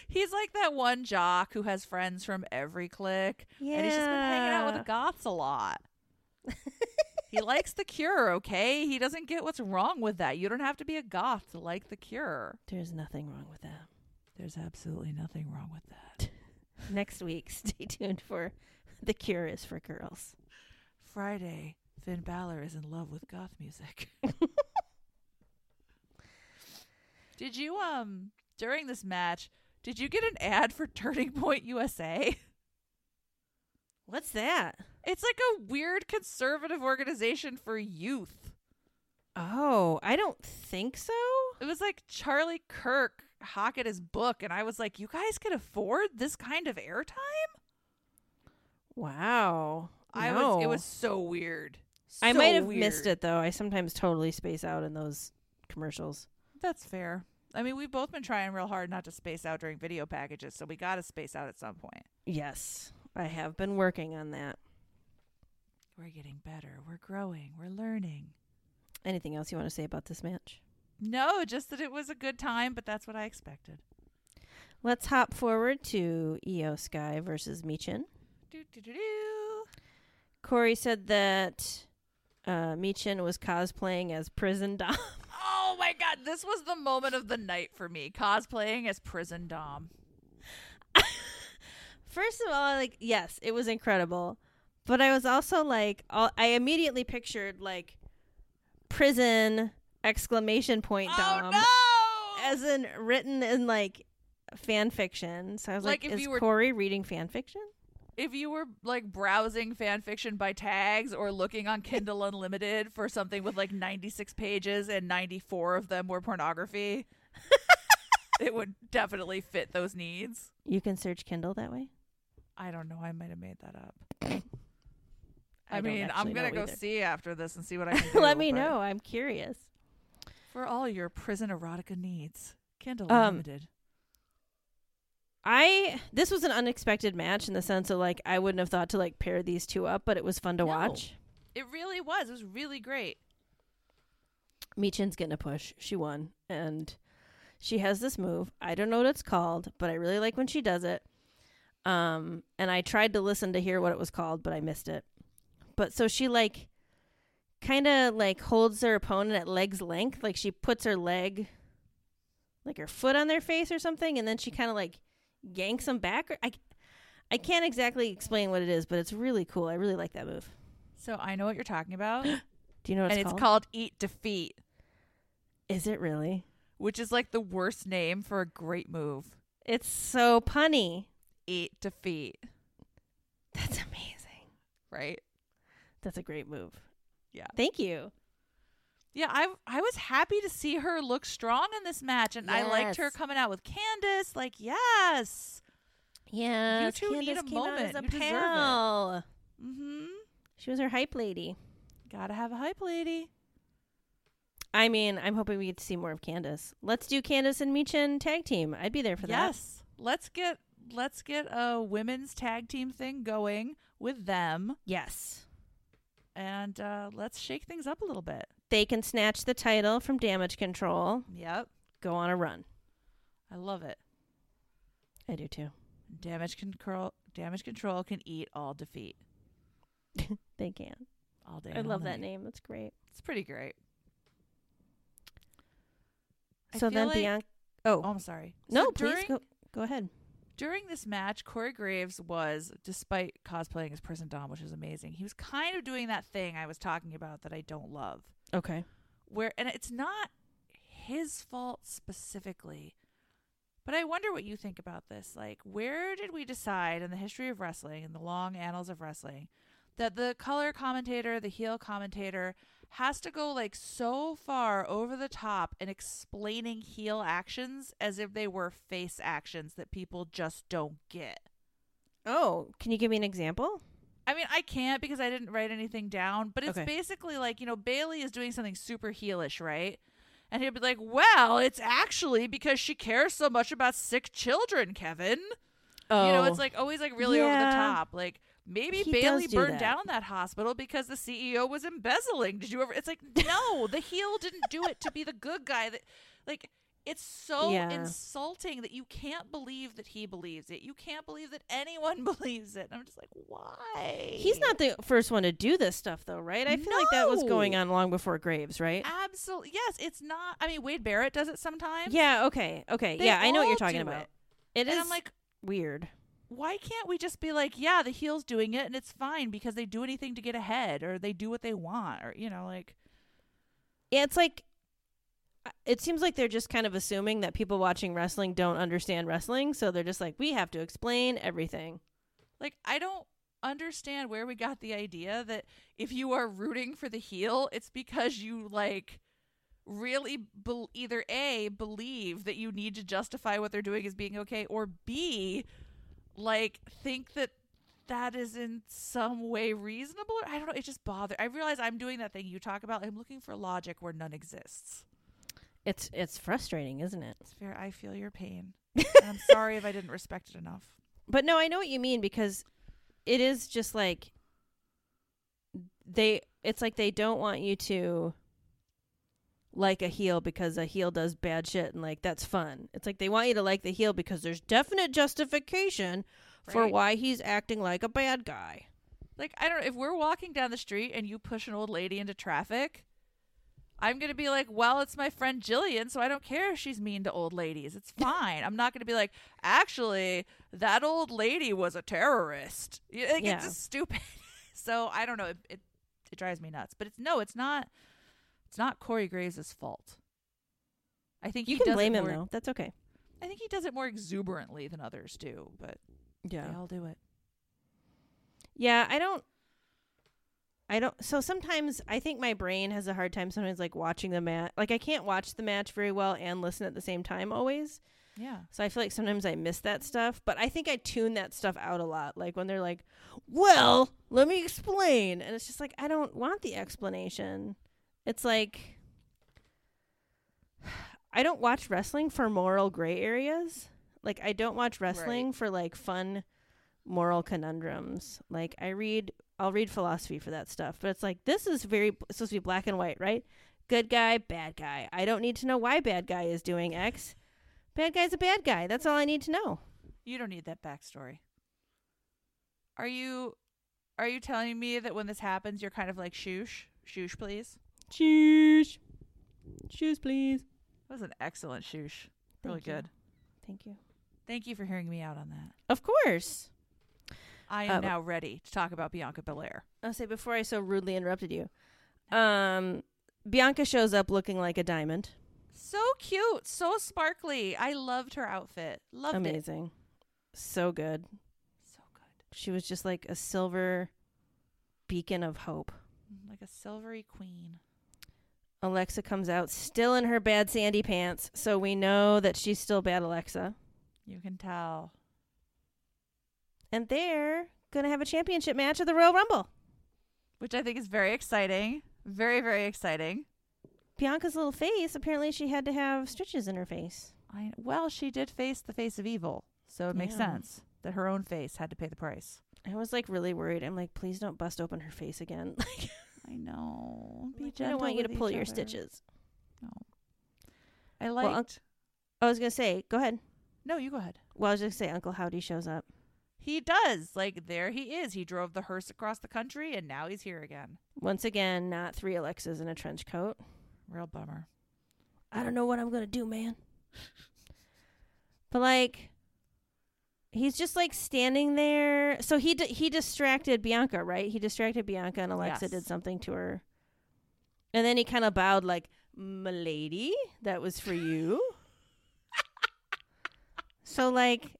[SPEAKER 2] He's like that one jock who has friends from every clique.
[SPEAKER 1] Yeah.
[SPEAKER 2] And he's just been hanging out with the goths a lot. he likes the cure, okay? He doesn't get what's wrong with that. You don't have to be a goth to like the cure.
[SPEAKER 1] There's nothing wrong with that.
[SPEAKER 2] There's absolutely nothing wrong with that.
[SPEAKER 1] Next week, stay tuned for The Cure is for Girls.
[SPEAKER 2] Friday, Finn Balor is in love with goth music. did you um during this match, did you get an ad for Turning Point USA?
[SPEAKER 1] What's that?
[SPEAKER 2] It's like a weird conservative organization for youth.
[SPEAKER 1] Oh, I don't think so.
[SPEAKER 2] It was like Charlie Kirk Hackett his book, and I was like, "You guys can afford this kind of airtime?"
[SPEAKER 1] Wow.
[SPEAKER 2] I was. It was so weird.
[SPEAKER 1] I
[SPEAKER 2] So
[SPEAKER 1] might have
[SPEAKER 2] weird.
[SPEAKER 1] missed it though. I sometimes totally space out in those commercials.
[SPEAKER 2] That's fair. I mean, we've both been trying real hard not to space out during video packages, so we got to space out at some point.
[SPEAKER 1] Yes, I have been working on that.
[SPEAKER 2] We're getting better. We're growing. We're learning.
[SPEAKER 1] Anything else you want to say about this match?
[SPEAKER 2] No, just that it was a good time, but that's what I expected.
[SPEAKER 1] Let's hop forward to Io Sky versus Meechin.
[SPEAKER 2] Do do do do.
[SPEAKER 1] Corey said that uh, Meechin was cosplaying as prison dom.
[SPEAKER 2] Oh my god, this was the moment of the night for me. Cosplaying as prison dom.
[SPEAKER 1] First of all, like yes, it was incredible, but I was also like, all, I immediately pictured like prison exclamation point Dom
[SPEAKER 2] Oh no!
[SPEAKER 1] as in written in like fan fiction. So I was like,
[SPEAKER 2] Like, if
[SPEAKER 1] is
[SPEAKER 2] you were-
[SPEAKER 1] Corey reading fan fiction?
[SPEAKER 2] if you were like browsing fan fiction by tags or looking on Kindle Unlimited for something with like 96 pages and 94 of them were pornography, it would definitely fit those needs.
[SPEAKER 1] You can search Kindle that way.
[SPEAKER 2] I don't know. I might have made that up.
[SPEAKER 1] I
[SPEAKER 2] I,
[SPEAKER 1] don't
[SPEAKER 2] mean,
[SPEAKER 1] actually
[SPEAKER 2] I'm gonna
[SPEAKER 1] know
[SPEAKER 2] go
[SPEAKER 1] either.
[SPEAKER 2] see after this and see what I can do.
[SPEAKER 1] Let me
[SPEAKER 2] but
[SPEAKER 1] know. I'm curious.
[SPEAKER 2] for all your prison erotica needs. Kindle
[SPEAKER 1] Um,
[SPEAKER 2] Unlimited.
[SPEAKER 1] I this was an unexpected match in the sense of like I wouldn't have thought to like pair these two up, but it was fun to
[SPEAKER 2] No.
[SPEAKER 1] watch.
[SPEAKER 2] It really was. It was really great.
[SPEAKER 1] Meechin's getting a push. She won, and she has this move. I don't know what it's called, but I really like when she does it. Um, and I tried to listen to hear what it was called, but I missed it. But so she like kind of like holds her opponent at leg's length, like she puts her leg, like her foot on their face or something, and then she kind of like yanks them back. I I can't exactly explain what it is, but it's really cool. I really like that move.
[SPEAKER 2] So I know what you're talking about, and
[SPEAKER 1] Do you know what it's,
[SPEAKER 2] it's
[SPEAKER 1] called?
[SPEAKER 2] called Eat Defeat.
[SPEAKER 1] Is it really?
[SPEAKER 2] which is like the worst name for a great move.
[SPEAKER 1] It's so punny.
[SPEAKER 2] Eat defeat,
[SPEAKER 1] That's amazing.
[SPEAKER 2] right?
[SPEAKER 1] That's a great move.
[SPEAKER 2] Yeah.
[SPEAKER 1] Thank you.
[SPEAKER 2] Yeah, I I was happy to see her look strong in this match, and I liked her
[SPEAKER 1] Yes.
[SPEAKER 2] coming out with Candace. Like, yes,
[SPEAKER 1] Yeah.
[SPEAKER 2] two need a moment. You deserve it. mm-hmm.
[SPEAKER 1] She was her hype lady.
[SPEAKER 2] Gotta have a hype lady.
[SPEAKER 1] I mean, I'm hoping we get to see more of Candace. Let's do Candace and Meechin tag team. I'd be there for that.
[SPEAKER 2] yes, let's get let's get a women's tag team thing going with them,
[SPEAKER 1] Yes.
[SPEAKER 2] and uh, let's shake things up a little bit.
[SPEAKER 1] They can snatch the title from damage control,
[SPEAKER 2] Yep,
[SPEAKER 1] go on a run.
[SPEAKER 2] I love it.
[SPEAKER 1] I do too.
[SPEAKER 2] Damage control, damage control can eat all defeat
[SPEAKER 1] They can.
[SPEAKER 2] all day.
[SPEAKER 1] I
[SPEAKER 2] and all
[SPEAKER 1] love that
[SPEAKER 2] night.
[SPEAKER 1] name. That's great.
[SPEAKER 2] It's pretty great. I
[SPEAKER 1] so
[SPEAKER 2] feel
[SPEAKER 1] then
[SPEAKER 2] like-
[SPEAKER 1] Bianca.
[SPEAKER 2] Oh, I'm sorry. So
[SPEAKER 1] no, please
[SPEAKER 2] during,
[SPEAKER 1] go, go ahead.
[SPEAKER 2] During this match, Corey Graves was, despite cosplaying as Prison Dom, which is amazing, he was kind of doing that thing I was talking about that I don't love.
[SPEAKER 1] Okay.
[SPEAKER 2] Where, and it's not his fault specifically, but I wonder what you think about this. Like, where did we decide in the history of wrestling, in the long annals of wrestling, that the color commentator, the heel commentator, has to go like so far over the top in explaining heel actions as if they were face actions that people just don't get.
[SPEAKER 1] Oh, can you give me an example?
[SPEAKER 2] I mean, I can't because I didn't write anything down, but it's
[SPEAKER 1] Okay.
[SPEAKER 2] basically like, you know, Bailey is doing something super heelish, right? And he'd be like, well, it's actually because she cares so much about sick children, Kevin.
[SPEAKER 1] Oh,
[SPEAKER 2] You know, it's like always like really over the
[SPEAKER 1] Yeah.
[SPEAKER 2] top. Like maybe
[SPEAKER 1] He
[SPEAKER 2] Bailey
[SPEAKER 1] does do
[SPEAKER 2] burned
[SPEAKER 1] that.
[SPEAKER 2] down that hospital because the CEO was embezzling. Did you ever? It's like no, the heel didn't do it to be the good guy. That like it's so
[SPEAKER 1] Yeah.
[SPEAKER 2] insulting that you can't believe that he believes it. You can't believe that anyone believes it. And I'm just like, why?
[SPEAKER 1] He's not the first one to do this stuff, though, right? I feel like that was going
[SPEAKER 2] No.
[SPEAKER 1] on long before Graves, right?
[SPEAKER 2] absolutely. Yes, it's not. I mean, Wade Barrett does it sometimes.
[SPEAKER 1] Yeah. Okay. Okay.
[SPEAKER 2] They
[SPEAKER 1] yeah, I know what
[SPEAKER 2] all
[SPEAKER 1] you're talking
[SPEAKER 2] do
[SPEAKER 1] about.
[SPEAKER 2] it.
[SPEAKER 1] It is
[SPEAKER 2] and I'm like,
[SPEAKER 1] weird.
[SPEAKER 2] why can't we just be like, yeah, the heel's doing it and it's fine because they do anything to get ahead or they do what they want or, you know, like,
[SPEAKER 1] Yeah, it's like uh, it seems like they're just kind of assuming that people watching wrestling don't understand wrestling, so they're just like, we have to explain everything.
[SPEAKER 2] like I don't understand where we got the idea that if you are rooting for the heel, it's because you like really bel either A, believe that you need to justify what they're doing as being okay or B, like think that that is in some way reasonable. I don't know. It just bothers. I realize I'm doing that thing you talk about. I'm looking for logic where none exists.
[SPEAKER 1] It's it's frustrating, isn't it?
[SPEAKER 2] It's fair. I feel your pain. And I'm sorry if I didn't respect it enough.
[SPEAKER 1] But no, I know what you mean because it is just like they it's like they don't want you to like a heel because a heel does bad shit and like that's fun. It's like they want you to like the heel because there's definite justification for
[SPEAKER 2] Right.
[SPEAKER 1] why he's acting like a bad guy.
[SPEAKER 2] Like, I don't If we're walking down the street and you push an old lady into traffic, I'm going to be like, well, it's my friend Jillian, so I don't care if she's mean to old ladies. It's fine. I'm not going to be like, actually, that old lady was a terrorist. Y- Like,
[SPEAKER 1] Yeah.
[SPEAKER 2] It's just stupid. so I don't know. It, it, it drives me nuts. But it's no, it's not It's not Corey Graves' fault. I think
[SPEAKER 1] You
[SPEAKER 2] he
[SPEAKER 1] can
[SPEAKER 2] does
[SPEAKER 1] blame
[SPEAKER 2] it
[SPEAKER 1] him
[SPEAKER 2] more-
[SPEAKER 1] though. That's okay.
[SPEAKER 2] I think he does it more exuberantly than others do, but they all do it.
[SPEAKER 1] Yeah, I don't I don't so sometimes I think my brain has a hard time sometimes like watching the match. Like I can't watch the match very well and listen at the same time always.
[SPEAKER 2] Yeah.
[SPEAKER 1] So I feel like sometimes I miss that stuff, but I think I tune that stuff out a lot. Like when they're like, "Well, let me explain." And it's just like I don't want the explanation. It's like I don't watch wrestling for moral gray areas. Like I don't watch wrestling for like fun moral conundrums. Like I read I'll read philosophy for that stuff, but it's like this is very it's supposed to be black and white, right? Good guy, bad guy. I don't need to know why bad guy is doing X. Bad guy's a bad guy. That's all I need to know.
[SPEAKER 2] You don't need that backstory. Are you are you telling me that when this happens you're kind of like shoosh? Shoosh please?
[SPEAKER 1] Shoes. Shoes, please.
[SPEAKER 2] That was an excellent shoosh. really
[SPEAKER 1] Thank you.
[SPEAKER 2] good.
[SPEAKER 1] Thank you.
[SPEAKER 2] Thank you for hearing me out on that.
[SPEAKER 1] Of course.
[SPEAKER 2] I am
[SPEAKER 1] Uh,
[SPEAKER 2] now ready to talk about Bianca Belair.
[SPEAKER 1] I'll say before I so rudely interrupted you. Um Bianca shows up looking like a diamond.
[SPEAKER 2] So cute, so sparkly. I loved her outfit. Loved it.
[SPEAKER 1] Amazing. So good.
[SPEAKER 2] So good.
[SPEAKER 1] She was just like a silver beacon of hope.
[SPEAKER 2] Mm, Like a silvery queen.
[SPEAKER 1] Alexa comes out still in her bad sandy pants, so we know that she's still bad Alexa.
[SPEAKER 2] You can tell.
[SPEAKER 1] And they're going to have a championship match at the Royal Rumble.
[SPEAKER 2] Which I think is very exciting. Very, very exciting.
[SPEAKER 1] Bianca's little face, apparently she had to have stitches in her face.
[SPEAKER 2] I well, she did face the face of evil, so it makes
[SPEAKER 1] Yeah.
[SPEAKER 2] sense that her own face had to pay the price.
[SPEAKER 1] I was like really worried. I'm like, please don't bust open her face again. Like,
[SPEAKER 2] I know. Be
[SPEAKER 1] I
[SPEAKER 2] gentle.
[SPEAKER 1] don't want you to
[SPEAKER 2] with
[SPEAKER 1] pull
[SPEAKER 2] each
[SPEAKER 1] your
[SPEAKER 2] other.
[SPEAKER 1] stitches.
[SPEAKER 2] I
[SPEAKER 1] Well,
[SPEAKER 2] liked.
[SPEAKER 1] Unc- I was going to say, go ahead.
[SPEAKER 2] no, you go ahead.
[SPEAKER 1] Well, I was going to say Uncle Howdy shows up.
[SPEAKER 2] He does. Like there he is. He drove the hearse across the country, and now he's here again.
[SPEAKER 1] Once again, not three Alexas in a trench coat.
[SPEAKER 2] Real bummer.
[SPEAKER 1] I don't know what I'm gonna do, man. but like, he's just like standing there. So he di- he distracted Bianca, right? He distracted Bianca, and Alexa
[SPEAKER 2] Yes.
[SPEAKER 1] did something to her. And then he kind of bowed, like, "Milady, that was for you." so like,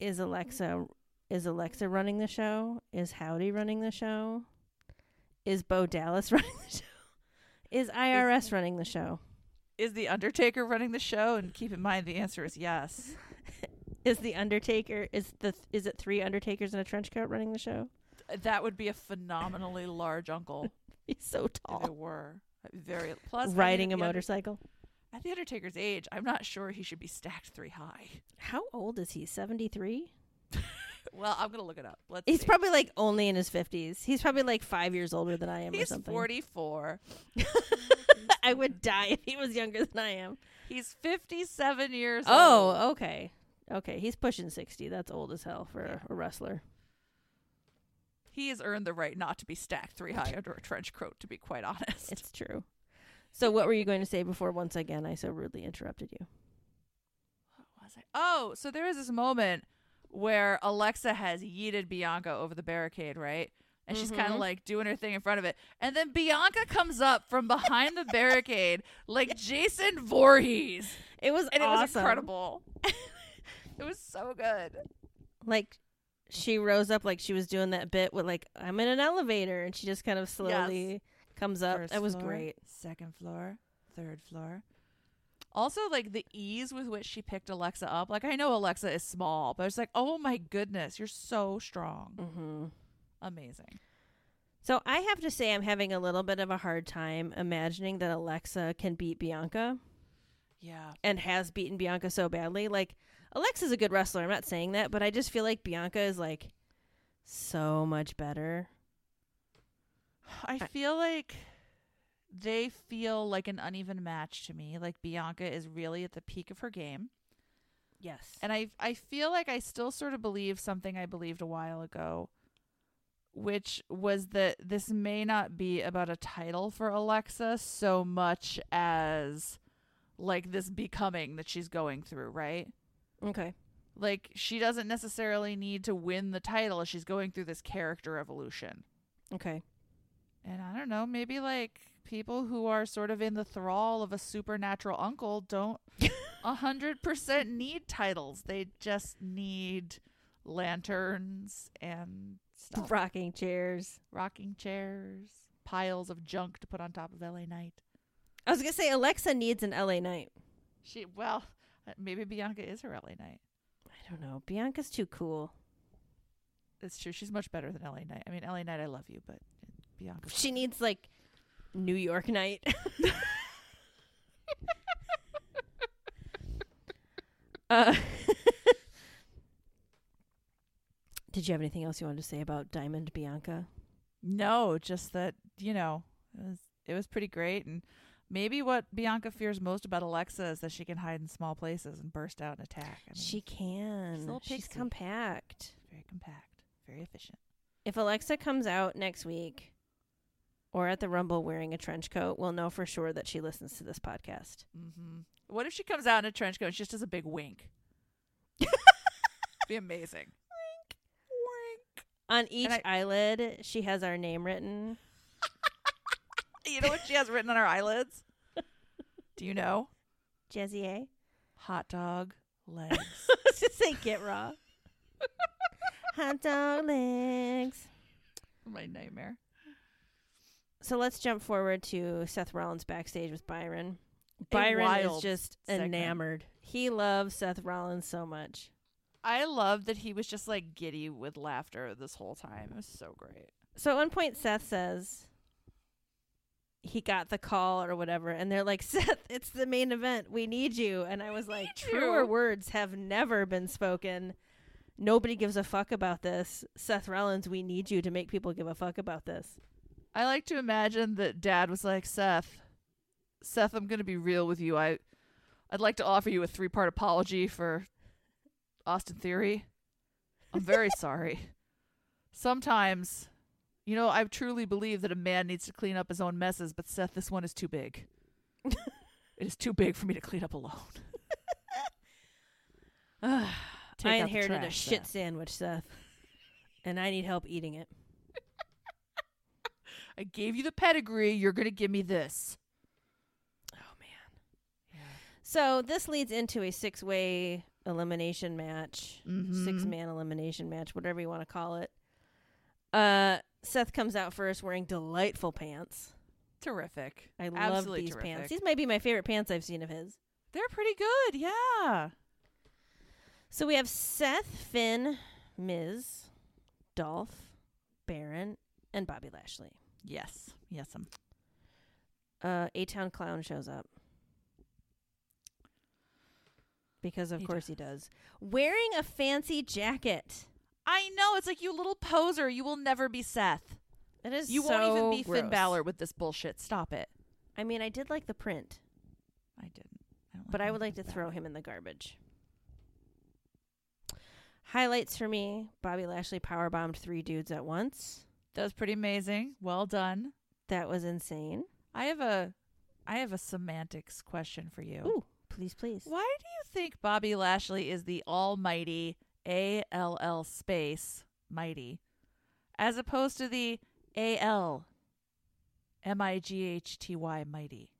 [SPEAKER 1] is Alexa is Alexa running the show? Is Howdy running the show? Is Bo Dallas running the show? Is IRS running the show?
[SPEAKER 2] Is the Undertaker running the show? And keep in mind, the answer is yes.
[SPEAKER 1] Is the Undertaker is the is it three Undertakers in a trench coat running the show?
[SPEAKER 2] That would be a phenomenally large uncle
[SPEAKER 1] He's so
[SPEAKER 2] if it
[SPEAKER 1] tall,
[SPEAKER 2] were. Very plus I mean,
[SPEAKER 1] riding a
[SPEAKER 2] at the Under-
[SPEAKER 1] motorcycle.
[SPEAKER 2] At the Undertaker's age, I'm not sure he should be stacked three high.
[SPEAKER 1] How old is he? Seventy three.
[SPEAKER 2] Well, I'm gonna look it up. Let's.
[SPEAKER 1] He's
[SPEAKER 2] see.
[SPEAKER 1] probably like only in his fifties. He's probably like five years older than I am or
[SPEAKER 2] he's
[SPEAKER 1] something.
[SPEAKER 2] 44.
[SPEAKER 1] I would die if he was younger than I am.
[SPEAKER 2] He's 57 years old.
[SPEAKER 1] Oh, okay, okay. He's pushing sixty. That's old as hell for
[SPEAKER 2] Yeah.
[SPEAKER 1] a wrestler.
[SPEAKER 2] he has earned the right not to be stacked three high under a trench coat. To be quite honest,
[SPEAKER 1] It's true. So, what were you going to say before? Once again, I so rudely interrupted you.
[SPEAKER 2] was I? Oh, so there was this moment where Alexa has yeeted Bianca over the barricade, right? And she's kind of
[SPEAKER 1] Mhm.
[SPEAKER 2] like doing her thing in front of it. And then Bianca comes up from behind the barricade like Jason Voorhees.
[SPEAKER 1] It was
[SPEAKER 2] And it was
[SPEAKER 1] awesome.
[SPEAKER 2] incredible. it was so good.
[SPEAKER 1] like she rose up like she was doing that bit with like I'm in an elevator and she just kind of slowly comes up.
[SPEAKER 2] First
[SPEAKER 1] that was
[SPEAKER 2] floor,
[SPEAKER 1] great.
[SPEAKER 2] Second floor, third floor. Also, like the ease with which she picked Alexa up. Like, I know Alexa is small, but it's like, oh my goodness, you're so strong.
[SPEAKER 1] Mm-hmm.
[SPEAKER 2] Amazing.
[SPEAKER 1] So I have to say I'm having a little bit of a hard time imagining that Alexa can beat Bianca
[SPEAKER 2] Yeah.
[SPEAKER 1] and has beaten Bianca so badly. Like Alexa's a good wrestler. I'm not saying that, but I just feel like Bianca is like so much better.
[SPEAKER 2] I
[SPEAKER 1] I-
[SPEAKER 2] feel like they feel like an uneven match to me. Like, Bianca is really at the peak of her game.
[SPEAKER 1] Yes.
[SPEAKER 2] And I I feel like I still sort of believe something I believed a while ago, which was that this may not be about a title for Alexa so much as like this becoming that she's going through, right?
[SPEAKER 1] okay.
[SPEAKER 2] Like she doesn't necessarily need to win the title. She's going through this character evolution.
[SPEAKER 1] Okay.
[SPEAKER 2] And I don't know, maybe like people who are sort of in the thrall of a supernatural uncle don't 100% need titles. They just need lanterns and stuff.
[SPEAKER 1] Rocking chairs.
[SPEAKER 2] Rocking chairs, piles of junk to put on top of LA Knight.
[SPEAKER 1] I was gonna say Alexa needs an LA night.
[SPEAKER 2] She well, maybe Bianca is her LA Knight.
[SPEAKER 1] I don't know. Bianca's too cool.
[SPEAKER 2] It's true. She's much better than LA Knight. I mean, LA Knight, I love you, but Bianca.
[SPEAKER 1] She needs like New York night. uh, did you have anything else you wanted to say about Diamond Bianca?
[SPEAKER 2] No, just that you know it was it was pretty great, and maybe what Bianca fears most about Alexa is that she can hide in small places and burst out and attack. I mean,
[SPEAKER 1] She can.
[SPEAKER 2] She's a little
[SPEAKER 1] She's
[SPEAKER 2] pixie.
[SPEAKER 1] compact.
[SPEAKER 2] very compact, very efficient.
[SPEAKER 1] If Alexa comes out next week or at the Rumble wearing a trench coat, we'll know for sure that she listens to this podcast.
[SPEAKER 2] Mm-hmm. What if she comes out in a trench coat and she just does a big wink? Be amazing. Wink,
[SPEAKER 1] On each
[SPEAKER 2] I-
[SPEAKER 1] eyelid, she has our name written.
[SPEAKER 2] wink. You know what she has written on her eyelids? Do you know?
[SPEAKER 1] Jazzy A.
[SPEAKER 2] Hot dog legs.
[SPEAKER 1] Let's just say get raw. Hot dog legs.
[SPEAKER 2] My nightmare.
[SPEAKER 1] So let's jump forward to Seth Rollins backstage with Byron. Byron is
[SPEAKER 2] wild
[SPEAKER 1] just
[SPEAKER 2] segment.
[SPEAKER 1] enamored. He loves Seth Rollins so much.
[SPEAKER 2] I love that he was just like giddy with laughter this whole time. It was so great.
[SPEAKER 1] So at one point, Seth says he got the call or whatever, and they're like, Seth, it's the main event. We need you. And I was like,
[SPEAKER 2] need you.
[SPEAKER 1] truer words have never been spoken. Nobody gives a fuck about this. Seth Rollins, we need you to make people give a fuck about this.
[SPEAKER 2] I like to imagine that dad was like, Seth, Seth, I'm gonna be real with you. I I'd like to offer you a three part apology for Austin Theory. I'm very sorry. Sometimes you know, I truly believe that a man needs to clean up his own messes, but Seth, this one is too big. it is too big for me to clean up alone. Take
[SPEAKER 1] I
[SPEAKER 2] out the
[SPEAKER 1] inherited a
[SPEAKER 2] trash,
[SPEAKER 1] shit
[SPEAKER 2] Seth.
[SPEAKER 1] sandwich, Seth, and I need help eating it.
[SPEAKER 2] I gave you the pedigree. You're gonna give me this.
[SPEAKER 1] Oh man. So this leads into a six-way elimination match,
[SPEAKER 2] Mhm.
[SPEAKER 1] six-man elimination match, whatever you want to call it. Uh, Seth comes out first wearing delightful pants.
[SPEAKER 2] Terrific.
[SPEAKER 1] I love
[SPEAKER 2] Absolutely
[SPEAKER 1] these
[SPEAKER 2] terrific.
[SPEAKER 1] pants. These might be my favorite pants I've seen of his.
[SPEAKER 2] They're pretty good, yeah.
[SPEAKER 1] So we have Seth, Finn, Miz, Dolph, Baron, and Bobby Lashley.
[SPEAKER 2] Yes, yes, um, I'm.
[SPEAKER 1] Uh, A Town Clown shows up. Because of
[SPEAKER 2] He
[SPEAKER 1] course he does. Wearing a fancy jacket.
[SPEAKER 2] I know it's like you little poser. You will never be Seth.
[SPEAKER 1] That is
[SPEAKER 2] You won't
[SPEAKER 1] so
[SPEAKER 2] even be Finn
[SPEAKER 1] gross.
[SPEAKER 2] Balor with this bullshit. Stop it.
[SPEAKER 1] I mean, I did like the print,
[SPEAKER 2] I didn't. I don't
[SPEAKER 1] but I would like
[SPEAKER 2] anything
[SPEAKER 1] to
[SPEAKER 2] about
[SPEAKER 1] throw
[SPEAKER 2] it.
[SPEAKER 1] him in the garbage. Highlights for me: Bobby Lashley powerbombed three dudes at once.
[SPEAKER 2] That was pretty amazing. Well done.
[SPEAKER 1] That was insane.
[SPEAKER 2] I have a, I have a semantics question for you.
[SPEAKER 1] Ooh, please, please.
[SPEAKER 2] Why do you think Bobby Lashley is the almighty A L L space mighty as opposed to the A L M I G H T Y mighty?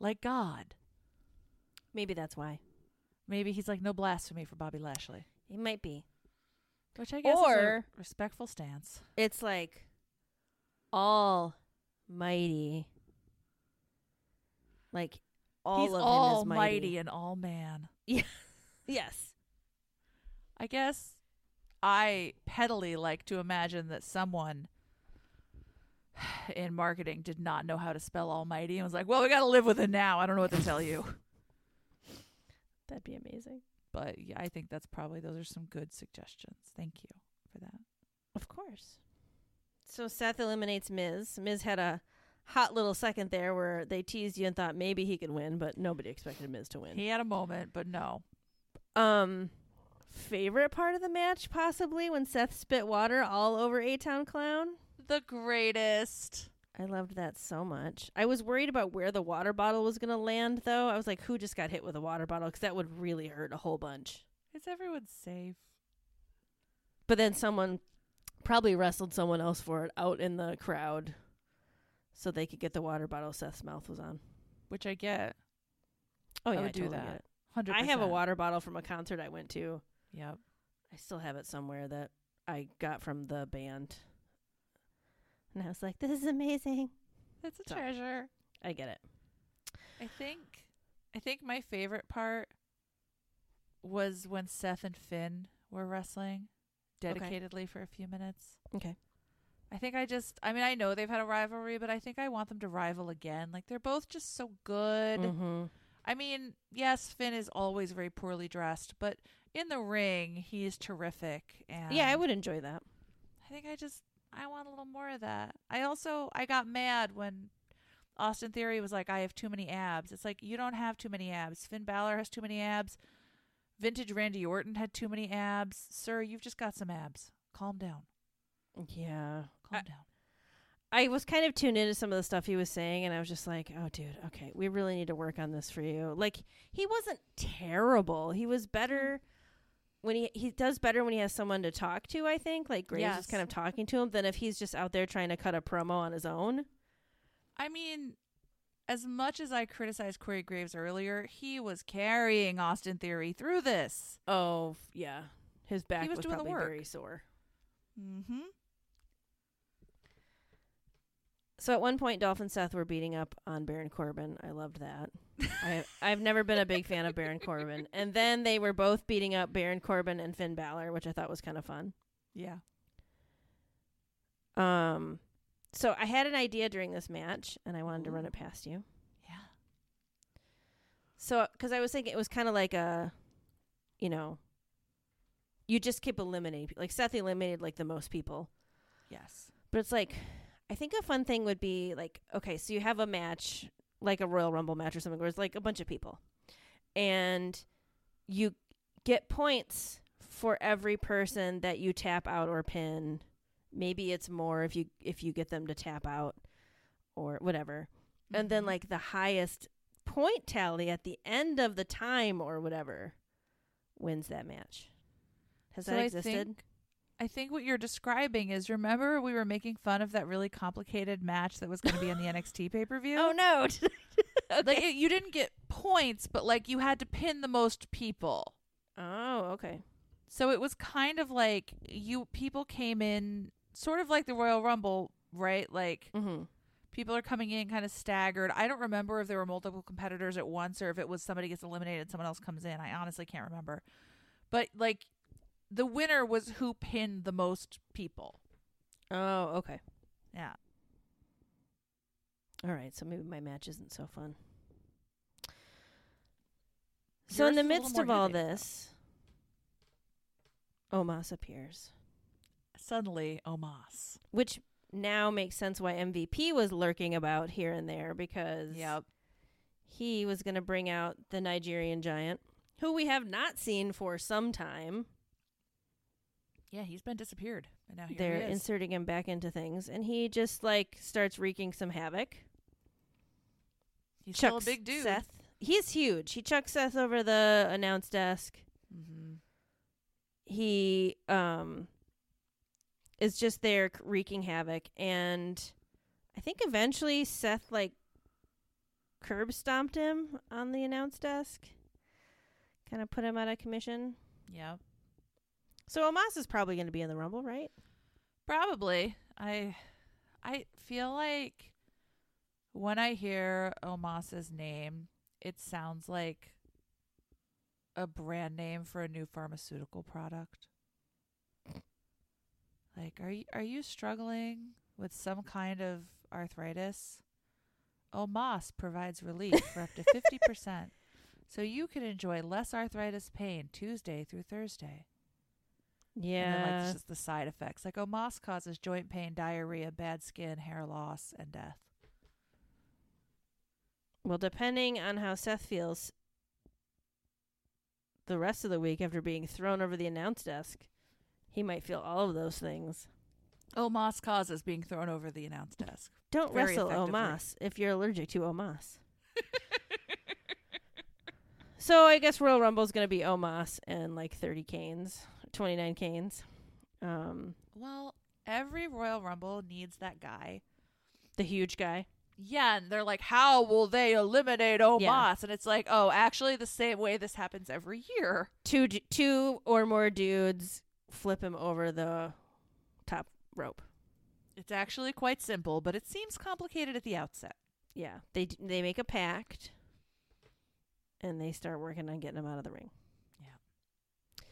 [SPEAKER 2] Like God.
[SPEAKER 1] Maybe that's why.
[SPEAKER 2] Maybe he's like no blasphemy for Bobby Lashley,
[SPEAKER 1] It might be.
[SPEAKER 2] which I guess
[SPEAKER 1] Or-
[SPEAKER 2] is a respectful stance.
[SPEAKER 1] It's like almighty. Like all
[SPEAKER 2] he's
[SPEAKER 1] of him is
[SPEAKER 2] almighty
[SPEAKER 1] mighty.
[SPEAKER 2] and all man.
[SPEAKER 1] Yes.
[SPEAKER 2] I guess I pettily like to imagine that someone in marketing did not know how to spell almighty and was like, "Well, we got to live with it now. I don't know what to tell you."
[SPEAKER 1] That'd be amazing.
[SPEAKER 2] But yeah, I think that's probably those are some good suggestions. Thank you for that.
[SPEAKER 1] Of course. So Seth eliminates Miz. Miz had a hot little second there where they teased you and thought maybe he could win, but nobody expected Miz to win.
[SPEAKER 2] He had a moment, but no.
[SPEAKER 1] Um favorite part of the match possibly when Seth spit water all over A Town Clown.
[SPEAKER 2] The greatest.
[SPEAKER 1] I loved that so much. I was worried about where the water bottle was going to land though. I was like who just got hit with a water bottle cuz that would really hurt a whole bunch.
[SPEAKER 2] Is everyone safe?
[SPEAKER 1] But then someone probably wrestled someone else for it out in the crowd. so they could get the water bottle Seth's mouth was on.
[SPEAKER 2] which I get.
[SPEAKER 1] Oh
[SPEAKER 2] I
[SPEAKER 1] yeah, I
[SPEAKER 2] would do
[SPEAKER 1] totally
[SPEAKER 2] that.
[SPEAKER 1] get it.
[SPEAKER 2] 100%.
[SPEAKER 1] I have a water bottle from a concert I went to.
[SPEAKER 2] Yep.
[SPEAKER 1] I still have it somewhere that I got from the band. And I was like, this is amazing.
[SPEAKER 2] That's a
[SPEAKER 1] So-
[SPEAKER 2] treasure.
[SPEAKER 1] I get it.
[SPEAKER 2] I think I think my favorite part was when Seth and Finn were wrestling
[SPEAKER 1] Okay.
[SPEAKER 2] dedicatedly for a few minutes.
[SPEAKER 1] Okay.
[SPEAKER 2] I think I just I mean I know they've had a rivalry, but I think I want them to rival again. Like they're both just so good.
[SPEAKER 1] Mm-hmm.
[SPEAKER 2] I mean, yes, Finn is always very poorly dressed, but in the ring, he is terrific and
[SPEAKER 1] Yeah, I would enjoy that.
[SPEAKER 2] I think I just I want a little more of that. I also I got mad when Austin Theory was like, I have too many abs. It's like you don't have too many abs. Finn Balor has too many abs. Vintage Randy Orton had too many abs. Sir, you've just got some abs. Calm down.
[SPEAKER 1] Yeah.
[SPEAKER 2] Calm
[SPEAKER 1] I-
[SPEAKER 2] down.
[SPEAKER 1] I was kind of tuned into some of the stuff he was saying, and I was just like, oh, dude, okay, we really need to work on this for you. Like, he wasn't terrible. He was better when he, he does better when he has someone to talk to, I think. Like, Graves
[SPEAKER 2] Yes.
[SPEAKER 1] is kind of talking to him than if he's just out there trying to cut a promo on his own.
[SPEAKER 2] I mean, as much as I criticized Corey Graves earlier, he was carrying Austin Theory through this.
[SPEAKER 1] Oh, f- yeah. His back
[SPEAKER 2] was
[SPEAKER 1] was,
[SPEAKER 2] doing the
[SPEAKER 1] probably
[SPEAKER 2] work.
[SPEAKER 1] very sore.
[SPEAKER 2] Mm-hmm.
[SPEAKER 1] So at one point, Dolph and Seth were beating up on Baron Corbin. I loved that. I, I've never been a big fan of Baron Corbin. And then they were both beating up Baron Corbin and Finn Balor, which I thought was kind of fun.
[SPEAKER 2] Yeah.
[SPEAKER 1] Um, so I had an idea during this match, and I wanted to run
[SPEAKER 2] Ooh.
[SPEAKER 1] it past you.
[SPEAKER 2] Yeah.
[SPEAKER 1] So, because I was thinking it was kind of like a, you know, you just keep eliminating. Like Seth eliminated like the most people,
[SPEAKER 2] Yes.
[SPEAKER 1] but it's like, I think a fun thing would be like, okay, so you have a match like a Royal Rumble match or something, where it's like a bunch of people, and you get points for every person that you tap out or pin. Maybe it's more if you if you get them to tap out or whatever and then
[SPEAKER 2] Mhm.
[SPEAKER 1] like the highest point tally at the end of the time or whatever wins that match. Has
[SPEAKER 2] So
[SPEAKER 1] that
[SPEAKER 2] I
[SPEAKER 1] existed?
[SPEAKER 2] think- I think what you're describing is remember we were making fun of that really complicated match that was going to be on the NXT pay per view.
[SPEAKER 1] oh no!
[SPEAKER 2] Like it, you didn't get points, but like you had to pin the most people.
[SPEAKER 1] oh okay.
[SPEAKER 2] So it was kind of like you people came in sort of like the Royal Rumble, right? Like
[SPEAKER 1] Mm-hmm.
[SPEAKER 2] people are coming in kind of staggered. I don't remember if there were multiple competitors at once or if it was somebody gets eliminated, someone else comes in. I honestly can't remember. But like the winner was who pinned the most people.
[SPEAKER 1] Oh okay.
[SPEAKER 2] Yeah.
[SPEAKER 1] All right. So maybe my match isn't so fun. So in
[SPEAKER 2] Yours
[SPEAKER 1] the
[SPEAKER 2] is a little
[SPEAKER 1] midst
[SPEAKER 2] more
[SPEAKER 1] of all
[SPEAKER 2] innovative, though.
[SPEAKER 1] this, Omos appears,
[SPEAKER 2] suddenly Omas.
[SPEAKER 1] which now makes sense why MVP was lurking about here and there because he was going to bring out the Nigerian giant, who we have not seen for some time.
[SPEAKER 2] Yeah, he's been disappeared. And now Oh, here
[SPEAKER 1] They're
[SPEAKER 2] he is.
[SPEAKER 1] inserting him back into things, and he just like starts wreaking some havoc.
[SPEAKER 2] he's
[SPEAKER 1] Chucks
[SPEAKER 2] still a big dude.
[SPEAKER 1] Seth. He's huge. He chucks Seth over the announce desk.
[SPEAKER 2] Mm-hmm.
[SPEAKER 1] He um is just there wreaking havoc, and I think eventually Seth like curb stomped him on the announce desk, kind of put him out of commission.
[SPEAKER 2] Yep.
[SPEAKER 1] So Omos is probably going to be in the Rumble, right?
[SPEAKER 2] Probably. I I feel like when I hear Omas's name, it sounds like a brand name for a new pharmaceutical product. Like, are you are you struggling with some kind of arthritis? Omas provides relief for up to fifty percent, so you can enjoy less arthritis pain Tuesday through Thursday. And then, like, it's just the side effects. Like, Omas causes joint pain, diarrhea, bad skin, hair loss, and death.
[SPEAKER 1] well, depending on how Seth feels the rest of the week after being thrown over the announce desk, he might feel all of those things.
[SPEAKER 2] Omas Oh, causes being thrown over the announce desk.
[SPEAKER 1] Don't
[SPEAKER 2] Very
[SPEAKER 1] wrestle
[SPEAKER 2] effectively.
[SPEAKER 1] Omas if you're allergic to Omas. so I guess Royal Rumble's going to be Omas and like 30 canes, 29 canes. Um,
[SPEAKER 2] Well, every Royal Rumble needs that guy
[SPEAKER 1] the huge guy.
[SPEAKER 2] Yeah, and they're like, how will they eliminate Omos?
[SPEAKER 1] Yeah.
[SPEAKER 2] And it's like, oh, actually, the same way this happens every year.
[SPEAKER 1] Two d- two or more dudes flip him over the top rope.
[SPEAKER 2] It's actually quite simple, but it seems complicated at the outset.
[SPEAKER 1] Yeah, they d- they make a pact, and they start working on getting him out of the ring.
[SPEAKER 2] Yeah.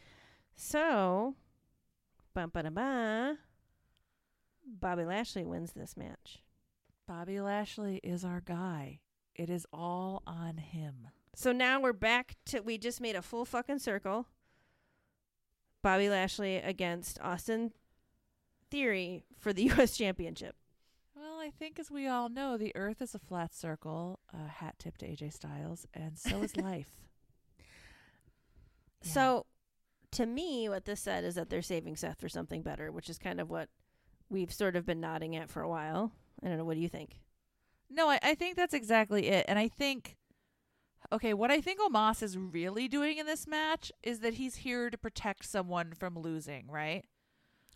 [SPEAKER 1] So, bum ba da ba. Bobby Lashley wins this match.
[SPEAKER 2] Bobby Lashley is our guy. It is all on him.
[SPEAKER 1] So now we're back to we just made a full fucking circle. Bobby Lashley against Austin Theory for the U.S. Championship.
[SPEAKER 2] Well, I think as we all know, the earth is a flat circle, a hat tip to AJ Styles, and so is life. Yeah.
[SPEAKER 1] So, to me, what this said is that they're saving Seth for something better, which is kind of what we've sort of been nodding at for a while. I don't know. What do you think?
[SPEAKER 2] No, I, I think that's exactly it. And I think, okay, what I think Omos is really doing in this match is that he's here to protect someone from losing, right?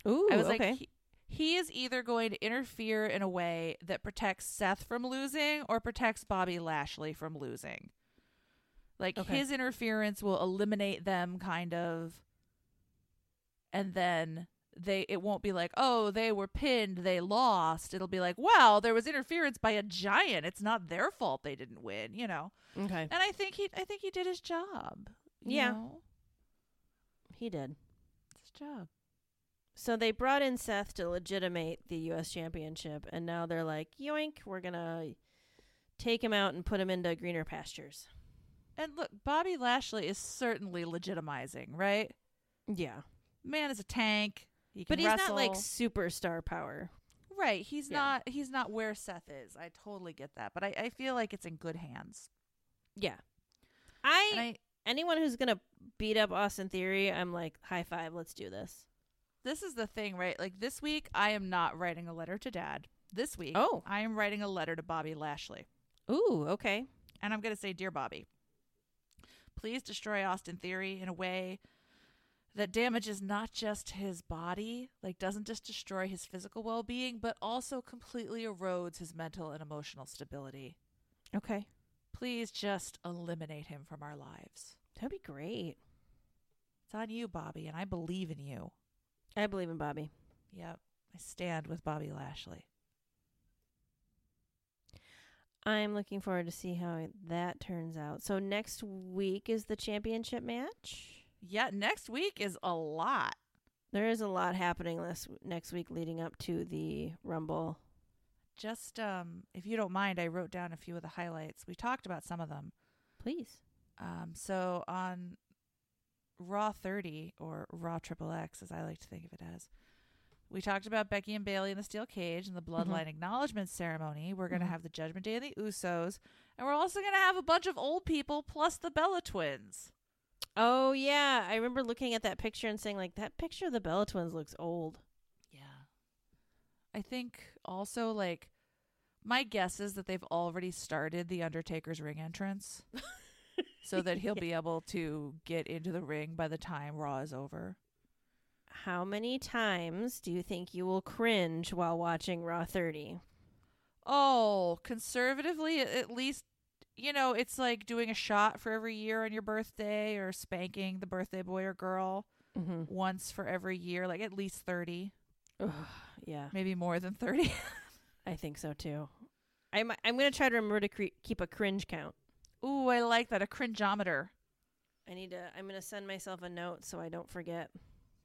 [SPEAKER 1] Ooh,
[SPEAKER 2] I was like, he, he is either going to interfere in a way that protects Seth from losing or protects Bobby Lashley from losing. Like
[SPEAKER 1] Okay.
[SPEAKER 2] his interference will eliminate them, kind of, and then they it won't be like oh they were pinned they lost it'll be like wow there was interference by a giant it's not their fault they didn't win you know
[SPEAKER 1] okay,
[SPEAKER 2] and i think he i think he did his job you
[SPEAKER 1] Yeah.
[SPEAKER 2] know?
[SPEAKER 1] he did.
[SPEAKER 2] it's his job
[SPEAKER 1] So they brought in Seth to legitimate the U.S. Championship, and now they're like, yoink, we're gonna take him out and put him into greener pastures.
[SPEAKER 2] and look bobby lashley is certainly legitimizing right
[SPEAKER 1] Yeah,
[SPEAKER 2] man is a tank. He can
[SPEAKER 1] but he's not like
[SPEAKER 2] wrestle.
[SPEAKER 1] superstar power.
[SPEAKER 2] right. He's
[SPEAKER 1] Yeah.
[SPEAKER 2] not. He's not where Seth is. I totally get that, but I, I feel like it's in good hands.
[SPEAKER 1] Yeah,
[SPEAKER 2] And
[SPEAKER 1] I
[SPEAKER 2] I
[SPEAKER 1] anyone who's gonna beat up Austin Theory, I'm like, high five, let's do this.
[SPEAKER 2] this is the thing, right? Like this week, I am not writing a letter to Dad. This week,
[SPEAKER 1] Oh.
[SPEAKER 2] I am writing a letter to Bobby Lashley,
[SPEAKER 1] Ooh, okay.
[SPEAKER 2] and I'm gonna say, dear Bobby, please destroy Austin Theory in a way that damages not just his body, like doesn't just destroy his physical well-being, but also completely erodes his mental and emotional stability.
[SPEAKER 1] Okay.
[SPEAKER 2] Please just eliminate him from our lives.
[SPEAKER 1] That'd be great.
[SPEAKER 2] It's on you, Bobby, and I believe in you.
[SPEAKER 1] I believe in Bobby.
[SPEAKER 2] Yep. I stand with Bobby Lashley.
[SPEAKER 1] I'm looking forward to see how that turns out. So next week is the championship match.
[SPEAKER 2] Yeah, next week is a lot.
[SPEAKER 1] There is a lot happening this next week leading up to the Rumble.
[SPEAKER 2] Just um if you don't mind, I wrote down a few of the highlights. We talked about some of them.
[SPEAKER 1] Please.
[SPEAKER 2] Um so on Raw 30 or Raw Triple X as I like to think of it as. We talked about Becky and Bailey in the steel cage and the bloodline acknowledgement ceremony. We're going to
[SPEAKER 1] Mhm.
[SPEAKER 2] have the Judgment Day of the Usos, and we're also going to have a bunch of old people plus the Bella twins.
[SPEAKER 1] Oh yeah, I remember looking at that picture and saying like that picture of the Bella twins looks old.
[SPEAKER 2] Yeah. I think also like my guess is that they've already started the Undertaker's ring entrance so that he'll be able to get into the ring by the time Raw is over.
[SPEAKER 1] How many times do you think you will cringe while watching Raw 30?
[SPEAKER 2] Oh, conservatively a- at least you know, it's like doing a shot for every year on your birthday or spanking the birthday boy or girl
[SPEAKER 1] Mm-hmm.
[SPEAKER 2] once for every year, like at least 30,
[SPEAKER 1] yeah,
[SPEAKER 2] maybe more than 30.
[SPEAKER 1] I think so too. I'm I'm gonna try to remember to cre- keep a cringe count.
[SPEAKER 2] Ooh, I like that a cringeometer.
[SPEAKER 1] I need to. I'm gonna send myself a note so I don't forget.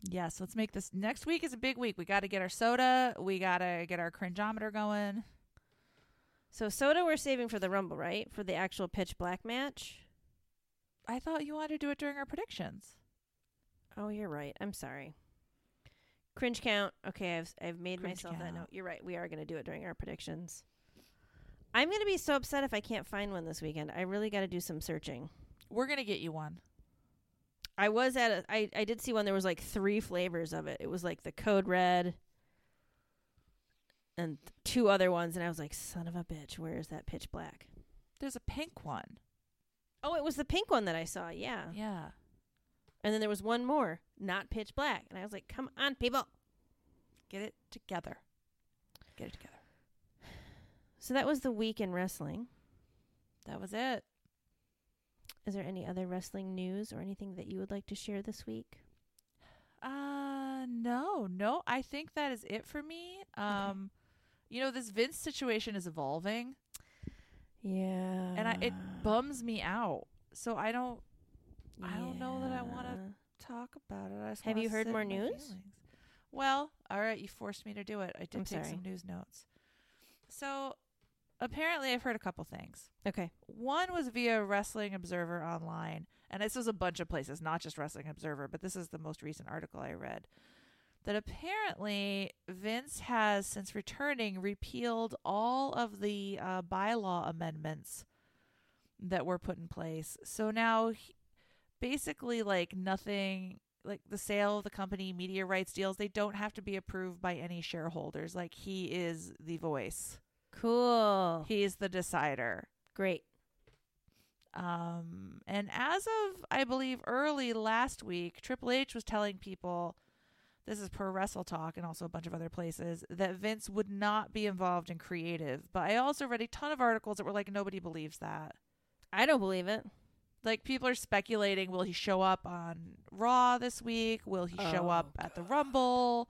[SPEAKER 2] Yes, let's make this next week is a big week. We got to get our soda. We got to get our cringeometer going.
[SPEAKER 1] So soda we're saving for the rumble, right? For the actual pitch black match.
[SPEAKER 2] I thought you wanted to do it during our predictions.
[SPEAKER 1] Oh, you're right. I'm sorry. Cringe count. Okay, I've I've made
[SPEAKER 2] Cringe
[SPEAKER 1] myself that
[SPEAKER 2] count.
[SPEAKER 1] note. You're right. We are gonna do it during our predictions. I'm gonna be so upset if I can't find one this weekend. I really got to do some searching.
[SPEAKER 2] We're going to get you one.
[SPEAKER 1] I was at a. I I did see one. There was like three flavors of it. It was like the code red. And th- two other ones, and I was like, "Son of a bitch, where is that pitch black?"
[SPEAKER 2] There's a pink one.
[SPEAKER 1] Oh, it was the pink one that I saw. Yeah.
[SPEAKER 2] Yeah.
[SPEAKER 1] And then there was one more, not pitch black. And I was like, come on, people.
[SPEAKER 2] Get it together. Get it together.
[SPEAKER 1] So that was the week in wrestling.
[SPEAKER 2] That was it.
[SPEAKER 1] Is there any other wrestling news or anything that you would like to share this week?
[SPEAKER 2] Uh no, no. I think that is it for me. Um you know, this Vince situation is evolving
[SPEAKER 1] Yeah.
[SPEAKER 2] and I it
[SPEAKER 1] Uh.
[SPEAKER 2] bums me out. So I don't I don't know that I wanna- talk about it. I just
[SPEAKER 1] Have
[SPEAKER 2] wanna
[SPEAKER 1] you heard
[SPEAKER 2] sit
[SPEAKER 1] more
[SPEAKER 2] in my
[SPEAKER 1] news?
[SPEAKER 2] feelings. Well, all right, you forced me to do it. I did
[SPEAKER 1] I'm
[SPEAKER 2] take
[SPEAKER 1] sorry.
[SPEAKER 2] some news notes. So apparently I've heard a couple things.
[SPEAKER 1] Okay.
[SPEAKER 2] One was via Wrestling Observer Online, and this was a bunch of places, not just Wrestling Observer, but this is the most recent article I read. That apparently Vince has, since returning, repealed all of the uh, bylaw amendments that were put in place. So now, he- basically, like nothing, like the sale of the company, media rights deals, they don't have to be approved by any shareholders. Like he is the voice,
[SPEAKER 1] Cool.
[SPEAKER 2] he is the decider.
[SPEAKER 1] Great.
[SPEAKER 2] Um, and as of, I believe, early last week, Triple H was telling people this is per Wrestle Talk and also a bunch of other places that Vince would not be involved in creative. But I also read a ton of articles that were like, nobody believes that.
[SPEAKER 1] I don't believe it.
[SPEAKER 2] Like, people are speculating will he show up on Raw this week? Will he show
[SPEAKER 1] Oh,
[SPEAKER 2] up at the Rumble?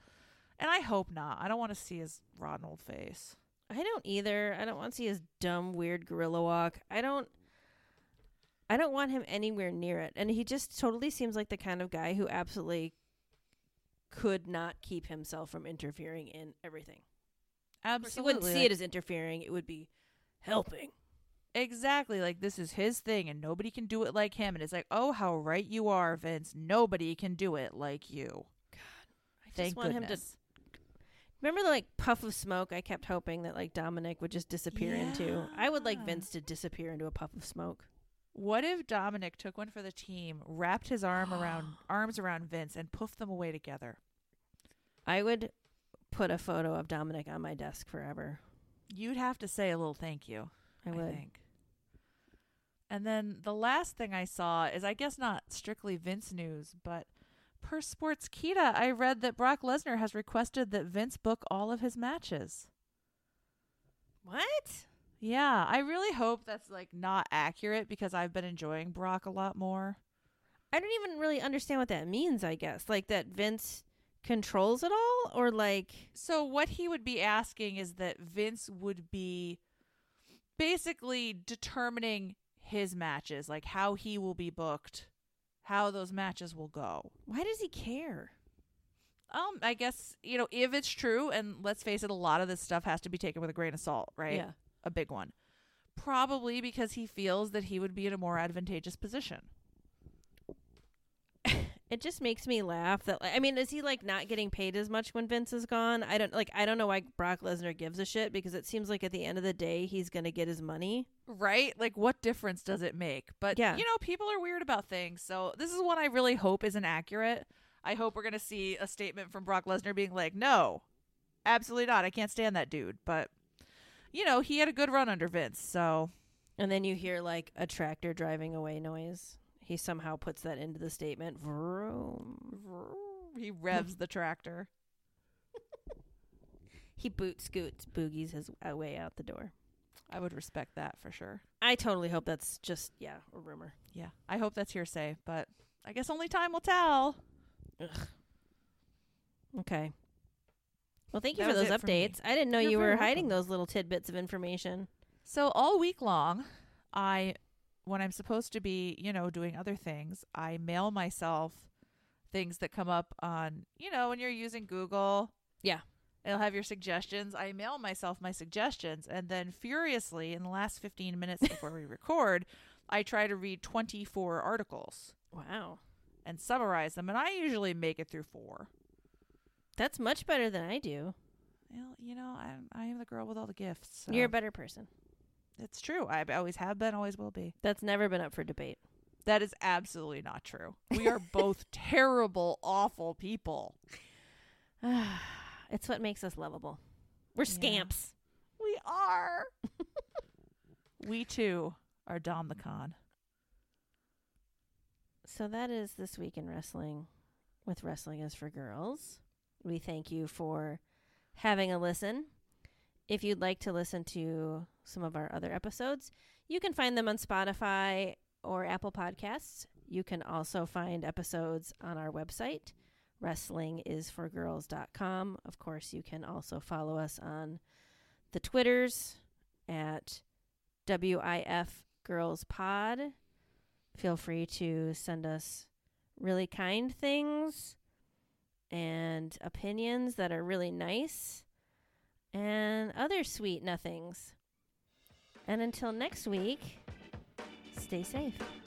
[SPEAKER 2] And I hope not. I don't want to see his rotten old face.
[SPEAKER 1] I don't either. I don't want to see his dumb, weird gorilla walk. I don't. I don't want him anywhere near it. And he just totally seems like the kind of guy who absolutely could not keep himself from interfering in everything. Of course, he
[SPEAKER 2] Absolutely.
[SPEAKER 1] wouldn't see it as interfering. It would be helping.
[SPEAKER 2] Exactly. Like, this is his thing and nobody can do it like him. And it's like, oh, how right you are, Vince. Nobody can do it like you.
[SPEAKER 1] I
[SPEAKER 2] Thank
[SPEAKER 1] just want him to
[SPEAKER 2] goodness.
[SPEAKER 1] remember the like puff of smoke I kept hoping that like Dominic would just disappear into. I would like
[SPEAKER 2] Yeah.
[SPEAKER 1] Vince to disappear into a puff of smoke.
[SPEAKER 2] What if Dominic took one for the team, wrapped his arm around arms around Vince, and poofed them away together?
[SPEAKER 1] I would put a photo of Dominic on my desk forever.
[SPEAKER 2] You'd have to say a little thank you.
[SPEAKER 1] I would.
[SPEAKER 2] think. And then the last thing I saw is, I guess not strictly Vince news, but per Sports Kita, I read that Brock Lesnar has requested that Vince book all of his matches.
[SPEAKER 1] What?
[SPEAKER 2] Yeah, I really hope that's like not accurate because I've been enjoying Brock a lot more.
[SPEAKER 1] I don't even really understand what that means, I guess. Like that Vince controls it all or like
[SPEAKER 2] So what he would be asking is that Vince would be basically determining his matches, like how he will be booked, how those matches will go.
[SPEAKER 1] why does he care?
[SPEAKER 2] Um, I guess, you know, if it's true and let's face it, a lot of this stuff has to be taken with a grain of salt, right?
[SPEAKER 1] Yeah.
[SPEAKER 2] A big one. Probably because he feels that he would be in a more advantageous position.
[SPEAKER 1] It just makes me laugh that like, I mean, is he like not getting paid as much when Vince is gone? I don't like I don't know why Brock Lesnar gives a shit because it seems like at the end of the day he's going to get his money.
[SPEAKER 2] Right? Like, what difference does it make? But,
[SPEAKER 1] Yeah.
[SPEAKER 2] you know, people are weird about things. So, this is one I really hope isn't accurate. I hope we're going to see a statement from Brock Lesnar being like, no, absolutely not. I can't stand that dude. But, you know, he had a good run under Vince. So,
[SPEAKER 1] And then you hear like a tractor driving away noise. He somehow puts that into the statement. Vroom.
[SPEAKER 2] he revs the tractor.
[SPEAKER 1] He boot scoots boogies his uh, way out the door.
[SPEAKER 2] I would respect that for sure.
[SPEAKER 1] I totally hope that's just yeah, a rumor.
[SPEAKER 2] Yeah. I hope that's hearsay, but I guess only time will tell.
[SPEAKER 1] Okay. Well, thank you
[SPEAKER 2] That
[SPEAKER 1] for
[SPEAKER 2] was
[SPEAKER 1] those
[SPEAKER 2] it for me.
[SPEAKER 1] updates. I didn't know
[SPEAKER 2] You're
[SPEAKER 1] you
[SPEAKER 2] very
[SPEAKER 1] were hiding
[SPEAKER 2] welcome.
[SPEAKER 1] those little tidbits of information.
[SPEAKER 2] So all week long, I when I'm supposed to be, you know, doing other things, I mail myself things that come up on, you know, when you're using Google,
[SPEAKER 1] Yeah.
[SPEAKER 2] it'll have your suggestions. I mail myself my suggestions and then furiously in the last 15 minutes before we record, I try to read 24 articles
[SPEAKER 1] Wow.
[SPEAKER 2] and summarize them and I usually make it through 4.
[SPEAKER 1] That's much better than I do.
[SPEAKER 2] Well, you know, I'm I am the girl with all the gifts. So.
[SPEAKER 1] You're a better person.
[SPEAKER 2] It's true. I always have been, always will be.
[SPEAKER 1] That's never been up for debate.
[SPEAKER 2] That is absolutely not true. We are both terrible, awful people.
[SPEAKER 1] It's what makes us lovable. We're scamps.
[SPEAKER 2] We are. we too are Dom the Con.
[SPEAKER 1] So that is this week in wrestling with Wrestling is for Girls. We thank you for having a listen. If you'd like to listen to some of our other episodes, you can find them on Spotify or Apple Podcasts. You can also find episodes on our website, wrestlingisforgirls.com. Of course, you can also follow us on the Twitters at WIF Girls Pod. Feel free to send us really kind things and opinions that are really nice and other sweet nothings. And until next week, stay safe.